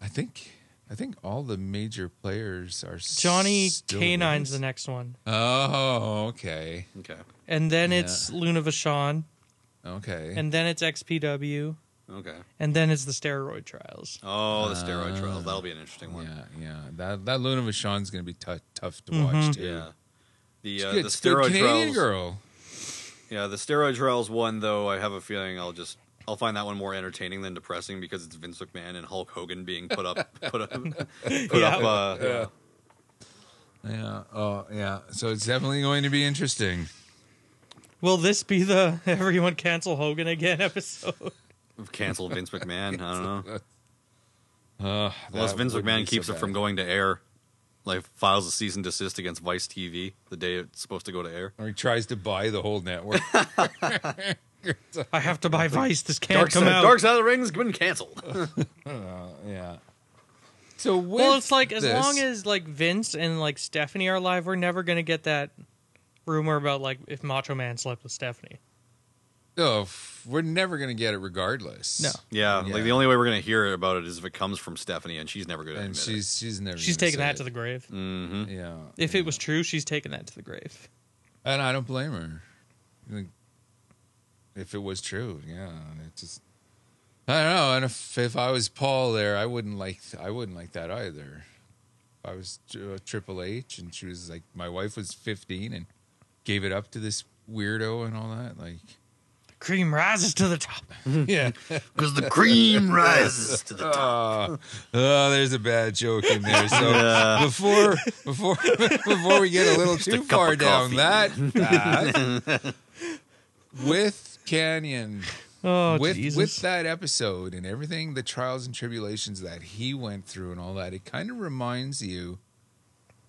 Speaker 3: I think I think all the major players are
Speaker 5: Johnny
Speaker 3: still with
Speaker 5: Canine's
Speaker 3: us.
Speaker 5: the next one.
Speaker 3: Oh, okay,
Speaker 4: Okay.
Speaker 5: And then it's Luna Vachon.
Speaker 3: okay,
Speaker 5: And then it's XPW.
Speaker 4: Okay.
Speaker 5: And then it's the steroid trials.
Speaker 4: Oh, the steroid trials. That'll be an interesting one.
Speaker 3: Uh, Yeah, yeah. That that Luna Vachon's gonna be tou- tough
Speaker 5: Mm-hmm.
Speaker 3: to watch too.
Speaker 4: Yeah. The,
Speaker 3: It's
Speaker 4: uh,
Speaker 3: good.
Speaker 4: the
Speaker 3: It's good
Speaker 4: steroid
Speaker 3: Canadian
Speaker 4: trials.
Speaker 3: girl.
Speaker 4: Yeah, the steroid trials one though. I have a feeling I'll just I'll find that one more entertaining than depressing because it's Vince McMahon and Hulk Hogan being put up put up put
Speaker 5: Yeah.
Speaker 4: up. Uh, yeah.
Speaker 3: Yeah. Oh, yeah. So it's definitely going to be interesting.
Speaker 5: Will this be the everyone cancel Hogan again episode?
Speaker 4: Cancel Vince McMahon. I don't know.
Speaker 3: Uh,
Speaker 4: Unless
Speaker 3: that
Speaker 4: Vince
Speaker 3: wouldn't
Speaker 4: McMahon
Speaker 3: be so
Speaker 4: keeps it from
Speaker 3: bad.
Speaker 4: going to air, like files a cease and desist against Vice TV the day it's supposed to go to air.
Speaker 3: Or he tries to buy the whole network.
Speaker 5: I have to buy Vice. This can't come
Speaker 4: side,
Speaker 5: out.
Speaker 4: Dark Side of the Ring's been canceled.
Speaker 3: yeah. So with
Speaker 5: well, it's like as
Speaker 3: this-
Speaker 5: long as like Vince and like Stephanie are alive, we're never gonna get that rumor about like if Macho Man slept with Stephanie.
Speaker 3: oh, f- we're never gonna get it regardless.
Speaker 5: No.
Speaker 4: Yeah,
Speaker 3: Yeah.
Speaker 4: like the only way we're gonna hear about it is if it comes from Stephanie, and she's never going to
Speaker 3: And
Speaker 4: admit
Speaker 3: she's she's never
Speaker 5: She's
Speaker 3: gonna
Speaker 5: taking
Speaker 3: say
Speaker 5: that
Speaker 3: it.
Speaker 5: to the grave.
Speaker 4: Mm-hmm.
Speaker 3: yeah.
Speaker 5: If it was true, she's taking that to the grave.
Speaker 3: And I don't blame her. Like, if it was true, yeah, it just. I don't know. And if if I was Paul there, I wouldn't like I wouldn't like that either. If I was uh, Triple H, and she was like, my wife was fifteen and gave it up to this weirdo and all that. Like,
Speaker 5: The cream rises to the top.
Speaker 3: yeah,
Speaker 4: Because the cream rises to the top.
Speaker 3: oh, oh, there's a bad joke in there. So
Speaker 4: Yeah.
Speaker 3: before before before we get a little too
Speaker 4: cup
Speaker 3: far
Speaker 4: of
Speaker 3: down
Speaker 4: coffee.
Speaker 3: that path, with Canyon
Speaker 5: Oh
Speaker 3: with
Speaker 5: Jesus!
Speaker 3: with that episode and everything the trials and tribulations that he went through and all that it kind of reminds you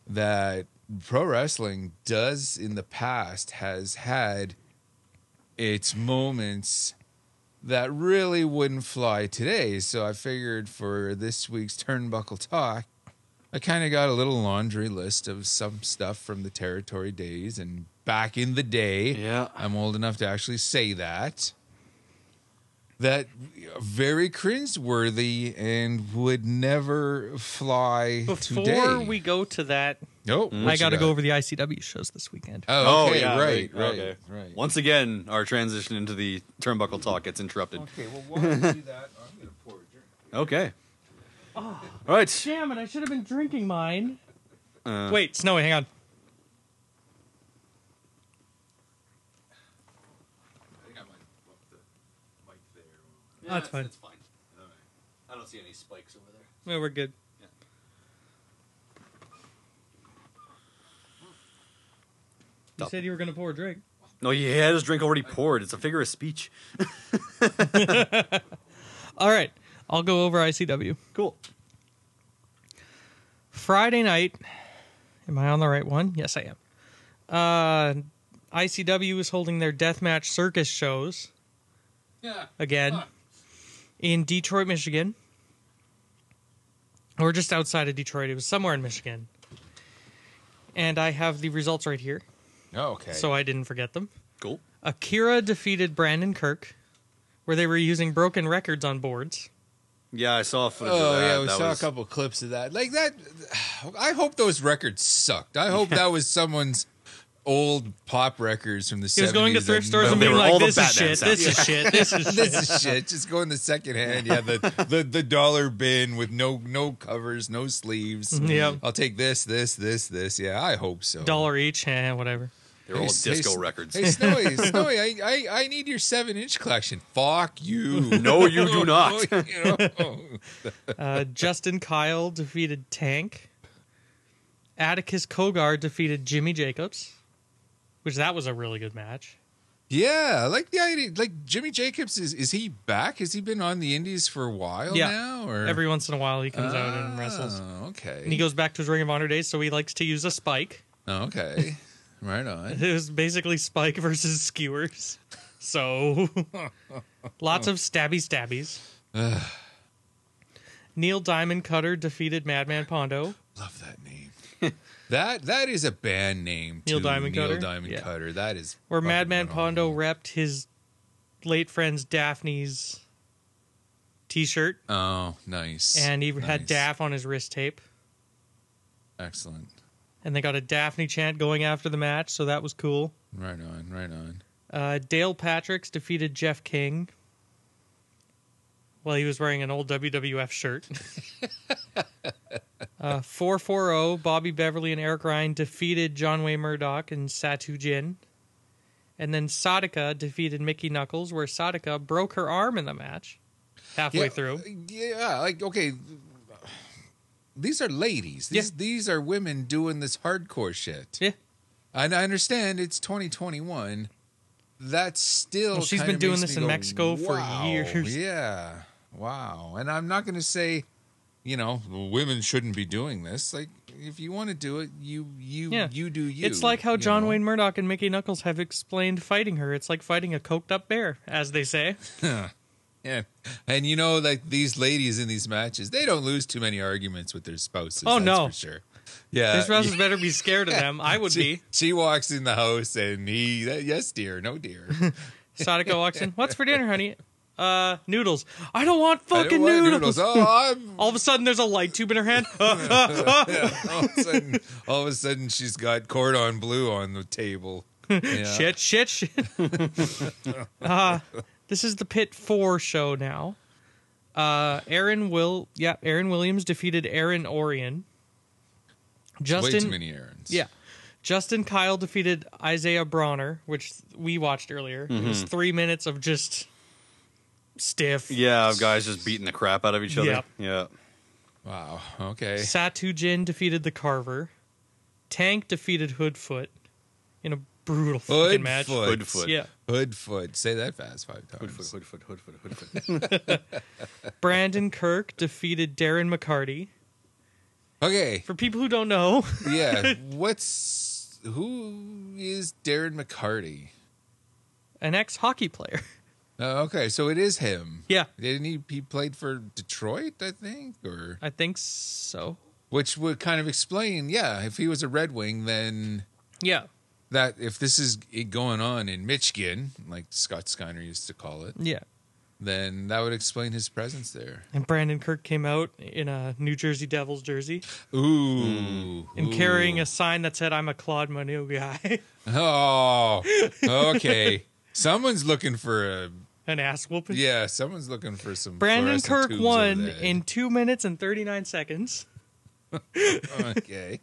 Speaker 3: that pro wrestling does in the past has had its moments that really wouldn't fly today so i figured for this week's turnbuckle talk i kind of got a little laundry list of some stuff from the territory days and back in the day
Speaker 4: Yeah.
Speaker 3: i'm old enough to actually say that that are very cringeworthy and would never fly
Speaker 5: Before
Speaker 3: today.
Speaker 5: we go to that,
Speaker 3: nope,
Speaker 5: I got to go over the ICW shows this weekend.
Speaker 3: Oh, okay,
Speaker 4: yeah,
Speaker 3: right, right,
Speaker 4: okay.
Speaker 3: right.
Speaker 4: Once again, our transition into the turnbuckle talk gets interrupted.
Speaker 3: Okay, well, while you do that, I'm gonna pour a drink.
Speaker 4: Okay. All right.
Speaker 5: Damn it! I should have been drinking mine.
Speaker 3: Uh.
Speaker 5: Wait, Snowy, hang on.
Speaker 4: I think I might bump the mic there.
Speaker 5: That's fine.
Speaker 4: It's fine. All right. I don't see any spikes over there.
Speaker 5: No, we're good. You
Speaker 4: Stop.
Speaker 5: said you were going to pour a drink.
Speaker 4: No, he had his drink already poured. It's a figure of speech.
Speaker 5: All right, I'll go over ICW.
Speaker 4: Cool.
Speaker 5: Friday night. Am I on the right one? Yes, I am. Uh, ICW is holding their deathmatch circus shows
Speaker 3: Yeah,
Speaker 5: again in Detroit, Michigan, or just outside of Detroit. It was somewhere in Michigan, and I have the results right here,
Speaker 3: Oh, okay.
Speaker 5: so I didn't forget them.
Speaker 4: Cool.
Speaker 5: Akira defeated Brandon Kirk, where they were using broken records on boards.
Speaker 4: Yeah, I saw footage of
Speaker 3: oh
Speaker 4: that.
Speaker 3: yeah, we
Speaker 4: That
Speaker 3: saw
Speaker 4: was-
Speaker 3: a couple clips of that. Like that, I hope those records sucked. I hope that was someone's old pop records from the.
Speaker 5: He was going to
Speaker 3: 70s
Speaker 5: thrift
Speaker 3: that
Speaker 5: stores and
Speaker 4: uh, They
Speaker 5: being
Speaker 4: were
Speaker 5: like,
Speaker 4: all the
Speaker 5: "This
Speaker 4: Batman
Speaker 5: is shit. This is shit. This is shit."
Speaker 3: this is shit. Just go in the second hand. Yeah, the, the the dollar bin with no no covers, no sleeves.
Speaker 5: Mm-hmm. Yep.
Speaker 3: I'll take this, this, this, this. Yeah, I hope so.
Speaker 5: dollar each, eh, whatever.
Speaker 4: They're all
Speaker 3: Hey,
Speaker 4: disco
Speaker 3: S-
Speaker 4: records.
Speaker 3: Hey, Snowy, Snowy, I, I, I need your seven inch collection. Fuck you.
Speaker 4: No, you do
Speaker 3: Oh,
Speaker 4: not.
Speaker 3: You know?
Speaker 5: Uh, Justin Kyle defeated Tank. Atticus Kogar defeated Jimmy Jacobs, which that was a really good match.
Speaker 3: Yeah, I like the idea. Like Jimmy Jacobs is is he back? Has he been on the Indies for a while
Speaker 5: Yeah.
Speaker 3: now? Or
Speaker 5: Every once in a while, he comes out
Speaker 4: Ah.
Speaker 5: and wrestles.
Speaker 3: Oh, okay.
Speaker 5: And he goes back to his Ring of Honor days, so he likes to use a spike.
Speaker 3: Oh, okay. right on.
Speaker 5: It was basically spike versus skewers. So lots of stabby stabbies. Neil Diamond Cutter defeated Madman Pondo.
Speaker 3: Love that name. that that is a band name.
Speaker 5: Neil
Speaker 3: too,
Speaker 5: Diamond
Speaker 3: Neil
Speaker 5: Cutter?
Speaker 3: Diamond
Speaker 5: Yeah.
Speaker 3: Cutter. That is
Speaker 5: where
Speaker 3: fucking
Speaker 5: Madman
Speaker 3: phenomenal.
Speaker 5: Pondo repped his late friend's Daphne's T-shirt,
Speaker 3: Oh, nice.
Speaker 5: and he had
Speaker 3: Nice.
Speaker 5: Daff on his wrist tape,
Speaker 3: Excellent.
Speaker 5: and they got a Daphne chant going after the match, so that was cool.
Speaker 3: Right on. Right on.
Speaker 5: Uh, Dale Patrick's defeated Jeff King. Well, he was wearing an old WWF shirt. uh, 440, Bobby Beverly and Eric Ryan defeated John Way Murdoch and Satu Jin. And then Sadaka defeated Mickey Knuckles, where Sadaka broke her arm in the match halfway through.
Speaker 3: Yeah, like okay. These are ladies. These
Speaker 5: Yeah.
Speaker 3: these are women doing this hardcore shit.
Speaker 5: Yeah.
Speaker 3: And I understand it's 2021. That's still
Speaker 5: Well, she's
Speaker 3: kinda
Speaker 5: been doing
Speaker 3: makes
Speaker 5: this
Speaker 3: me
Speaker 5: in
Speaker 3: go,
Speaker 5: Mexico for
Speaker 3: wow,
Speaker 5: years.
Speaker 3: Yeah. Wow. And I'm not going to say, you know, women shouldn't be doing this. Like if you want to do it, you you
Speaker 5: Yeah.
Speaker 3: you do you.
Speaker 5: it's like how
Speaker 3: you
Speaker 5: John
Speaker 3: know?
Speaker 5: Wayne Murdoch and Mickey Knuckles have explained fighting her. It's like fighting a coked up bear, as they say.
Speaker 3: Yeah. And you know like these ladies in these matches, they don't lose too many arguments with their spouses.
Speaker 5: Oh,
Speaker 3: that's
Speaker 5: no.
Speaker 3: for sure. Uh, Yeah.
Speaker 5: His spouses better be scared of them. I would
Speaker 3: she,
Speaker 5: be.
Speaker 3: She walks in the house and he, yes, dear, no, dear.
Speaker 5: Sadako walks in. What's for dinner, honey? Uh, noodles. I don't want
Speaker 3: I
Speaker 5: fucking
Speaker 3: don't want
Speaker 5: noodles.
Speaker 3: Oh, I'm.
Speaker 5: All of a sudden, there's a light tube in her hand. Uh,
Speaker 3: all, of a sudden, all of a sudden, she's got cordon bleu on the table. Yeah.
Speaker 5: Shit, shit, shit. uh, this is the Pit Four show now. Uh, Aaron will. Yeah, Aaron Williams defeated Aaron Orion.
Speaker 3: Way
Speaker 5: Justin.
Speaker 3: too many errands.
Speaker 5: Yeah. Justin Kyle defeated Isaiah Bronner, which we watched earlier. It
Speaker 3: Mm-hmm.
Speaker 5: was three minutes of just stiff.
Speaker 4: yeah, of guys just beating the crap out of each other.
Speaker 5: Yep.
Speaker 4: Yeah.
Speaker 3: Wow. Okay.
Speaker 5: Satu Jin defeated the Carver. Tank defeated Hoodfoot in a brutal fucking match.
Speaker 3: Hoodfoot.
Speaker 4: Hoodfoot.
Speaker 5: Yeah.
Speaker 3: Hoodfoot. Say that fast five times.
Speaker 4: Hoodfoot, hoodfoot, hoodfoot, hoodfoot.
Speaker 5: Brandon Kirk defeated Darren McCarty.
Speaker 3: Okay.
Speaker 5: For people who don't know,
Speaker 3: Yeah. What's who is Darren McCarty?
Speaker 5: an ex hockey player.
Speaker 3: Oh, okay, so it is him.
Speaker 5: Yeah,
Speaker 3: Didn't he? He played for Detroit, I think, or
Speaker 5: I think so.
Speaker 3: which would kind of explain. Yeah, if he was a Red Wing, then
Speaker 5: Yeah.
Speaker 3: that if this is it going on in Michigan, like Scott Skyner used to call it,
Speaker 5: Yeah.
Speaker 3: then that would explain his presence there.
Speaker 5: And Brandon Kirk came out in a New Jersey Devils jersey
Speaker 3: Ooh,
Speaker 5: and carrying a sign that said, I'm a Claude Moneo guy.
Speaker 3: Oh, okay. someone's looking for a
Speaker 5: an ass whooping.
Speaker 3: yeah. Someone's looking for some.
Speaker 5: Brandon
Speaker 3: fluorescent
Speaker 5: Kirk
Speaker 3: tubes over
Speaker 5: won
Speaker 3: there.
Speaker 5: in two minutes and 39 seconds.
Speaker 3: okay.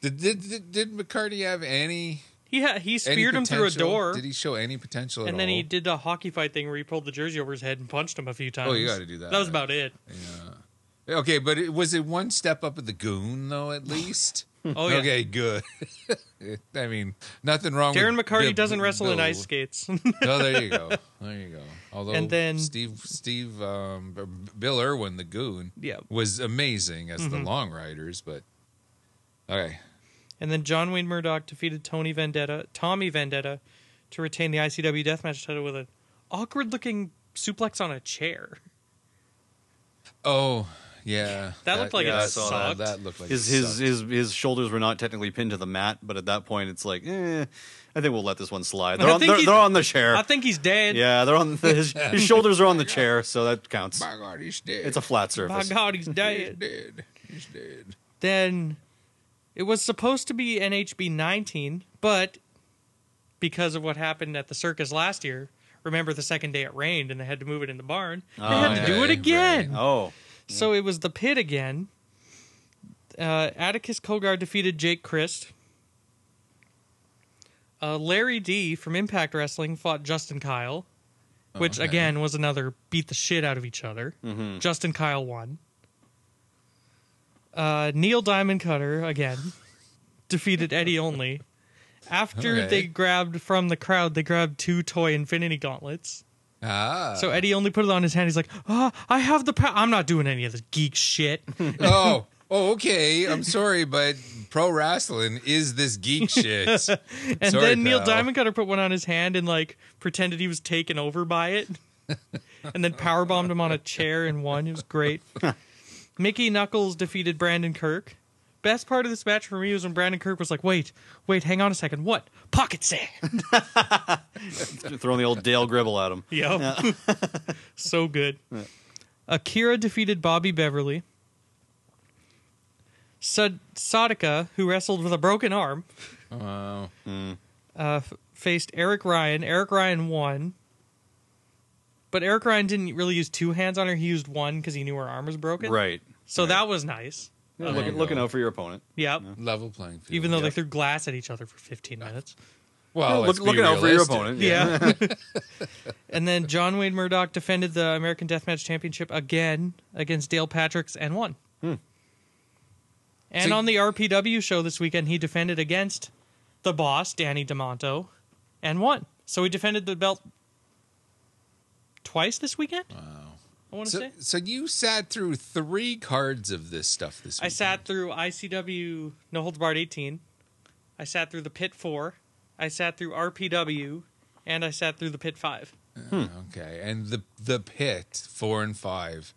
Speaker 3: Did, did did did McCarty have any?
Speaker 5: He, ha- he
Speaker 3: any
Speaker 5: speared him through a
Speaker 3: potential?
Speaker 5: door.
Speaker 3: Did he show any potential? at
Speaker 5: and then
Speaker 3: all?
Speaker 5: he did a hockey fight thing where he pulled the jersey over his head and punched him a few times.
Speaker 3: Oh, you gotta do that.
Speaker 5: That was about it.
Speaker 3: Okay, but it, was it one step up of the goon though? At least.
Speaker 5: Oh yeah.
Speaker 3: Okay, good. I mean, nothing wrong.
Speaker 5: Darren
Speaker 3: with
Speaker 5: McCarty
Speaker 3: Bill-
Speaker 5: doesn't wrestle in
Speaker 3: Bill.
Speaker 5: ice skates.
Speaker 3: Oh, there you go. There you go. Although,
Speaker 5: And then-
Speaker 3: Steve, Steve, um, B- Bill Irwin, the goon,
Speaker 5: yeah. Mm-hmm.
Speaker 3: was amazing as the long riders. But okay,
Speaker 5: And then John Wayne Murdoch defeated Tony Vendetta, Tommy Vendetta, to retain the ICW Deathmatch title with an awkward-looking suplex on a chair.
Speaker 3: oh yeah,
Speaker 5: That looked like
Speaker 3: yeah,
Speaker 4: it
Speaker 3: I saw
Speaker 5: sucked.
Speaker 3: that. That looked like
Speaker 4: His
Speaker 3: it
Speaker 4: his
Speaker 3: sucked.
Speaker 4: his his shoulders were not technically pinned to the mat, but at that point, it's like, eh, I think we'll let this one slide. They're on,
Speaker 5: think
Speaker 4: they're,
Speaker 5: he-
Speaker 4: they're on the chair.
Speaker 5: I think he's dead.
Speaker 4: yeah, they're on the, his, his shoulders are on the chair, so that counts.
Speaker 3: My God, he's dead.
Speaker 4: It's a flat
Speaker 5: By
Speaker 4: surface.
Speaker 5: God, he's
Speaker 3: he's
Speaker 5: dead.
Speaker 3: dead. He's dead.
Speaker 5: then it was supposed to be NHB 19, but because of what happened at the circus last year, remember the second day it rained and they had to move it in the barn, they had to
Speaker 3: yeah,
Speaker 5: do it
Speaker 3: right.
Speaker 5: again.
Speaker 4: Oh,
Speaker 5: So it was the pit again. Uh, Atticus Kogar defeated Jake Christ. Uh, Larry D from Impact Wrestling fought Justin Kyle, which
Speaker 3: Oh, okay. Mm-hmm.
Speaker 5: again was another beat the shit out of each other. Justin Kyle won. Uh, Neil Diamond Cutter again defeated Eddie Only. After
Speaker 3: Okay.
Speaker 5: they grabbed from the crowd, they grabbed two toy Infinity Gauntlets.
Speaker 3: Ah.
Speaker 5: So Eddie only put it on his hand. He's like, "Ah, I have the power. I'm not doing any of this geek shit."
Speaker 3: oh, oh, okay. I'm sorry, but pro wrestling is this geek shit.
Speaker 5: And
Speaker 3: Sorry,
Speaker 5: then Neil
Speaker 3: pal.
Speaker 5: Diamond Cutter put one on his hand and like pretended he was taken over by it, and then power bombed him on a chair and won. It was great. Mickey Knuckles defeated Brandon Kirk. Best part of this match for me was when Brandon Kirk was like, "Wait, wait, hang on a second. What pocket sand?"
Speaker 4: Throwing the old Dale Gribble at him.
Speaker 5: Yep. so good. Akira defeated Bobby Beverly. Sad- Sadaka, who wrestled with a broken arm,
Speaker 3: Oh,
Speaker 5: uh, f- faced Eric Ryan. Eric Ryan won. But Eric Ryan didn't really use two hands on her. He used one because he knew her arm was broken.
Speaker 4: Right.
Speaker 5: So that was nice.
Speaker 4: Yeah, looking, looking out for your opponent.
Speaker 5: Yep.
Speaker 3: level playing field.
Speaker 5: Even though they
Speaker 4: Yep.
Speaker 5: threw glass at each other for 15 minutes. Oh,
Speaker 3: well,
Speaker 4: Look,
Speaker 3: let's be
Speaker 4: looking out for your
Speaker 3: realistic.
Speaker 4: opponent.
Speaker 5: Yeah. and then John Wayne Murdoch defended the American Deathmatch Championship again against Dale Patricks and won.
Speaker 4: Hmm.
Speaker 5: And
Speaker 3: So-
Speaker 5: on the RPW show this weekend, he defended against the boss, Danny DeMonto, and won. So he defended the belt twice this weekend? Wow. I want to
Speaker 3: So,
Speaker 5: say.
Speaker 3: so you sat through three cards of this stuff this week.
Speaker 5: I sat through ICW No Holds Barred 18. I sat through the Pit 4. I sat through RPW. And I sat through the Pit 5.
Speaker 3: Okay, and the the pit four and five,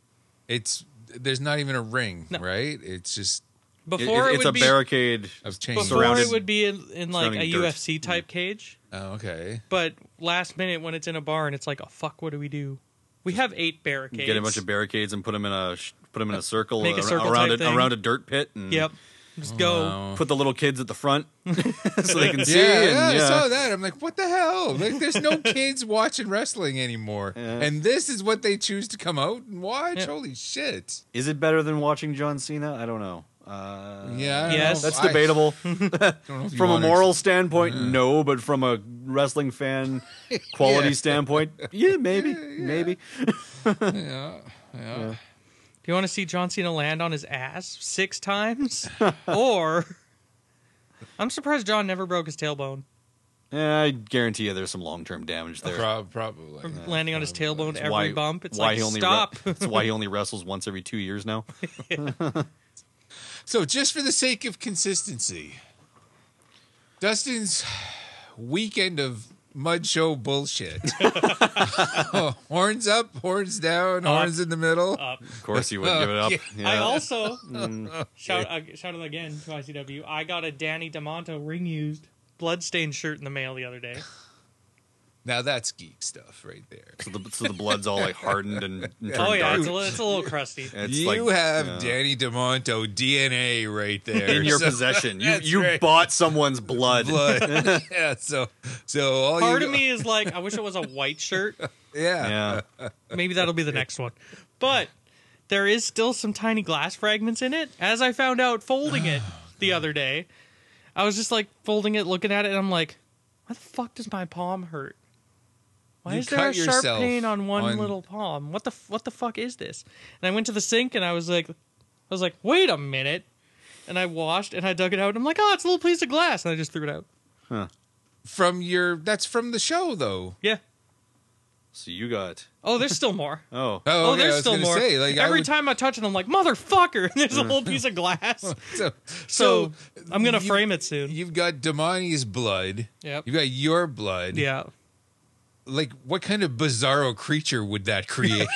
Speaker 3: it's there's not even a ring,
Speaker 5: No.
Speaker 3: right? It's just
Speaker 4: It-
Speaker 5: Before
Speaker 4: it-
Speaker 5: it,
Speaker 4: it's
Speaker 5: would
Speaker 4: a
Speaker 5: be
Speaker 4: barricade.
Speaker 3: of change.
Speaker 5: before
Speaker 4: surrounded-
Speaker 5: it would be in, in like a
Speaker 4: surrounding dirt.
Speaker 5: UFC type cage,
Speaker 3: Oh, okay.
Speaker 5: but last minute when it's in a bar and it's like, oh fuck, what do we do? We have eight barricades.
Speaker 4: Get a bunch of barricades and put them in a sh- put them in a circle,
Speaker 5: Make a
Speaker 4: ar-
Speaker 5: circle
Speaker 4: around
Speaker 5: type
Speaker 4: a,
Speaker 5: thing.
Speaker 4: around a dirt pit. And Oh,
Speaker 5: Yep. Just go.
Speaker 3: Wow.
Speaker 4: Put the little kids at the front so they can see.
Speaker 3: Yeah,
Speaker 4: and,
Speaker 3: yeah, I
Speaker 4: yeah.
Speaker 3: saw that. I'm like, what the hell? Like, there's no kids watching wrestling anymore, and this is what they choose to come out and watch.
Speaker 5: Yeah.
Speaker 3: Holy shit!
Speaker 4: Is it better than watching John Cena? I don't know. Uh,
Speaker 3: Yeah, I don't
Speaker 5: Yes.
Speaker 3: know if
Speaker 4: that's
Speaker 3: I-
Speaker 4: debatable.
Speaker 3: I don't know if you
Speaker 4: from a
Speaker 3: want to-
Speaker 4: moral standpoint, no, but from a wrestling fan quality
Speaker 3: Yeah.
Speaker 4: standpoint, yeah, maybe, maybe.
Speaker 3: Yeah, yeah.
Speaker 5: Do you want to see John Cena land on his ass six times? or I'm surprised John never broke his tailbone.
Speaker 4: Yeah, I guarantee you, there's some long-term damage there.
Speaker 3: Prob- probably.
Speaker 5: Landing on his tailbone every
Speaker 4: Why-
Speaker 5: bump. It's
Speaker 4: why
Speaker 5: like
Speaker 4: he only re-
Speaker 5: stop.
Speaker 4: That's why he only wrestles once every two years now.
Speaker 3: So, just for the sake of consistency, Dustin's weekend of mud show bullshit. Oh, horns up, horns down,
Speaker 5: Uh-huh.
Speaker 3: horns in the middle.
Speaker 4: Of course, he wouldn't give it up. Yeah. Mm.
Speaker 5: I also shout uh, shout out again to ICW. I got a Danny D'Amonto ring used bloodstained shirt in the mail the other day.
Speaker 3: Now that's geek stuff right there.
Speaker 4: so, the, so the blood's all like hardened and and
Speaker 5: Oh
Speaker 4: turned
Speaker 5: yeah,
Speaker 4: dark.
Speaker 5: it's a, li- it's a little crusty.
Speaker 4: It's
Speaker 3: you
Speaker 4: like,
Speaker 3: have
Speaker 4: yeah.
Speaker 3: Danny DeMonto DNA right there
Speaker 4: in your
Speaker 3: So-
Speaker 4: possession. You
Speaker 3: That's
Speaker 4: you
Speaker 3: right.
Speaker 4: bought someone's blood.
Speaker 3: blood. yeah, so so all
Speaker 5: Part
Speaker 3: you
Speaker 5: of me is like, I wish it was a white shirt.
Speaker 3: yeah.
Speaker 4: Yeah,
Speaker 5: Maybe that'll be the next one. But there is still some tiny glass fragments in it. As I found out folding it the other day, I was just like folding it, looking at it, and I'm like, why the fuck does my palm hurt? Why
Speaker 3: You
Speaker 5: is there a
Speaker 3: cut
Speaker 5: sharp
Speaker 3: yourself
Speaker 5: pain on one
Speaker 3: on-
Speaker 5: little palm? What the f- what the fuck is this? And I went to the sink and I was like, I was like, wait a minute. And I washed and I dug it out and I'm like, oh, it's a little piece of glass. And I just threw it out.
Speaker 3: From your that's from the show though.
Speaker 5: Yeah.
Speaker 4: so you got
Speaker 5: Oh, there's still more.
Speaker 4: oh.
Speaker 5: Oh,
Speaker 3: okay,
Speaker 5: there's
Speaker 3: I was
Speaker 5: still
Speaker 3: gonna
Speaker 5: more.
Speaker 3: Say, like, I
Speaker 5: Every
Speaker 3: would-
Speaker 5: time I touch it, I'm like, motherfucker! And there's a whole piece of glass.
Speaker 3: so,
Speaker 5: So, I'm gonna
Speaker 3: you-
Speaker 5: frame it soon.
Speaker 3: You've got Damani's blood.
Speaker 5: Yep.
Speaker 3: You've got your blood.
Speaker 5: yeah.
Speaker 3: Like, what kind of bizarro creature would that create?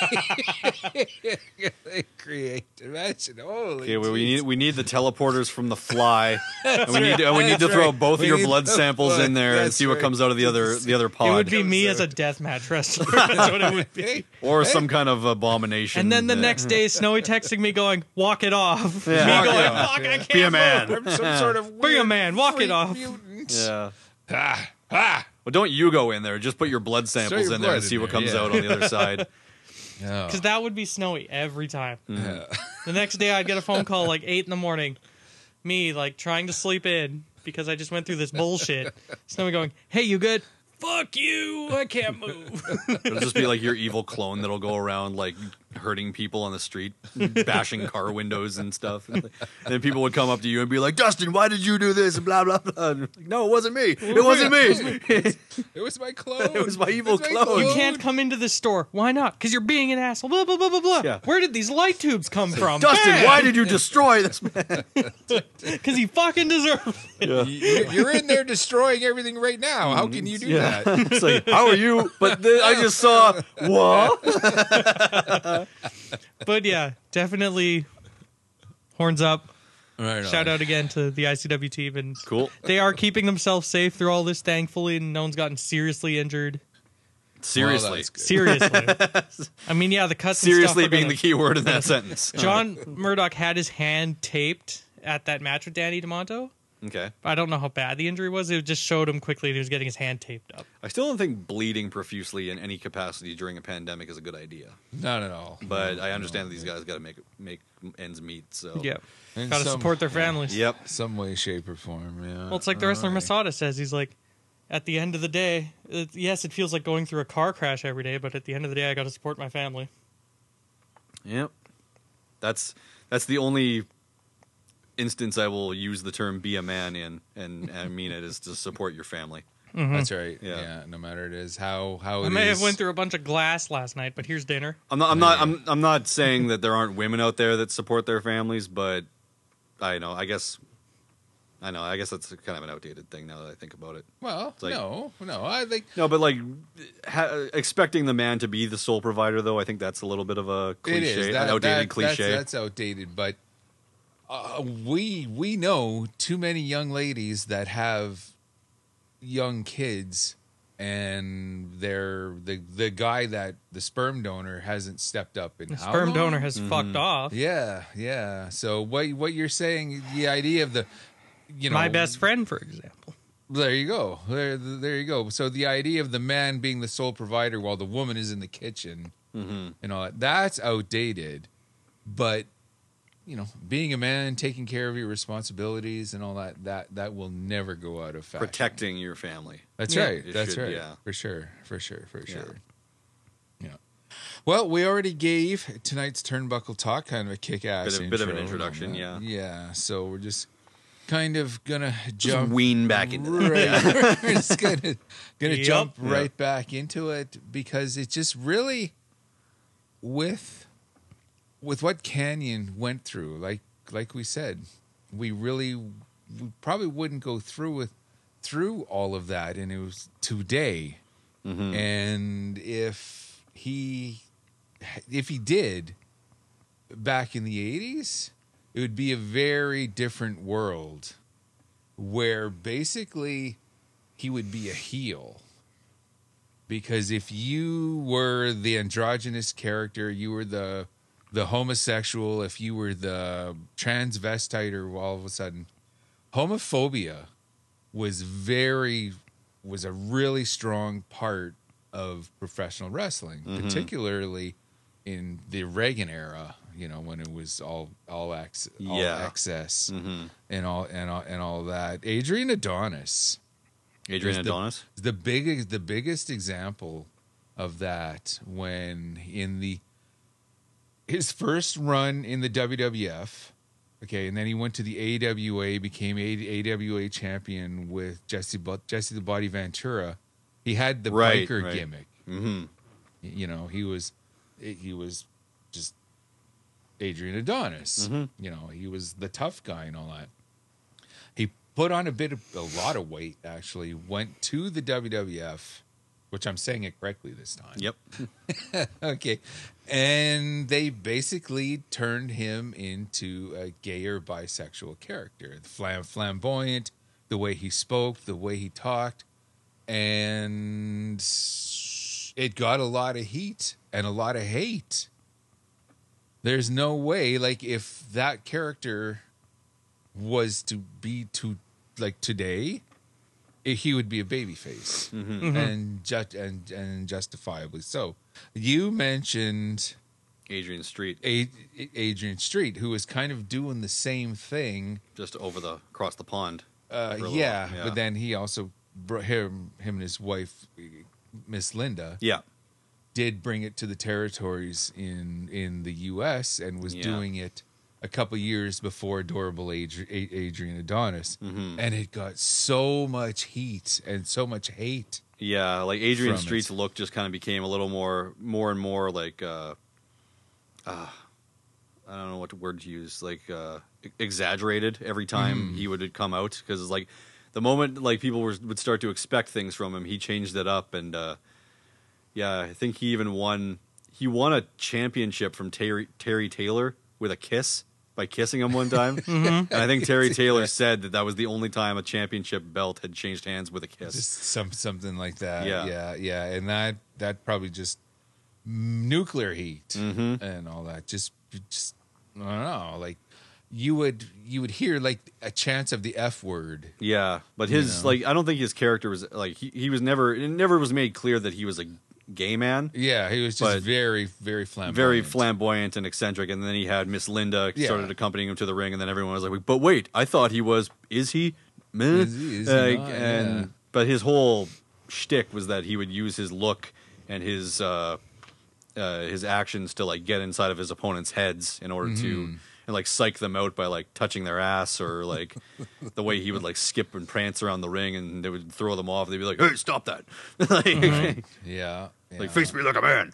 Speaker 3: create. Imagine. Holy.
Speaker 4: Okay, well, we
Speaker 3: jeez.
Speaker 4: need we need the teleporters from the fly. and we need to, and we need to
Speaker 3: That's
Speaker 4: throw
Speaker 3: right.
Speaker 4: both
Speaker 3: We
Speaker 4: of your
Speaker 3: need
Speaker 4: blood
Speaker 3: the
Speaker 4: samples
Speaker 3: blood.
Speaker 4: in there and
Speaker 3: That's
Speaker 4: see
Speaker 3: right.
Speaker 4: what comes out of the other the other
Speaker 3: Oh,
Speaker 4: pod,
Speaker 5: It would be me
Speaker 3: out.
Speaker 5: as a deathmatch wrestler. That's what it would be.
Speaker 3: Hey,
Speaker 4: or some kind of abomination.
Speaker 5: And then the
Speaker 4: that-
Speaker 5: next day, Snowy texting me, going, "Walk it off."
Speaker 4: Yeah.
Speaker 5: Me
Speaker 4: Walk
Speaker 5: going,
Speaker 4: it off.
Speaker 5: "Fuck, I can't."
Speaker 4: be a
Speaker 5: move."
Speaker 4: man.
Speaker 3: I'm some sort of weird
Speaker 5: Be a man. Walk it
Speaker 3: freak
Speaker 5: off.
Speaker 3: Mutant.
Speaker 4: Yeah.
Speaker 3: Ah, ah.
Speaker 4: Well, don't you go in there. Just put your blood samples
Speaker 3: your
Speaker 4: in there
Speaker 3: blood
Speaker 4: and see
Speaker 3: in
Speaker 4: what
Speaker 3: there,
Speaker 4: comes
Speaker 3: yeah.
Speaker 4: out on the other side.
Speaker 3: Oh.
Speaker 5: Because that would be Snowy every time. The next day, I'd get a phone call like eight in the morning. Me like trying to sleep in, because I just went through this bullshit. Snowman going, "Hey, you good? Fuck you! I can't move."
Speaker 4: It'll just be like your evil clone that'll go around like hurting people on the street, bashing car windows and stuff. And then people would come up to you and be like, "Dustin, why did you do this?" And blah blah blah. And you're like, no, it wasn't me. It wasn't me.
Speaker 3: It was my clone.
Speaker 4: It was my evil
Speaker 3: It's
Speaker 4: clone.
Speaker 5: you can't come into this store. Why not? Because you're being an asshole. Blah blah blah blah blah.
Speaker 4: Yeah.
Speaker 5: Where did these light tubes come from?
Speaker 4: Dustin, why did you destroy this man?
Speaker 5: Because he fucking deserved. It.
Speaker 3: You- You're in there destroying everything right now. How
Speaker 4: Mm-hmm.
Speaker 3: can you do that?
Speaker 4: it's like, how are you? But then I just saw what?
Speaker 5: But yeah, definitely. Horns up.
Speaker 3: Right
Speaker 5: Shout
Speaker 3: on.
Speaker 5: out again to the ICW team and
Speaker 4: Cool.
Speaker 5: they are keeping themselves safe through all this, thankfully, and no one's gotten seriously injured.
Speaker 3: Well,
Speaker 4: Seriously,
Speaker 3: that's good.
Speaker 5: Seriously, I mean, yeah, the cuts. and stuff
Speaker 4: seriously
Speaker 5: are
Speaker 4: being
Speaker 5: gonna-
Speaker 4: the key word in that sentence.
Speaker 5: John Murdoch had his hand taped at that match with Danny DeMonto.
Speaker 4: Oh, Okay.
Speaker 5: I don't know how bad the injury was. It just showed him quickly that he was getting his hand taped up.
Speaker 4: I still don't think bleeding profusely in any capacity during a pandemic is a good idea.
Speaker 3: Not at all.
Speaker 4: But I understand that these guys got to make make ends meet. So
Speaker 5: Yeah,
Speaker 3: In
Speaker 5: gotta
Speaker 3: some-
Speaker 5: support their families.
Speaker 4: Yep.
Speaker 3: some way, shape, or form. Yeah.
Speaker 5: Well, it's like the wrestler
Speaker 3: Alright.
Speaker 5: Masada says. He's like, at the end of the day, it, yes, it feels like going through a car crash every day, but at the end of the day, I gotta support my family.
Speaker 4: Yep. That's that's the only instance I will use the term "be a man" in, and I mean it is to support your family.
Speaker 3: That's right.
Speaker 4: Yeah.
Speaker 3: Yeah. No matter it is how how it
Speaker 5: Mm-hmm. I may have
Speaker 3: is.
Speaker 5: went through a bunch of glass last night, but here's dinner.
Speaker 4: I'm not. I'm not. I'm. I'm not saying that there aren't women out there that support their families, but I know. I guess. I know. I guess that's kind of an outdated thing now that I think about it.
Speaker 3: Well,
Speaker 4: like-
Speaker 3: no, no. I think
Speaker 4: No, but like ha- expecting the man to be the sole provider, though, I think that's a little bit of a
Speaker 3: it
Speaker 4: cliche,
Speaker 3: is
Speaker 4: an
Speaker 3: That-
Speaker 4: outdated
Speaker 3: that-
Speaker 4: cliche.
Speaker 3: That's, that's outdated, but uh, we we know too many young ladies that have young kids, and they're the the guy that the sperm donor hasn't stepped up in
Speaker 5: The
Speaker 3: how
Speaker 5: sperm
Speaker 3: long?
Speaker 5: donor has fucked off.
Speaker 3: Yeah, yeah. So what what you're saying? The idea of the you know
Speaker 5: my best friend, for example.
Speaker 3: There you go. There, there you go. So the idea of the man being the sole provider while the woman is in the kitchen
Speaker 4: Mm-hmm.
Speaker 3: and all that—that's outdated. But you know, being a man, taking care of your responsibilities and all that—that that will never go out of fashion.
Speaker 4: Protecting your family.
Speaker 3: That's
Speaker 5: Yeah.
Speaker 3: right.
Speaker 4: It
Speaker 3: That's
Speaker 4: should,
Speaker 3: right.
Speaker 4: yeah.
Speaker 3: For sure. For sure. For
Speaker 4: Yeah.
Speaker 3: sure. Yeah. Well, we already gave tonight's turnbuckle talk kind of a kick-ass
Speaker 4: Bit of- bit of an
Speaker 3: intro.
Speaker 4: introduction, yeah.
Speaker 3: Yeah. So we're just kind of gonna
Speaker 4: Just
Speaker 3: jump
Speaker 4: wean back into that.
Speaker 3: Right. We're just gonna gonna
Speaker 5: Yep.
Speaker 3: jump
Speaker 4: Yeah.
Speaker 3: right back into it because it just really with with what Canyon went through, like like we said, we really we probably wouldn't go through with through all of that and it was today.
Speaker 5: Mm-hmm.
Speaker 3: And if he if he did back in the 80s, it would be a very different world where basically he would be a heel. Because if you were the androgynous character, you were the the homosexual, if you were the transvestite or all of a sudden homophobia was very was a really strong part of professional wrestling, particularly in the Reagan era, you know, when it was all all, access, all
Speaker 4: Yeah.
Speaker 3: access and all and all and all that. Adrian Adonis
Speaker 4: Adrian
Speaker 3: Just the-
Speaker 4: Adonis.
Speaker 3: is the biggest the biggest example of that when in the his first run in the WWF, okay, and then he went to the AWA, became a, AWA champion with Jesse Bo- Jesse the Body Ventura. He had the
Speaker 4: Right,
Speaker 3: biker
Speaker 4: right.
Speaker 3: gimmick.
Speaker 4: hmm
Speaker 3: You know, he was he was just Adrian Adonis.
Speaker 4: Mhm.
Speaker 3: You know, he was the tough guy and all that. He put on a bit of a lot of weight actually, went to the WWF, which I'm saying it correctly this time.
Speaker 4: Yep.
Speaker 3: Okay. And they basically turned him into a gay or bisexual character. Flam- flamboyant, the way he spoke, the way he talked. And it got a lot of heat and a lot of hate. There's no way, like, if that character was to be to, like, today, i- he would be a babyface and ju- and and justifiably so. You mentioned
Speaker 4: Adrian Street.
Speaker 3: a- Adrian Street, who was kind of doing the same thing,
Speaker 4: Just over the across the pond.
Speaker 3: Uh,
Speaker 4: For a little
Speaker 3: yeah,
Speaker 4: while, yeah.
Speaker 3: but then he also br- him him and his wife, Miss Linda,
Speaker 4: Yeah.
Speaker 3: did bring it to the territories in in the U.S. and was
Speaker 4: Yeah.
Speaker 3: doing it a couple years before Adorable Adri- A- Adrian Adonis,
Speaker 4: Mm-hmm.
Speaker 3: and it got so much heat and so much hate.
Speaker 4: Yeah, like Adrian
Speaker 3: From it.
Speaker 4: Street's look just kind of became a little more, more and more like, uh, uh, I don't know what word to use, like uh, e- exaggerated every
Speaker 3: Mm.
Speaker 4: time he would come out because like the moment like people were, would start to expect things from him, he changed it up and uh, yeah, I think he even won. He won a championship from Terry, Terry Taylor with a kiss by kissing him one time,
Speaker 3: Mm-hmm.
Speaker 4: and I think Terry Taylor said that that was the only time a championship belt had changed hands with a kiss.
Speaker 3: Just some something like that.
Speaker 4: Yeah.
Speaker 3: yeah, yeah. And that that probably just nuclear heat
Speaker 4: Mhm.
Speaker 3: and all that. Just, just I don't know. Like you would you would hear like a chance of the F word.
Speaker 4: Yeah, but his
Speaker 3: know?
Speaker 4: like I don't think his character was like he, he was never it never was made clear that he was a gay man.
Speaker 3: Yeah, he was just
Speaker 4: But-
Speaker 3: very very flamboyant.
Speaker 4: Very flamboyant and eccentric, and then he had Miss Linda
Speaker 3: Yeah.
Speaker 4: started accompanying him to the ring, and then everyone was like, "But wait, I thought he was. Is he? Meh."
Speaker 3: Is he- is he
Speaker 4: Like,
Speaker 3: not?
Speaker 4: and
Speaker 3: Yeah.
Speaker 4: but his whole shtick was that he would use his look and his uh, uh, his actions to like get inside of his opponent's heads in order
Speaker 3: Mm-hmm.
Speaker 4: to and like psych them out by like touching their ass or like the way he would like skip and prance around the ring and they would throw them off. They'd be like, "Hey, stop that!" like,
Speaker 3: Yeah, Mm-hmm. yeah.
Speaker 4: like face me like a man.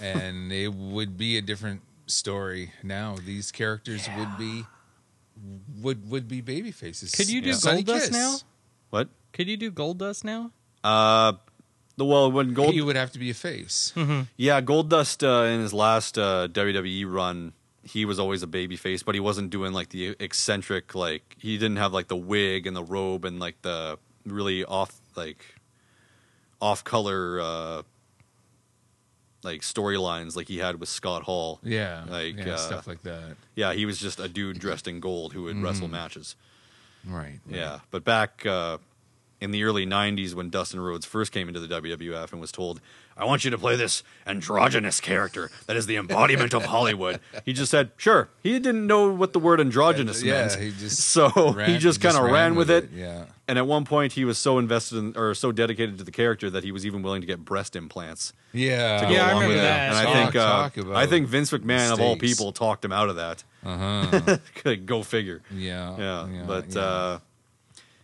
Speaker 3: and it would be a different story now. These characters would be would would be baby faces.
Speaker 5: Could you do
Speaker 3: Yeah. Sonny
Speaker 5: Goldust
Speaker 3: Kiss.
Speaker 5: now?
Speaker 4: What?
Speaker 5: Could you do gold dust now?
Speaker 4: Uh, the well when Gold
Speaker 3: He would have to be a face.
Speaker 4: Yeah, Goldust uh, in his last uh, WWE run, he was always a babyface, but he wasn't doing like the eccentric like he didn't have like the wig and the robe and like the really off like off color uh like storylines like he had with Scott Hall.
Speaker 3: Yeah,
Speaker 4: Like,
Speaker 3: yeah,
Speaker 4: uh,
Speaker 3: stuff like that.
Speaker 4: Yeah, he was just a dude dressed in gold who would wrestle
Speaker 3: Mm-hmm.
Speaker 4: matches.
Speaker 3: Right. right.
Speaker 4: Yeah, but back uh, in the early '90s, when Dustin Rhodes first came into the WWF and was told, "I want you to play this androgynous character that is the embodiment of Hollywood," he just said, "Sure." He didn't know what the word androgynous
Speaker 3: Yeah,
Speaker 4: meant,
Speaker 3: he just
Speaker 4: so
Speaker 3: ran-
Speaker 4: Oh, he just kind of ran, with it.
Speaker 3: Yeah.
Speaker 4: And at one point, he was so invested in, or so dedicated to the character that he was even willing to get breast implants.
Speaker 3: Yeah.
Speaker 4: To
Speaker 5: Yeah,
Speaker 4: go
Speaker 5: I
Speaker 4: along
Speaker 5: remember
Speaker 4: with it.
Speaker 5: that.
Speaker 4: And I
Speaker 3: Talk-
Speaker 4: think uh,
Speaker 3: talk about
Speaker 4: I think Vince McMahon of all
Speaker 3: mistakes.
Speaker 4: people talked him out of that.
Speaker 3: Uh-huh.
Speaker 4: Go figure
Speaker 3: Yeah.
Speaker 4: yeah, but
Speaker 3: yeah. Oh,
Speaker 4: uh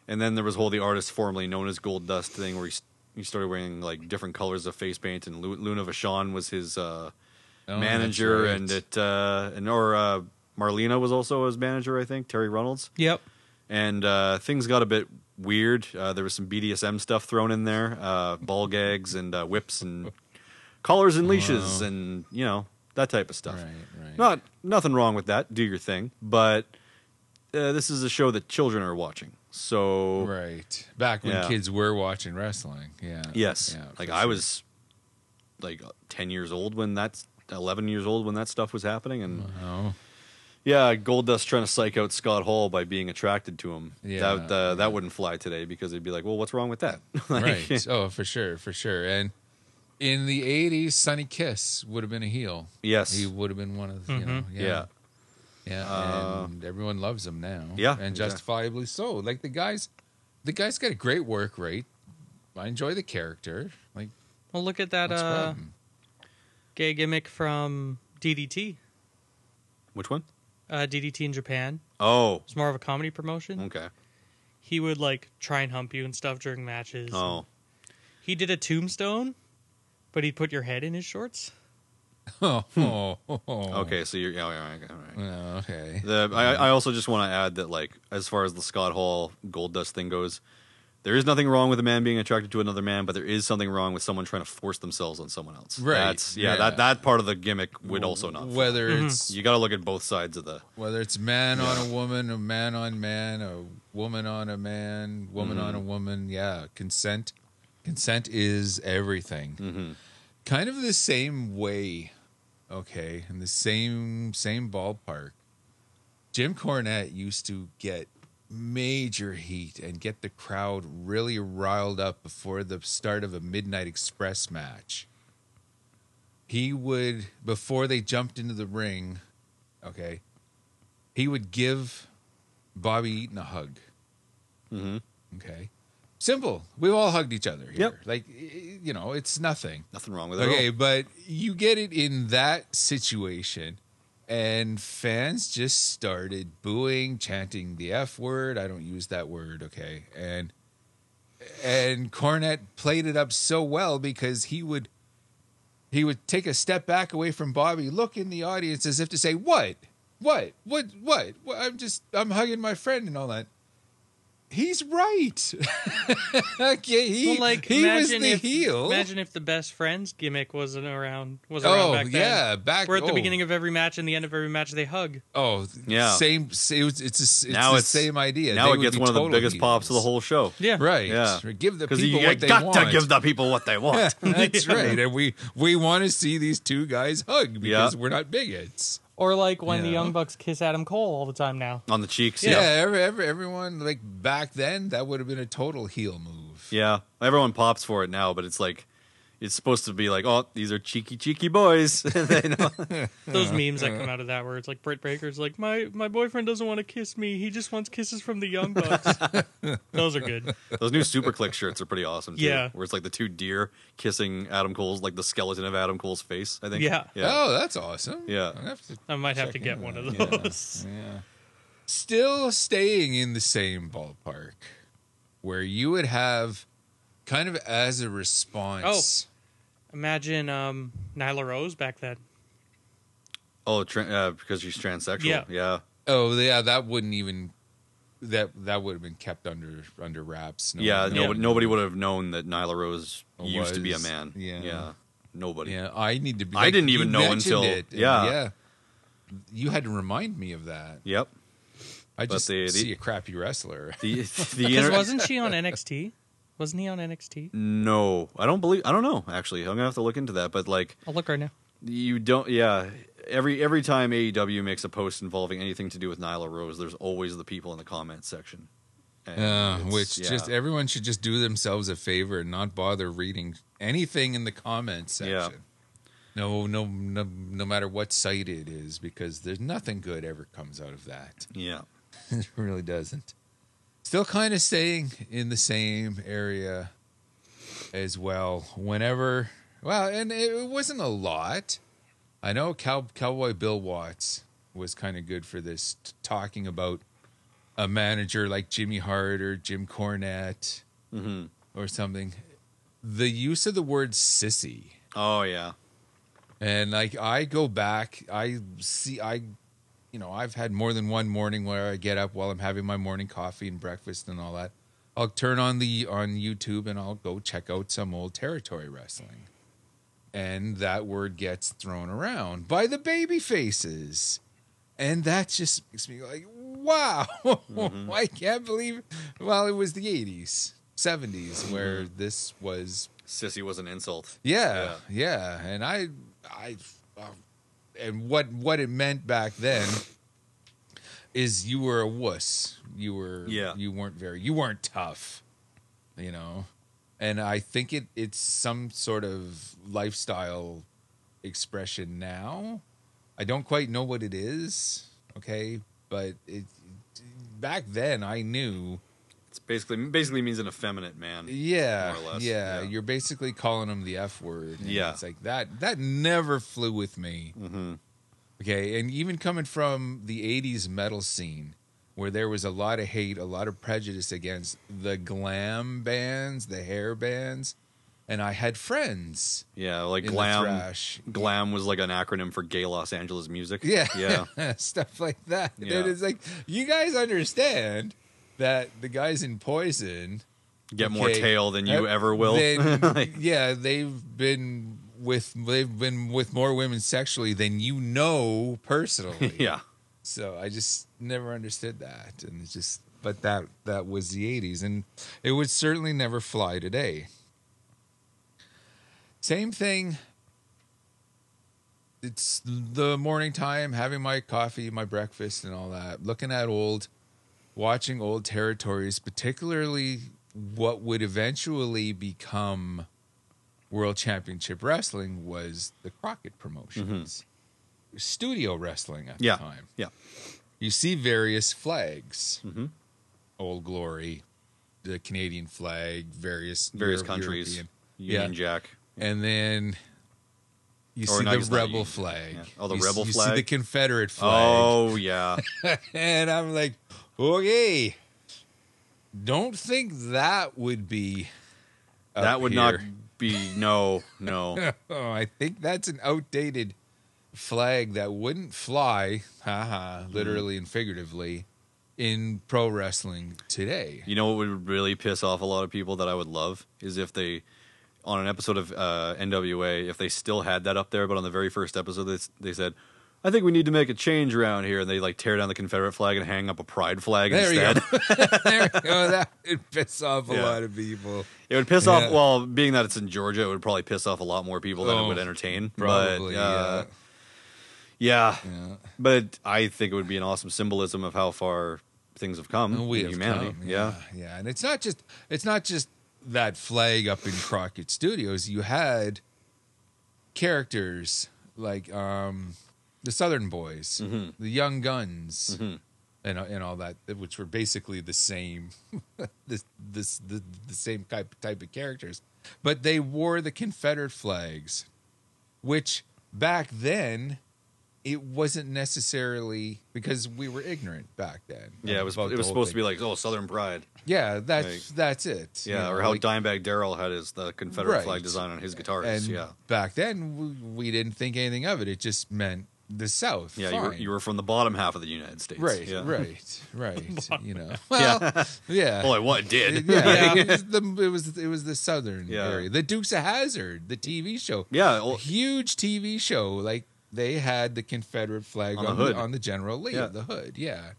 Speaker 4: and then there was whole the artist formerly known as gold dust thing where he, s- he started wearing like different colors of face paint and Lu- luna vachon was his uh
Speaker 3: Oh,
Speaker 4: manager
Speaker 3: that's right.
Speaker 4: and it uh and or uh marlena was also his manager i think terry reynolds
Speaker 5: Yep.
Speaker 4: and uh things got a bit weird uh there was some bdsm stuff thrown in there uh ball gags and uh, whips and collars and leashes and you know that type of stuff
Speaker 3: Right, right.
Speaker 4: not nothing wrong with that. Do your thing, but uh, this is a show that children are watching. So
Speaker 3: right. Back when
Speaker 4: Yeah.
Speaker 3: kids were watching wrestling. Yeah.
Speaker 4: yes,
Speaker 3: Yeah,
Speaker 4: like
Speaker 3: for
Speaker 4: I
Speaker 3: sure.
Speaker 4: was like ten years old when that's eleven years old when that stuff was happening, and
Speaker 3: Oh.
Speaker 4: yeah, Goldust trying to psych out Scott Hall by being attracted to him.
Speaker 3: Yeah,
Speaker 4: that uh, that wouldn't fly today because they'd be like, well, what's wrong with that? Like,
Speaker 3: Right. Oh, for sure, for sure. And in the eighties, Sonny Kiss would have been a heel.
Speaker 4: Yes.
Speaker 3: He would have been one of the you know, yeah.
Speaker 4: Mm-hmm. Yeah.
Speaker 3: Yeah. and everyone loves him now.
Speaker 4: Uh, Yeah,
Speaker 3: And
Speaker 4: yeah.
Speaker 3: justifiably so. Like the guys the guy's got a great work rate. I enjoy the character. Like
Speaker 5: Well, look at that
Speaker 3: what's the
Speaker 5: uh,
Speaker 3: problem?
Speaker 5: gay gimmick from DDT.
Speaker 4: Which one?
Speaker 5: Uh, DDT in Japan.
Speaker 4: Oh,
Speaker 5: It's more of a comedy promotion.
Speaker 4: okay.
Speaker 5: He would like try and hump you and stuff during matches.
Speaker 4: Oh,
Speaker 5: He did a tombstone, but he'd put your head in his shorts.
Speaker 3: Oh, oh, oh, oh.
Speaker 4: okay. So you're yeah, all right, all right.
Speaker 3: Oh, okay.
Speaker 4: The, I, I also just want to add that, like, as far as the Scott Hall Gold Dust thing goes, there is nothing wrong with a man being attracted to another man, but there is something wrong with someone trying to force themselves on someone else.
Speaker 3: Right,
Speaker 4: That's, yeah,
Speaker 3: yeah.
Speaker 4: That that part of the gimmick would also not. fly.
Speaker 3: whether it's
Speaker 4: you got to look at both sides of the.
Speaker 3: whether it's man on a woman, a man on man, a woman on a man, woman on a woman. Yeah, consent. Consent is everything. Kind of the same way, okay, in the same same ballpark. Jim Cornette used to get major heat and get the crowd really riled up before the start of a Midnight Express match. He would before they jumped into the ring, okay, he would give Bobby Eaton a hug. Okay. Simple. We've all hugged each other here.
Speaker 4: Yep.
Speaker 3: Like, y- you know, it's nothing.
Speaker 4: Nothing wrong with it. at
Speaker 3: Okay,
Speaker 4: all.
Speaker 3: but you get it in that situation, and fans just started booing, chanting the F word. I don't use that word, okay? And and Cornette played it up so well because he would he would take a step back away from Bobby, look in the audience as if to say, "What? What? What? What? what? I'm just I'm hugging my friend and all that." He's right. okay, he,
Speaker 5: Well, like
Speaker 3: he was
Speaker 5: imagine
Speaker 3: the
Speaker 5: if,
Speaker 3: heel.
Speaker 5: Imagine if the best friends gimmick wasn't around. Was around
Speaker 3: Oh
Speaker 5: back then.
Speaker 3: yeah, back
Speaker 5: Where at the
Speaker 3: oh,
Speaker 5: beginning of every match and the end of every match they hug.
Speaker 3: Oh
Speaker 4: Yeah.
Speaker 3: same. s- It was, it's a, s- it's
Speaker 4: now
Speaker 3: the
Speaker 4: it's
Speaker 3: same idea.
Speaker 4: Now
Speaker 3: They
Speaker 4: it
Speaker 3: would
Speaker 4: gets
Speaker 3: be
Speaker 4: one of the
Speaker 3: total
Speaker 4: biggest pops of the
Speaker 3: heels.
Speaker 4: whole show.
Speaker 5: Yeah.
Speaker 3: Right.
Speaker 4: Yeah.
Speaker 3: Give the
Speaker 4: Because
Speaker 3: people
Speaker 4: you
Speaker 3: what they
Speaker 4: got
Speaker 3: want.
Speaker 4: to give the people what they want.
Speaker 3: That's right. And we we want to see these two guys hug because we're not bigots.
Speaker 5: Or like when the
Speaker 3: Yeah.
Speaker 5: Young Bucks kiss Adam Cole all the time now.
Speaker 4: On the cheeks.
Speaker 3: Yeah.
Speaker 4: Yeah.
Speaker 3: every, every, everyone like back then that would have been a total heel move.
Speaker 4: Yeah. Everyone pops for it now, but it's like, it's supposed to be like, oh, these are cheeky, cheeky boys. They know.
Speaker 5: Those memes that come out of that where it's like Britt Baker's like my my boyfriend doesn't want to kiss me. He just wants kisses from the Young Bucks. Those are good.
Speaker 4: Those new Super Click shirts are pretty awesome, too.
Speaker 5: Yeah.
Speaker 4: Where it's like the two deer kissing Adam Cole's, like the skeleton of Adam Cole's face, I think.
Speaker 5: Yeah.
Speaker 3: Oh, that's awesome.
Speaker 4: Yeah.
Speaker 3: I'll have to
Speaker 5: I might have to
Speaker 3: check
Speaker 5: get
Speaker 3: into
Speaker 5: one of
Speaker 3: that. Yeah.
Speaker 5: those.
Speaker 3: Yeah. Still staying in the same ballpark where you would have kind of as a
Speaker 5: Oh,
Speaker 3: response.
Speaker 5: Imagine um, Nyla Rose back then.
Speaker 4: Oh, tran uh, because she's transsexual.
Speaker 5: Yeah.
Speaker 4: yeah.
Speaker 3: Oh. yeah, that wouldn't even that that would have been kept under under wraps. No
Speaker 4: yeah,
Speaker 3: one-
Speaker 4: nobody,
Speaker 3: one-
Speaker 4: nobody would have known that Nyla Rose used to be a
Speaker 3: Was,
Speaker 4: man.
Speaker 3: yeah.
Speaker 4: yeah, nobody.
Speaker 3: Yeah, I need to be
Speaker 4: I didn't even
Speaker 3: you
Speaker 4: know
Speaker 3: mentioned
Speaker 4: until-
Speaker 3: it, and
Speaker 4: yeah.
Speaker 3: yeah. You had to remind me of that.
Speaker 4: Yep.
Speaker 3: I
Speaker 4: But
Speaker 3: just
Speaker 4: the- the-
Speaker 3: see a crappy wrestler.
Speaker 4: The the
Speaker 5: Because
Speaker 4: inter-
Speaker 5: wasn't she on NXT? Wasn't he on NXT?
Speaker 4: no, I don't believe. I don't know. Actually, I'm gonna have to look into that. But like,
Speaker 5: I'll look right now.
Speaker 4: you don't. Yeah, every every time AEW makes a post involving anything to do with Nyla Rose, there's always the people in the comment section. And
Speaker 3: Uh,
Speaker 4: it's-
Speaker 3: which
Speaker 4: yeah.
Speaker 3: just everyone should just do themselves a favor and not bother reading anything in the comments section.
Speaker 4: Yeah.
Speaker 3: No, no, no, no matter what site it is, because there's nothing good ever comes out of that.
Speaker 4: yeah.
Speaker 3: it really doesn't. Still kind of staying in the same area as well. Whenever, well, and it wasn't a lot. I know Cow, Cowboy Bill Watts was kind of good for this, t- talking about a manager like Jimmy Hart or Jim Cornette
Speaker 4: hmm
Speaker 3: or something. The use of the word sissy.
Speaker 4: Oh yeah.
Speaker 3: And like I go back, I see I you know, I've had more than one morning where I get up while I'm having my morning coffee and breakfast and all that. I'll turn on the on YouTube and I'll go check out some old territory wrestling. And that word gets thrown around by the baby faces. And that just makes me like, wow. I can't believe well, it was the 80s, 70s where this was
Speaker 4: Sissy was an insult.
Speaker 3: yeah, yeah, and I, I, uh, and what what it meant back then is you were a wuss. You were
Speaker 4: Yeah.
Speaker 3: You weren't very. You weren't tough. You know, and I think it it's some sort of lifestyle expression now. I don't quite know what it is. Okay, but it back then I knew.
Speaker 4: It's basically basically means an effeminate man.
Speaker 3: Yeah,
Speaker 4: More or less,
Speaker 3: yeah,
Speaker 4: yeah.
Speaker 3: You're basically calling him the F word. and
Speaker 4: Yeah.
Speaker 3: It's like that that never flew with me.
Speaker 4: Mm-hmm.
Speaker 3: Okay. And even coming from the 80s metal scene, where there was a lot of hate, a lot of prejudice against the glam bands, the hair bands. And I had friends
Speaker 4: Yeah, like
Speaker 3: in the
Speaker 4: glam.
Speaker 3: thrash.
Speaker 4: Glam was like an acronym for Gay Los Angeles Music.
Speaker 3: Yeah.
Speaker 4: yeah.
Speaker 3: Stuff like that. And
Speaker 4: Yeah.
Speaker 3: it's like, you guys understand that the guys in Poison
Speaker 4: Get more
Speaker 3: Okay.
Speaker 4: tail than you
Speaker 3: Uh,
Speaker 4: ever will.
Speaker 3: then, yeah, they've been with they've been with more women sexually than you know personally.
Speaker 4: yeah,
Speaker 3: So I just never understood that, and it's just but that that was the '80s, and it would certainly never fly today. Same thing. It's the morning time, having my coffee, my breakfast, and all that. Looking at old, watching old territories, particularly what would eventually become World Championship Wrestling, was the Crockett Promotions, studio wrestling at
Speaker 4: Yeah.
Speaker 3: the time
Speaker 4: yeah.
Speaker 3: you see various flags
Speaker 4: Mhm.
Speaker 3: old glory the Canadian flag, various
Speaker 4: various
Speaker 3: Euro-
Speaker 4: countries,
Speaker 3: European.
Speaker 4: Union
Speaker 3: Yeah.
Speaker 4: Jack.
Speaker 3: and then you
Speaker 4: Or
Speaker 3: see
Speaker 4: not,
Speaker 3: the
Speaker 4: it's not
Speaker 3: rebel
Speaker 4: Union Jack,
Speaker 3: flag.
Speaker 4: yeah. Oh, the
Speaker 3: You s-
Speaker 4: rebel
Speaker 3: you see
Speaker 4: flag?
Speaker 3: the Confederate flag,
Speaker 4: Oh yeah,
Speaker 3: and I'm like, okay, don't think that would be up
Speaker 4: that would not
Speaker 3: here.
Speaker 4: be no no.
Speaker 3: oh, I think that's an outdated flag that wouldn't fly, haha,
Speaker 4: Mm-hmm.
Speaker 3: literally and figuratively, in pro wrestling today.
Speaker 4: You know what would really piss off a lot of people that I would love is if they, on an episode of uh, NWA, if they still had that up there, but on the very first episode they, s- they said, "I think we need to make a change around here," and they like tear down the Confederate flag and hang up a Pride flag
Speaker 3: There you
Speaker 4: instead.
Speaker 3: go. there you go. That would piss off a
Speaker 4: Yeah.
Speaker 3: lot of people.
Speaker 4: It would piss
Speaker 3: Yeah.
Speaker 4: off. Well, being that it's in Georgia, it would probably piss off a lot more people than it
Speaker 3: Oh,
Speaker 4: would entertain.
Speaker 3: Probably.
Speaker 4: but, uh, yeah. But I think it would be an awesome symbolism of how far things have come.
Speaker 3: yeah. We
Speaker 4: in
Speaker 3: have
Speaker 4: humanity.
Speaker 3: come,
Speaker 4: Yeah.
Speaker 3: yeah. Yeah. And it's not just it's not just that flag up in Crockett Studios. You had characters like um the Southern Boys, the Young Guns, and and all that, which were basically the same, this this the, the same type type of characters, but they wore the Confederate flags, which back then it wasn't necessarily because we were ignorant back then.
Speaker 4: Yeah. it was
Speaker 3: about
Speaker 4: it
Speaker 3: the
Speaker 4: was
Speaker 3: whole
Speaker 4: supposed to
Speaker 3: thing.
Speaker 4: be like oh Southern Pride.
Speaker 3: yeah, that's
Speaker 4: like-
Speaker 3: that's it. you
Speaker 4: Yeah.
Speaker 3: know,
Speaker 4: or how
Speaker 3: like-
Speaker 4: Dimebag Daryl had his the Confederate
Speaker 3: Right.
Speaker 4: flag design on his guitarist.
Speaker 3: and
Speaker 4: yeah.
Speaker 3: back then we, we didn't think anything of it. It just meant the South.
Speaker 4: Yeah. You were,
Speaker 3: fine.
Speaker 4: you were from the bottom half of the United States.
Speaker 3: Right,
Speaker 4: Yeah.
Speaker 3: right, right. you know, well, yeah,
Speaker 4: Well, I what
Speaker 3: It-
Speaker 4: did.
Speaker 3: yeah, It, was the, it was it was the southern
Speaker 4: Yeah.
Speaker 3: area. The Dukes of Hazard, the TV show,
Speaker 4: Yeah, well-
Speaker 3: huge TV show. Like they had the Confederate flag
Speaker 4: On
Speaker 3: on,
Speaker 4: the
Speaker 3: the,
Speaker 4: hood.
Speaker 3: on the General Lee
Speaker 4: Yeah.
Speaker 3: of the hood. Yeah.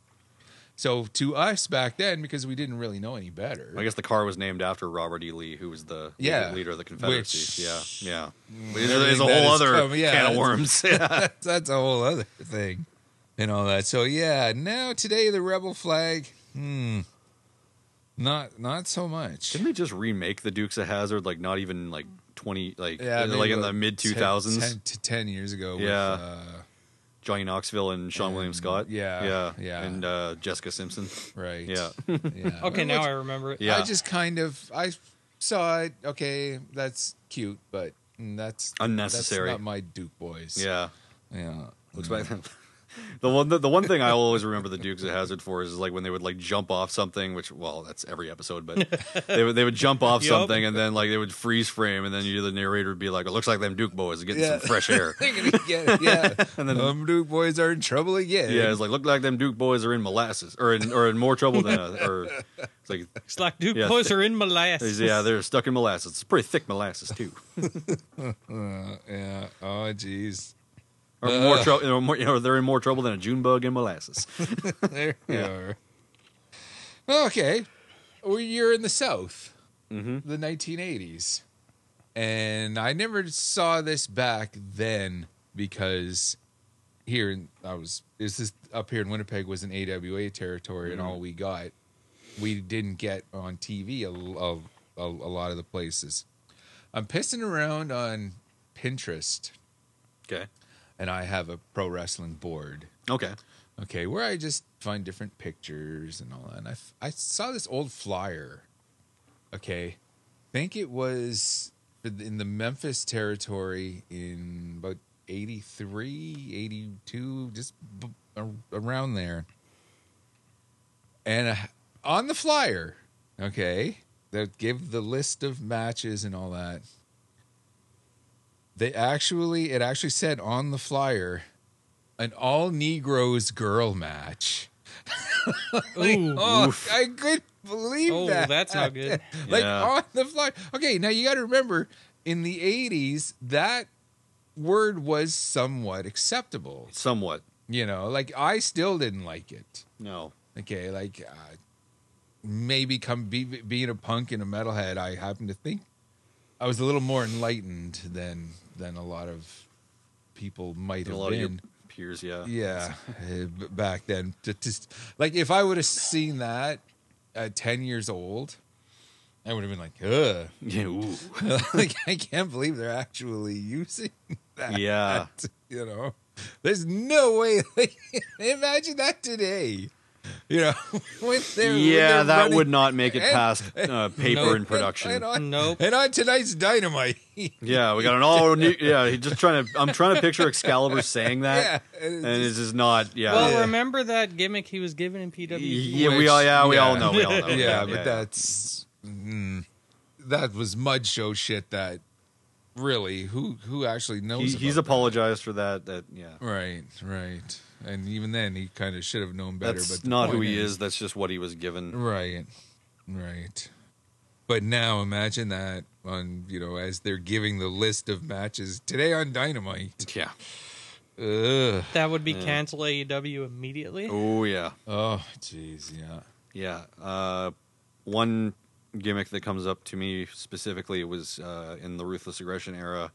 Speaker 3: So to us back then, because we didn't really know any better,
Speaker 4: I guess the car was named after Robert E. Lee, who was the
Speaker 3: Yeah.
Speaker 4: leader of the Confederacy.
Speaker 3: Which-
Speaker 4: yeah, yeah.
Speaker 3: everything that
Speaker 4: There's a whole
Speaker 3: has
Speaker 4: other
Speaker 3: come- yeah,
Speaker 4: can of
Speaker 3: it's-
Speaker 4: worms. Yeah.
Speaker 3: that's a whole other thing, and all that. So yeah, now today the rebel flag, hmm, not not so much.
Speaker 4: Didn't they just remake the Dukes of Hazard? Like not even like twenty, like uh,
Speaker 3: Yeah, maybe
Speaker 4: like in the
Speaker 3: about
Speaker 4: mid two
Speaker 3: 10
Speaker 4: thousands.
Speaker 3: to ten years ago. With,
Speaker 4: Yeah.
Speaker 3: uh,
Speaker 4: Johnny Knoxville and Sean William
Speaker 3: And-
Speaker 4: Scott.
Speaker 3: yeah,
Speaker 4: yeah,
Speaker 3: yeah.
Speaker 4: and uh, Jessica Simpson.
Speaker 3: right.
Speaker 4: Yeah,
Speaker 3: yeah.
Speaker 5: Okay, now
Speaker 3: Which-
Speaker 5: I remember it.
Speaker 4: Yeah.
Speaker 3: I just kind of I saw it. Okay, that's cute, but that's
Speaker 4: Unnecessary.
Speaker 3: That's not my Duke boys.
Speaker 4: yeah.
Speaker 3: yeah.
Speaker 4: Looks back then. The one, the, the one thing I always remember the Dukes of Hazard for is like when they would like jump off something, which well, that's every episode, but they would they would jump off
Speaker 5: Yup.
Speaker 4: something and then like they would freeze frame, and then you the narrator would be like, "It looks like them Duke boys are getting
Speaker 3: Yeah.
Speaker 4: some fresh air."
Speaker 3: yeah, yeah. and then um, Duke boys are in trouble again.
Speaker 4: yeah, it's like look like them Duke boys are in molasses or in or in more trouble than us, or it's like
Speaker 5: It's like Duke
Speaker 4: Yeah.
Speaker 5: boys are in molasses.
Speaker 4: yeah they're stuck in molasses. It's pretty thick molasses too,
Speaker 3: yeah. Oh, jeez.
Speaker 4: or more trouble, or more, you know, they're in more trouble than a June bug in molasses.
Speaker 3: There you are. Okay. Well, you're in the South, the 1980s. And I never saw this back then because here in, I was, is this up here in Winnipeg was an AWA territory, and all we got, we didn't get on TV a, a, a, a lot of the places. I'm pissing around on Pinterest,
Speaker 4: Okay,
Speaker 3: and I have a pro wrestling board
Speaker 4: okay,
Speaker 3: okay, where I just find different pictures and all that. And I, f- I saw this old flyer. Okay, think it was in the Memphis territory in about 83, 82, just b- ar- around there. And uh, on the flyer, okay, that give the list of matches and all that. They actually, it actually said on the flyer, an all Negroes girl match.
Speaker 5: Ooh.
Speaker 3: Oh, I couldn't believe
Speaker 5: Oh,
Speaker 3: that.
Speaker 5: that's not good.
Speaker 3: Like
Speaker 4: Yeah.
Speaker 3: on the fly. Okay, now you got to remember in the 80s, that word was somewhat acceptable.
Speaker 4: somewhat.
Speaker 3: You know, like I still didn't like it.
Speaker 4: No,
Speaker 3: Okay, like uh, maybe come be, being a punk and a metalhead, I happen to think I was a little more enlightened than than a lot of people might
Speaker 4: a
Speaker 3: have
Speaker 4: lot
Speaker 3: been.
Speaker 4: of your peers, yeah,
Speaker 3: Yeah, uh, b- back then, to, to, like if I would have seen that at ten years old, I would have been like, "Ugh!"
Speaker 4: yeah, ooh.
Speaker 3: like I can't believe they're actually using that.
Speaker 4: yeah.
Speaker 3: You know, there's no way. Like, imagine that today. You know, with their, with
Speaker 4: yeah,
Speaker 3: their
Speaker 4: that
Speaker 3: running-
Speaker 4: would not make it
Speaker 3: and-
Speaker 4: past uh, paper
Speaker 3: No,
Speaker 4: and production.
Speaker 3: And, on,
Speaker 5: Nope.
Speaker 3: and on tonight's dynamite.
Speaker 4: yeah, we got an all new. Yeah, he just trying to. I'm trying to picture Excalibur saying that,
Speaker 3: Yeah, and
Speaker 4: and
Speaker 3: it's
Speaker 4: it's just not. Yeah,
Speaker 5: Well, remember that gimmick he was given in PW?
Speaker 4: yeah, we all. Yeah, we all know. We all know.
Speaker 3: yeah, but that's mm, that was mud show shit. That really, who who actually knows?
Speaker 4: He, he's
Speaker 3: about
Speaker 4: apologized for that. That yeah.
Speaker 3: that? right, right. And even then, he kind of should have known better.
Speaker 4: That's
Speaker 3: but the
Speaker 4: not who
Speaker 3: point
Speaker 4: he is. That's just what he was given.
Speaker 3: Right, right. But now imagine that on you know as they're giving the list of matches today on Dynamite.
Speaker 4: Yeah.
Speaker 3: Ugh.
Speaker 5: That would be cancel AEW immediately.
Speaker 4: Oh yeah.
Speaker 3: Oh, jeez, yeah.
Speaker 4: Yeah. Uh, one gimmick that comes up to me specifically was uh, in the Ruthless Aggression era.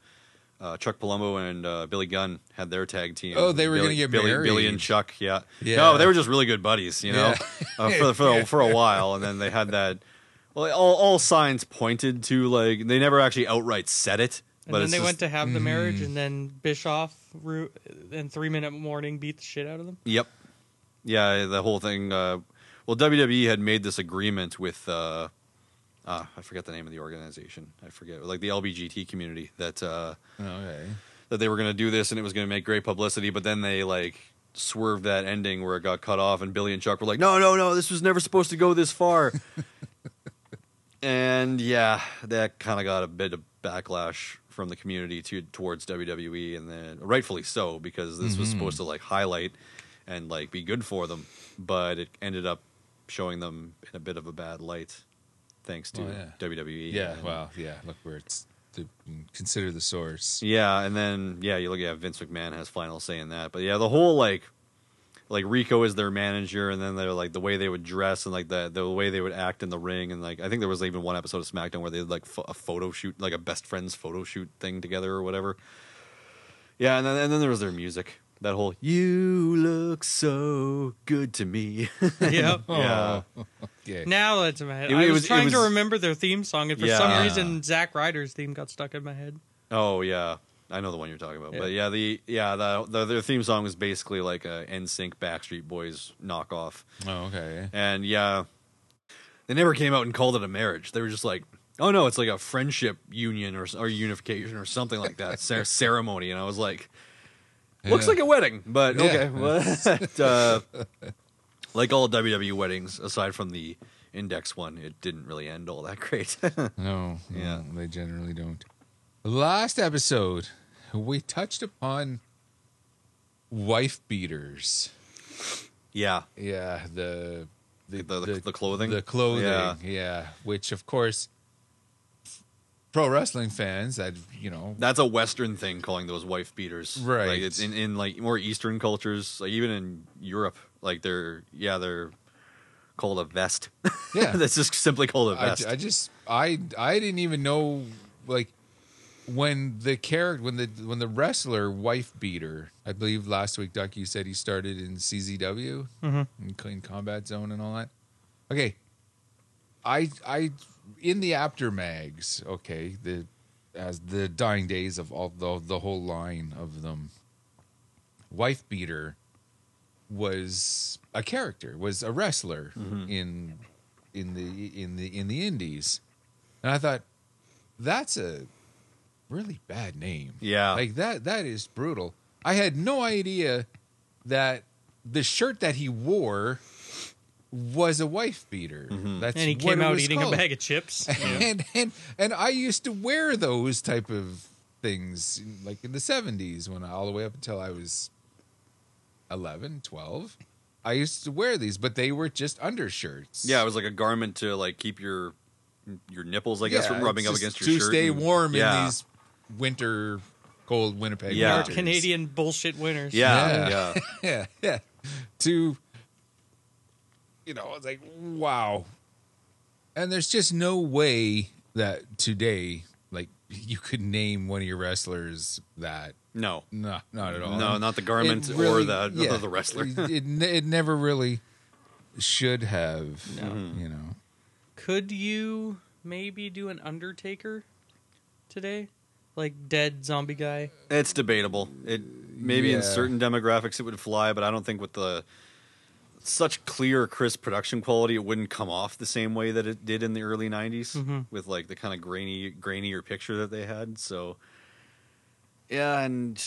Speaker 4: Uh, Chuck Palumbo and uh, Billy Gunn had their tag team.
Speaker 3: Oh, they were
Speaker 4: Billy-
Speaker 3: gonna get
Speaker 4: Billy,
Speaker 3: married.
Speaker 4: Billy and Chuck, yeah.
Speaker 3: Yeah.
Speaker 4: No, they were just really good buddies, you know,
Speaker 3: Yeah.
Speaker 4: uh, for for a, for a while, and then they had that. Well, all, all signs pointed to like they never actually outright said it,
Speaker 5: and
Speaker 4: but
Speaker 5: then
Speaker 4: it's
Speaker 5: they
Speaker 4: just- mm.
Speaker 5: went to have the marriage, and then Bischoff ru- and Three Minute Morning beat the shit out of them.
Speaker 4: Yep. Yeah, the whole thing. Uh, well, WWE had made this agreement with, uh, uh, I forget the name of the organization. I forget, like the LBGT community, that uh,
Speaker 3: Okay.
Speaker 4: that they were going to do this and it was going to make great publicity. But then they like swerved that ending where it got cut off, and Billy and Chuck were like, "No, no, no, this was never supposed to go this far." and yeah, that kind of got a bit of backlash from the community to towards WWE, and then rightfully so because this
Speaker 3: Mm-hmm.
Speaker 4: was supposed to like highlight and like be good for them, but it ended up showing them in a bit of a bad light, thanks to
Speaker 3: Oh, yeah.
Speaker 4: WWE.
Speaker 3: Yeah.
Speaker 4: and-
Speaker 3: Well. Yeah. Look where it's the, consider the source.
Speaker 4: yeah, and then yeah, you look at Vince McMahon has final say in that. But yeah, the whole like like Rico is their manager and then they're like the way they would dress and like the the way they would act in the ring and like I think there was even one episode of SmackDown where they did like pho- a photo shoot like a best friends photo shoot thing together or whatever. Yeah, and then and then there was their music. That whole "You look so good to me."
Speaker 5: yep.
Speaker 4: yeah, Oh.
Speaker 3: Okay.
Speaker 5: Now that's in my head.
Speaker 4: It-
Speaker 5: I
Speaker 4: it
Speaker 5: was,
Speaker 4: was- it
Speaker 5: trying to
Speaker 4: was-
Speaker 5: remember their theme song, and for
Speaker 4: Yeah.
Speaker 5: some reason, Zack Ryder's theme got stuck in my head.
Speaker 4: Oh yeah, I know the one you're talking about. But yeah, the yeah the, the their theme song was basically like a NSYNC Backstreet Boys knockoff.
Speaker 3: oh, okay.
Speaker 4: And yeah, they never came out and called it a marriage. They were just like, oh no, it's like a friendship union or or unification or something like that cer- ceremony. And I was like, looks
Speaker 3: Yeah.
Speaker 4: like a wedding, but okay.
Speaker 3: Yeah.
Speaker 4: But, uh, like all WWE weddings, aside from the index one, it didn't really end all that great.
Speaker 3: No,
Speaker 4: Yeah.
Speaker 3: yeah, they generally don't. Last episode, we touched upon wife beaters.
Speaker 4: yeah,
Speaker 3: Yeah, the the
Speaker 4: The- the- the clothing?
Speaker 3: the clothing,
Speaker 4: Yeah.
Speaker 3: yeah. which of course, pro wrestling fans, that you know,
Speaker 4: that's a Western thing, calling those wife beaters.
Speaker 3: Right.
Speaker 4: Like it's in, in like more Eastern cultures, like even in Europe, like they're yeah they're called a vest.
Speaker 3: yeah,
Speaker 4: That's just simply called a
Speaker 3: I,
Speaker 4: vest.
Speaker 3: I just I I didn't even know like when the character when the when the wrestler wife beater I believe last week Duck you said he started in CZW in Clean Combat Zone and all that. Okay, I I in the aftermags. Okay, the as the dying days of all the the whole line of them. Wife beater was a character was a wrestler in in the in the in the indies and i thought that's a really bad name
Speaker 4: Yeah.
Speaker 3: like that that is brutal i had no idea that the shirt that he wore was a wife beater that's
Speaker 5: And he
Speaker 3: what
Speaker 5: came
Speaker 3: it
Speaker 5: out
Speaker 3: was
Speaker 5: eating
Speaker 3: called.
Speaker 5: a bag of chips.
Speaker 3: and and and i used to wear those type of things like in the 70s when I, all the way up until i was 11 12 i used to wear these but they were just undershirts
Speaker 4: Yeah, it was like a garment to like keep your your nipples, I guess,
Speaker 3: Yeah,
Speaker 4: from rubbing
Speaker 3: it's
Speaker 4: up
Speaker 3: just
Speaker 4: against your
Speaker 3: to
Speaker 4: shirt.
Speaker 3: stay
Speaker 4: and-
Speaker 3: warm
Speaker 4: yeah.
Speaker 3: in these winter cold Winnipeg
Speaker 4: Yeah.
Speaker 5: Our
Speaker 3: winters.
Speaker 5: Canadian bullshit winners.
Speaker 4: Yeah, yeah.
Speaker 3: yeah, yeah. To you know, it's like wow. And there's just no way that today, like you could name one of your wrestlers that.
Speaker 4: No,
Speaker 3: No, not at all.
Speaker 4: no, not the garment
Speaker 3: It
Speaker 4: or
Speaker 3: really-
Speaker 4: the
Speaker 3: yeah.
Speaker 4: the wrestler.
Speaker 3: it, it ne- it never really should have. You know.
Speaker 5: Could you maybe do an Undertaker today? Like dead zombie guy?
Speaker 4: It's debatable. It maybe in
Speaker 3: Yeah.
Speaker 4: certain demographics it would fly, but I don't think with the such clear, crisp production quality, it wouldn't come off the same way that it did in the early '90s
Speaker 3: Mm-hmm.
Speaker 4: with like the kind of grainy, grainier picture that they had. So, yeah, and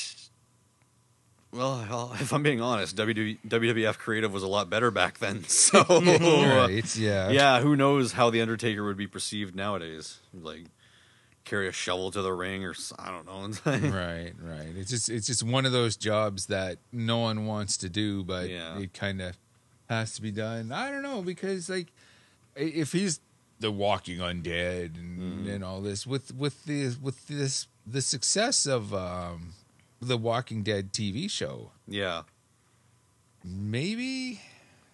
Speaker 4: well, I'll- if I'm being honest, WW- WWF creative was a lot better back then. So,
Speaker 3: Right, yeah.
Speaker 4: uh, yeah, who knows how the Undertaker would be perceived nowadays? Like carry a shovel to the ring, or s- I don't know.
Speaker 3: Right, right. It's just it's just one of those jobs that no one wants to do, but
Speaker 4: Yeah.
Speaker 3: it kind of has to be done. I don't know because like i- if he's the walking undead and,
Speaker 4: Mm-hmm.
Speaker 3: and all this with with the with this the success of um the Walking Dead TV show,
Speaker 4: yeah,
Speaker 3: maybe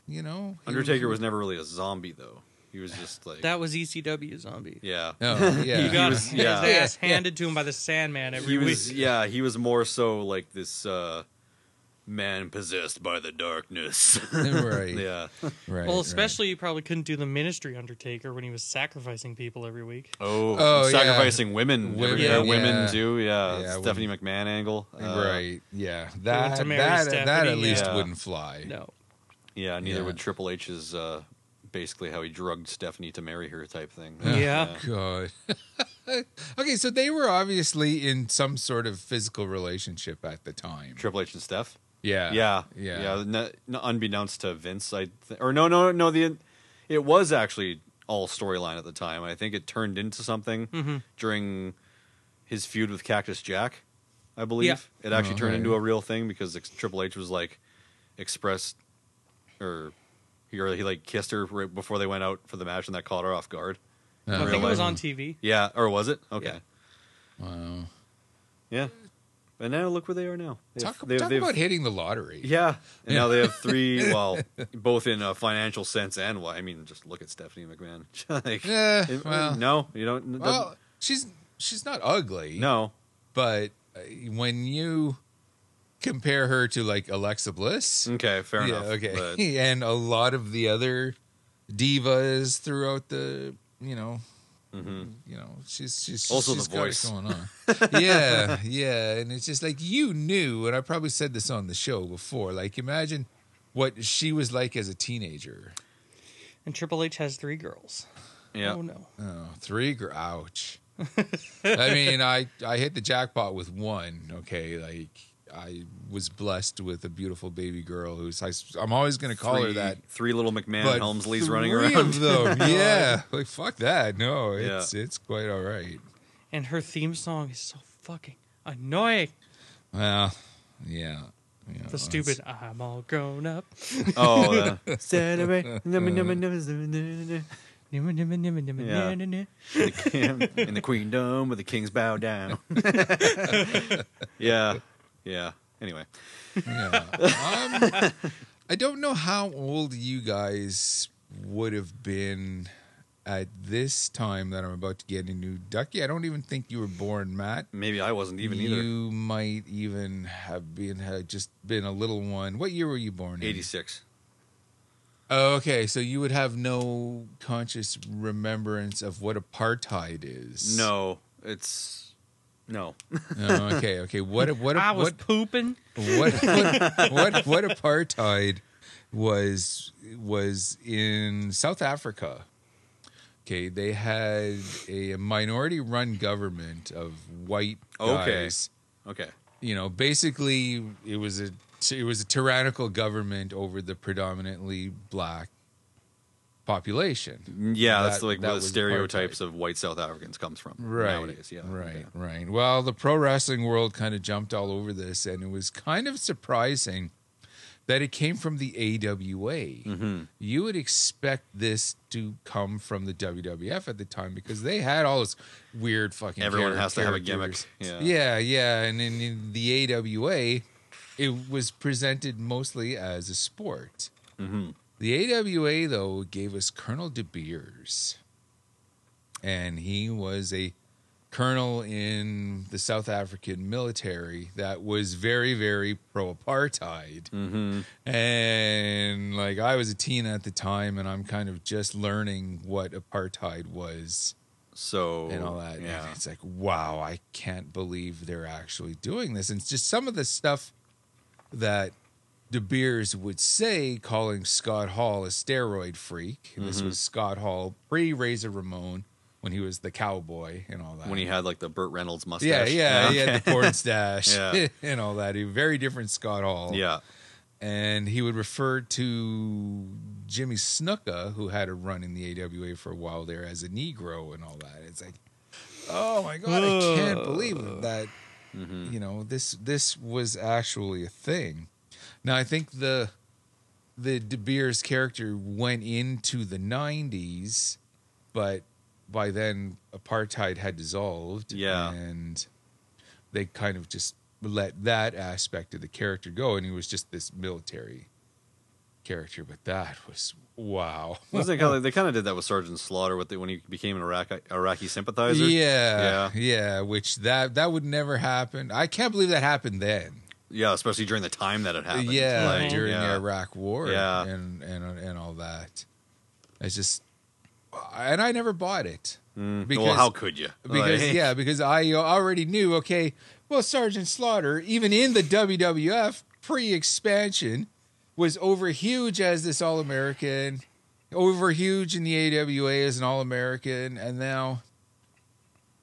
Speaker 3: you know he-
Speaker 4: Undertaker was never really a zombie though. He was just like
Speaker 5: That was ECW zombie.
Speaker 4: Yeah.
Speaker 3: Oh, yeah.
Speaker 5: He got
Speaker 4: was-
Speaker 5: his
Speaker 4: yeah.
Speaker 5: ass
Speaker 3: Yeah.
Speaker 5: handed to him by the Sandman every
Speaker 4: he was
Speaker 5: week.
Speaker 4: yeah, he was more so like this uh man possessed by the darkness.
Speaker 3: right,
Speaker 4: yeah.
Speaker 3: right.
Speaker 5: well,
Speaker 3: right.
Speaker 5: especially you probably couldn't do the Ministry Undertaker when he was sacrificing people every week.
Speaker 4: Oh,
Speaker 3: Oh, yeah.
Speaker 4: sacrificing women.
Speaker 3: Women,
Speaker 4: Women, yeah,
Speaker 3: yeah.
Speaker 4: women too. Yeah.
Speaker 3: Yeah,
Speaker 4: Stephanie McMahon angle. Uh,
Speaker 3: right, yeah. That
Speaker 5: to marry
Speaker 3: that, that at
Speaker 5: Stephanie,
Speaker 3: least
Speaker 4: yeah.
Speaker 3: wouldn't fly.
Speaker 5: No,
Speaker 4: Yeah, neither
Speaker 3: Yeah.
Speaker 4: would Triple H's uh basically how he drugged Stephanie to marry her type thing.
Speaker 5: Yeah.
Speaker 3: God. okay, so they were obviously in some sort of physical relationship at the time.
Speaker 4: Triple H and Steph.
Speaker 3: Yeah.
Speaker 4: yeah,
Speaker 3: Yeah.
Speaker 4: yeah. No, no, unbeknownst to Vince, I th- or no, no, no. The it was actually all storyline at the time. I think it turned into something during his feud with Cactus Jack. I believe it actually
Speaker 3: Oh,
Speaker 4: turned
Speaker 3: right.
Speaker 4: into a real thing because ex- Triple H was like expressed or he or he like kissed her right before they went out for the match, and that caught her off guard.
Speaker 5: I
Speaker 3: Uh,
Speaker 5: think
Speaker 4: real
Speaker 5: it was
Speaker 4: life.
Speaker 5: on TV.
Speaker 4: Yeah, or was it? Okay, yeah.
Speaker 5: Yeah.
Speaker 3: wow.
Speaker 4: And now look where they are now. They've-
Speaker 3: Talk,
Speaker 4: they've-
Speaker 3: talk
Speaker 4: they've-
Speaker 3: about hitting the lottery.
Speaker 4: Yeah, and now they have three. well, both in a financial sense and why. I mean, just look at Stephanie McMahon. like,
Speaker 3: Eh,
Speaker 4: it- mm,
Speaker 3: well.
Speaker 4: no, you don't. it
Speaker 3: Well,
Speaker 4: doesn't-
Speaker 3: she's she's not ugly.
Speaker 4: no,
Speaker 3: But uh, when you compare her to like Alexa Bliss,
Speaker 4: okay, fair
Speaker 3: yeah,
Speaker 4: enough.
Speaker 3: okay,
Speaker 4: but-
Speaker 3: and a lot of the other divas throughout the, you know,
Speaker 4: mhm.
Speaker 3: you know, she's she's
Speaker 4: Also
Speaker 3: she's
Speaker 4: the
Speaker 3: got it
Speaker 4: voice.
Speaker 3: going on. yeah, yeah, and it's just like you knew, and I probably said this on the show before. Like, imagine what she was like as a teenager.
Speaker 5: And Triple H has three girls.
Speaker 4: yeah,
Speaker 5: Oh no.
Speaker 3: Oh, three, gr- ouch. I mean, I I hit the jackpot with one. Okay, like I was blessed with a beautiful baby girl who's I, am always going to call her
Speaker 4: three-
Speaker 3: that.
Speaker 4: Three little McMahon
Speaker 3: But
Speaker 4: Helmsleys running
Speaker 3: three
Speaker 4: around.
Speaker 3: of them, yeah. Like fuck that. No,
Speaker 4: Yeah.
Speaker 3: it's it's quite all right.
Speaker 5: And her theme song is so fucking annoying.
Speaker 3: Well, yeah. yeah
Speaker 5: The stupid "I'm all grown up."
Speaker 4: oh, uh,
Speaker 5: Yeah.
Speaker 4: in, the king, in the queendom where the kings bow down. yeah, yeah. Anyway,
Speaker 3: Yeah. Um, I don't know how old you guys would have been at this time that I'm about to get into. Ducky, I don't even think you were born, Matt.
Speaker 4: maybe I wasn't even either.
Speaker 3: You might even have been had just been a little one. What year were you born? in?
Speaker 4: Eighty-six.
Speaker 3: Oh, okay, so you would have no conscious remembrance of what apartheid is.
Speaker 4: No, it's no.
Speaker 3: Oh, okay. Okay. What? What?
Speaker 5: I was
Speaker 3: what,
Speaker 5: pooping.
Speaker 3: what what what what apartheid was was in South Africa. Okay, they had a minority run government of white
Speaker 4: Okay.
Speaker 3: guys.
Speaker 4: Okay.
Speaker 3: You know, basically it was a it was a tyrannical government over the predominantly black population.
Speaker 4: Yeah, that's
Speaker 3: That-
Speaker 4: like
Speaker 3: that
Speaker 4: where the
Speaker 3: was
Speaker 4: stereotypes of white South Africans comes from
Speaker 3: Right.
Speaker 4: nowadays. Yeah,
Speaker 3: Right.
Speaker 4: okay.
Speaker 3: Right. Well, the pro wrestling world kind of jumped all over this, and it was kind of surprising that it came from the AWA.
Speaker 4: Mm-hmm.
Speaker 3: You would expect this to come from the WWF at the time because they had all this weird fucking.
Speaker 4: Everyone
Speaker 3: char-
Speaker 4: has to have a gimmick.
Speaker 3: characters. Yeah.
Speaker 4: Yeah.
Speaker 3: Yeah. And in, in the AWA, it was presented mostly as a sport.
Speaker 4: Mm-hmm.
Speaker 3: The AWA though gave us Colonel De Beers, and he was a colonel in the South African military that was very, very pro-apartheid. And like I was a teen at the time, and I'm kind of just learning what apartheid was
Speaker 4: So
Speaker 3: and all that.
Speaker 4: Yeah.
Speaker 3: And it's like, wow, I can't believe they're actually doing this. And it's just some of the stuff that De Beers would say, calling Scott Hall a steroid freak. And This
Speaker 4: Mm-hmm.
Speaker 3: was Scott Hall pre Razor Ramon when he was the cowboy and all that.
Speaker 4: when he had like the Burt Reynolds mustache.
Speaker 3: yeah, yeah, he had the
Speaker 4: okay.
Speaker 3: porn stash
Speaker 4: Yeah.
Speaker 3: and all that. He very different Scott Hall.
Speaker 4: yeah.
Speaker 3: and he would refer to Jimmy Snuka, who had a run in the AWA for a while there as a Negro and all that. It's like, oh my god, I can't believe that you know this this was actually a thing. Now I think the the De Beers character went into the '90s, but by then apartheid had dissolved.
Speaker 4: Yeah.
Speaker 3: and they kind of just let that aspect of the character go, and he was just this military character. But that was wow.
Speaker 4: Wasn't it kind of, they kind of did that with Sergeant Slaughter with the, when he became an Iraqi, Iraqi sympathizer?
Speaker 3: Yeah,
Speaker 4: Yeah.
Speaker 3: yeah. Which that that would never happen. I can't believe that happened then.
Speaker 4: Yeah, especially during the time that it happened.
Speaker 3: Yeah,
Speaker 4: Like,
Speaker 3: during the
Speaker 4: yeah.
Speaker 3: Iraq War,
Speaker 4: Yeah.
Speaker 3: and and and all that. It's just, and I never bought it Mm. because
Speaker 4: well, how could you?
Speaker 3: because
Speaker 4: Like-
Speaker 3: yeah because I already knew okay well Sergeant Slaughter even in the WWF pre-expansion was over huge as this All American, over huge in the AWA as an All American, and now,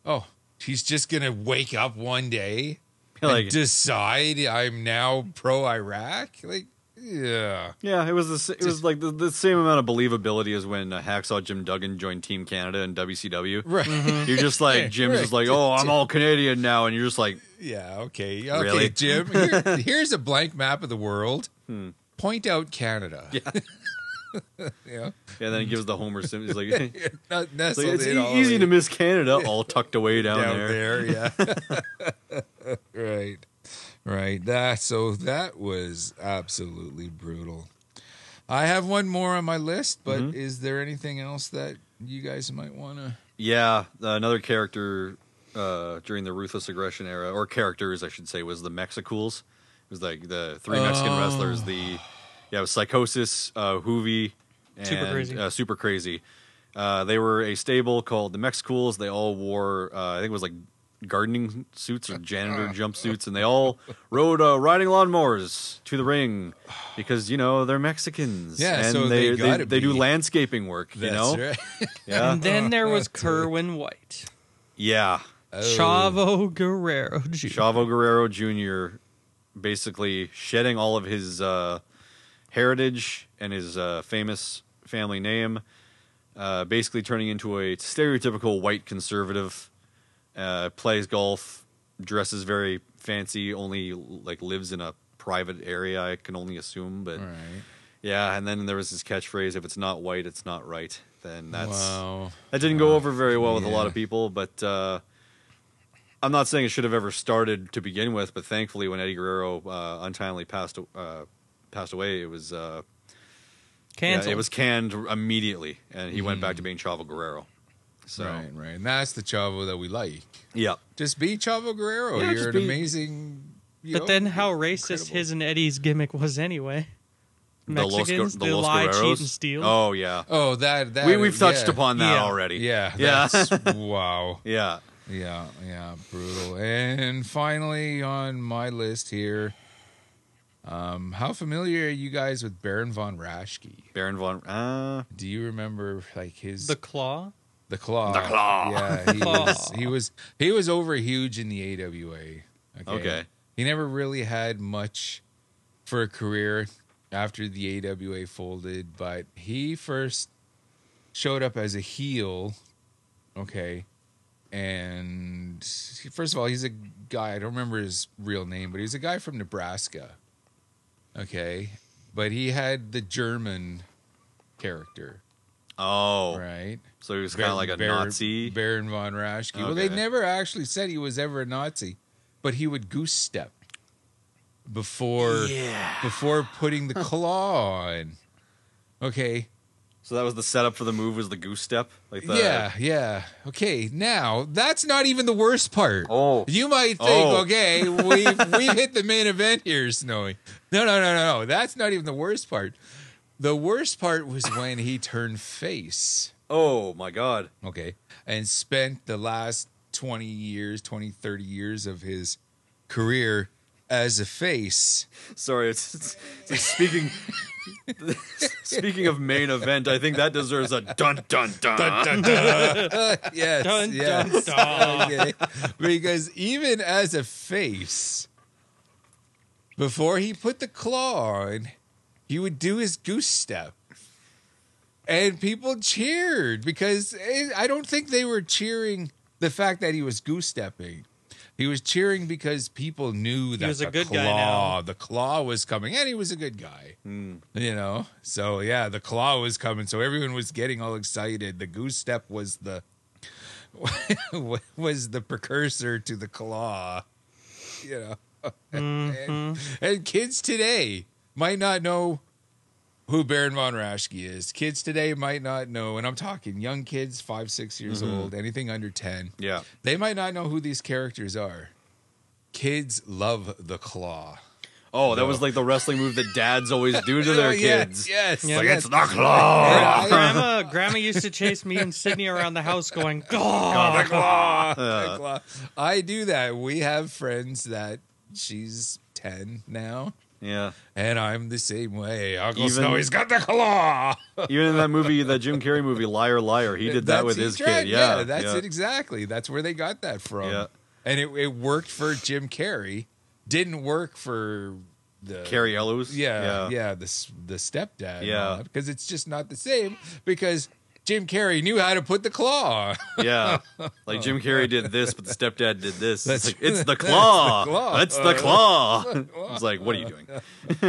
Speaker 3: oh, he's just gonna wake up one day
Speaker 4: Like-
Speaker 3: and decide I'm now pro Iraq. Like, yeah,
Speaker 4: Yeah, it was the, s- it was like the, the same amount of believability as when uh, Hacksaw Jim Duggan joined Team Canada and WCW.
Speaker 3: right.
Speaker 4: You're just like Jim's just like, oh, I'm all Canadian now, and you're just like,
Speaker 3: Yeah, okay. Okay,
Speaker 4: Really?
Speaker 3: Jim, here- here's a blank map of the world.
Speaker 4: Hmm.
Speaker 3: Point out Canada. Yeah. yeah.
Speaker 4: and then it gives the Homer Simpson. It's like, it's,
Speaker 3: Not
Speaker 4: like,
Speaker 3: nestled
Speaker 4: it's
Speaker 3: in all
Speaker 4: e- easy
Speaker 3: the-
Speaker 4: to miss Canada, all tucked away down,
Speaker 3: down
Speaker 4: there.
Speaker 3: there. Yeah. right. Right. That so that was absolutely brutal. I have one more on my list, but
Speaker 4: Mm-hmm.
Speaker 3: is there anything else that you guys might want to
Speaker 4: Yeah, another character uh, during the ruthless aggression era, or characters, I should say, was the Mexicools. It was like the three Mexican
Speaker 3: Oh.
Speaker 4: wrestlers. The yeah, it was Psychosis, uh, Hoovy, and
Speaker 5: Super Crazy.
Speaker 4: Uh, Super Crazy. Uh, they were a stable called the Mexicools. They all wore, uh, I think it was like gardening suits or janitor jumpsuits, and they all rode uh, riding lawnmowers to the ring because you know they're Mexicans.
Speaker 3: Yeah,
Speaker 4: and
Speaker 3: so
Speaker 4: they
Speaker 3: they gotta
Speaker 4: they do
Speaker 3: be.
Speaker 4: landscaping work. you know,
Speaker 3: right.
Speaker 4: yeah,
Speaker 5: And then there was Kerwin White,
Speaker 4: yeah.
Speaker 5: Chavo Guerrero Jr.
Speaker 4: Oh. Chavo Guerrero Jr. basically shedding all of his uh, heritage and his uh, famous family name, uh, basically turning into a stereotypical white conservative. Uh, plays golf, dresses very fancy, only like lives in a private area. I can only assume, but
Speaker 3: Right.
Speaker 4: yeah. And then there was his catchphrase: "If it's not white, it's not right." Then that's
Speaker 3: wow.
Speaker 4: that didn't go over very well with a lot
Speaker 3: yeah.
Speaker 4: of people, but uh, I'm not saying it should have ever started to begin with. But thankfully, when Eddie Guerrero uh, untimely passed uh, passed away, it was uh, yeah,
Speaker 5: Canceled.
Speaker 4: it was canned immediately, and he went back to being Chavo Guerrero. So
Speaker 3: Mm-hmm. Right, right. And that's the Chavo that we like.
Speaker 4: yeah,
Speaker 3: Just be Chavo Guerrero.
Speaker 4: Yeah,
Speaker 3: You're
Speaker 4: just
Speaker 3: an
Speaker 4: be-
Speaker 3: amazing. you
Speaker 5: But
Speaker 3: know,
Speaker 5: then how racist
Speaker 3: incredible.
Speaker 5: his and Eddie's gimmick was anyway.
Speaker 4: Los Gu-
Speaker 5: Mexicans, they
Speaker 4: Los
Speaker 5: lie, cheat,
Speaker 4: Guerreros.
Speaker 5: and steal.
Speaker 4: Oh yeah,
Speaker 3: Oh, that that
Speaker 4: we we've touched
Speaker 3: yeah.
Speaker 4: upon that
Speaker 5: Yeah.
Speaker 4: already.
Speaker 3: Yeah,
Speaker 4: yeah,
Speaker 3: that's- wow.
Speaker 4: yeah.
Speaker 3: Yeah, yeah, brutal. And finally, on my list here, um, how familiar are you guys with Baron von Raschke?
Speaker 4: Baron von uh,
Speaker 3: Do you remember like his
Speaker 5: The claw.
Speaker 3: the claw?
Speaker 4: The Claw.
Speaker 3: Yeah, he was he was he was over huge in the AWA. Okay.
Speaker 4: Okay.
Speaker 3: He never really had much for a career after the AWA folded, but he first showed up as a heel. Okay. And first of all, he's a guy, I don't remember his real name, but he's a guy from Nebraska. Okay. But he had the German character,
Speaker 4: oh,
Speaker 3: right?
Speaker 4: so he was kind of
Speaker 3: Bar-
Speaker 4: like a
Speaker 3: Bar-
Speaker 4: Nazi.
Speaker 3: Baron von Raschke. Well, they
Speaker 4: Okay.
Speaker 3: never actually said he was ever a Nazi, but he would goose step before before putting the claw on. Okay.
Speaker 4: so that was the setup for the move was the goose step, like the
Speaker 3: yeah, yeah. Okay. Now that's not even the worst part.
Speaker 4: Oh.
Speaker 3: You might think,
Speaker 4: Oh.
Speaker 3: okay, we've we've hit the main event here, Snowy. No, no, no, no, no. That's not even the worst part. The worst part was when he turned face.
Speaker 4: Oh my god.
Speaker 3: okay and spent the last 20 years 20 30 years of his career as a face.
Speaker 4: Sorry, it's, it's, it's like speaking. speaking of main event, I think that deserves a dun dun dun.
Speaker 3: Yes,
Speaker 5: Dun,
Speaker 3: yes.
Speaker 5: dun, dun.
Speaker 3: Okay. Because even as a face, before he put the claw on, he would do his goose step. And people cheered because eh, I don't think they were cheering the fact that he was goose stepping. He was cheering because people knew that
Speaker 5: was a
Speaker 3: the
Speaker 5: good guy
Speaker 3: claw, the claw was coming, and he was a good guy. You know, so yeah, the claw was coming, so everyone was getting all excited. The goose step was the was the precursor to the claw. You know, and, and kids today might not know who Baron von Raschke is. Kids today might not know, and I'm talking young kids, five, six years old, anything under ten.
Speaker 4: Yeah,
Speaker 3: They might not know who these characters are. Kids love the claw.
Speaker 4: Oh, that was like the wrestling move that dads always do to their
Speaker 3: Oh, yes,
Speaker 4: kids.
Speaker 3: Yes.
Speaker 5: Yeah,
Speaker 3: Like,
Speaker 5: that-
Speaker 3: it's
Speaker 2: The claw.
Speaker 3: not- I-
Speaker 5: grandma, grandma used to chase me and Sydney around the house, going, "God,
Speaker 4: Uh,
Speaker 3: I do that. We have friends that she's 10 now,
Speaker 4: yeah.
Speaker 3: and I'm the same way. Uncle
Speaker 4: Even-
Speaker 3: Snowy's got the claw.
Speaker 4: Even in that movie, that Jim Carrey movie, Liar Liar, he did that
Speaker 3: That's-
Speaker 4: with
Speaker 3: he
Speaker 4: his
Speaker 3: tried-
Speaker 4: kid. Yeah,
Speaker 3: that's
Speaker 4: yeah.
Speaker 3: it exactly. That's where they got that from.
Speaker 4: Yeah.
Speaker 3: And it, it worked for Jim Carrey, didn't work for the
Speaker 4: Carrie Ellis.
Speaker 3: Yeah, yeah, the s- the stepdad.
Speaker 4: Yeah.
Speaker 3: because it's just not the same. Because Jim Carrey knew how to put the claw.
Speaker 4: yeah, Like Jim Carrey did this, but the stepdad did this. It's,
Speaker 3: That's-
Speaker 4: like, it's the claw.
Speaker 3: claw. Oh,
Speaker 4: That's the claw. It's like, what are you doing?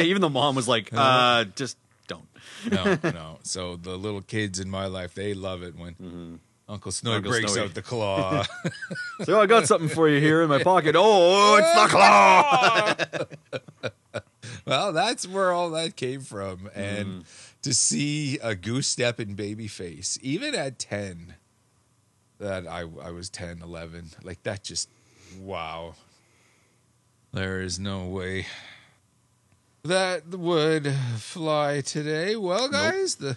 Speaker 4: Even the mom was like, uh, just don't.
Speaker 3: no, no. So the little kids in my life, they love it when Uncle Snowy
Speaker 4: Mm-hmm. Uncle
Speaker 3: breaks
Speaker 4: Snowy.
Speaker 3: out the claw.
Speaker 4: So I got something for you here in my pocket. Oh, it's the claw.
Speaker 3: well, that's where all that came from. And to see a goose step in babyface, even at 10, that I, I was 10, 11, like that just, wow. There is no way that would fly today. Well, guys, the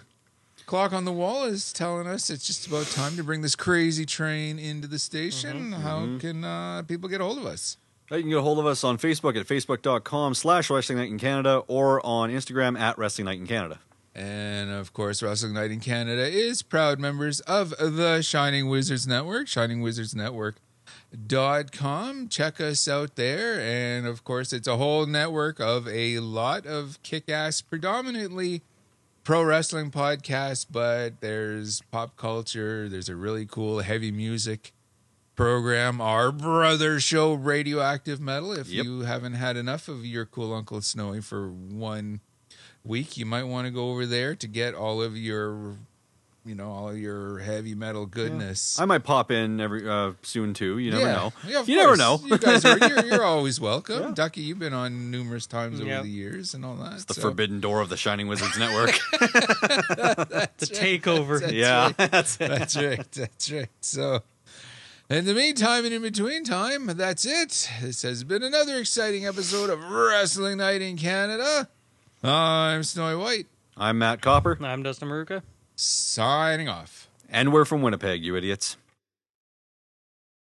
Speaker 3: clock on the wall is telling us it's just about time to bring this crazy train into the station. How can uh, people get a hold of us?
Speaker 4: Uh, You can get a hold of us on Facebook at facebook.com slash Wrestling Night in Canada or on Instagram at Wrestling Night in Canada.
Speaker 3: And of course, Wrestling Night in Canada is proud members of the Shining Wizards Network, shiningwizardsnetwork.com. Check us out there. And of course, it's a whole network of a lot of kick ass, predominantly pro wrestling podcasts, but there's pop culture, there's a really cool heavy music program, our brother show, Radioactive Metal. If
Speaker 4: Yep.
Speaker 3: you haven't had enough of your cool Uncle Snowy for one week, you might want to go over there to get all of your, you know, all of your heavy metal goodness.
Speaker 4: I might pop in every uh, soon too. You never
Speaker 3: Yeah.
Speaker 4: know.
Speaker 3: Yeah, of
Speaker 4: you never
Speaker 3: course.
Speaker 4: know.
Speaker 3: you guys are you're, you're always welcome,
Speaker 4: Yeah.
Speaker 3: Ducky. You've been on numerous times over
Speaker 5: Yeah.
Speaker 3: the years and all that.
Speaker 4: It's the
Speaker 3: so-
Speaker 4: forbidden door of the Shining Wizards Network.
Speaker 5: the takeover."
Speaker 4: yeah.
Speaker 3: That's right. That's right. So, in the meantime and in between time, that's it. This has been another exciting episode of Wrestling Night in Canada. I'm Snowy White,
Speaker 4: I'm Matt Copper,
Speaker 5: I'm Dustin Maruka.
Speaker 3: signing off.
Speaker 4: and we're from Winnipeg, you idiots.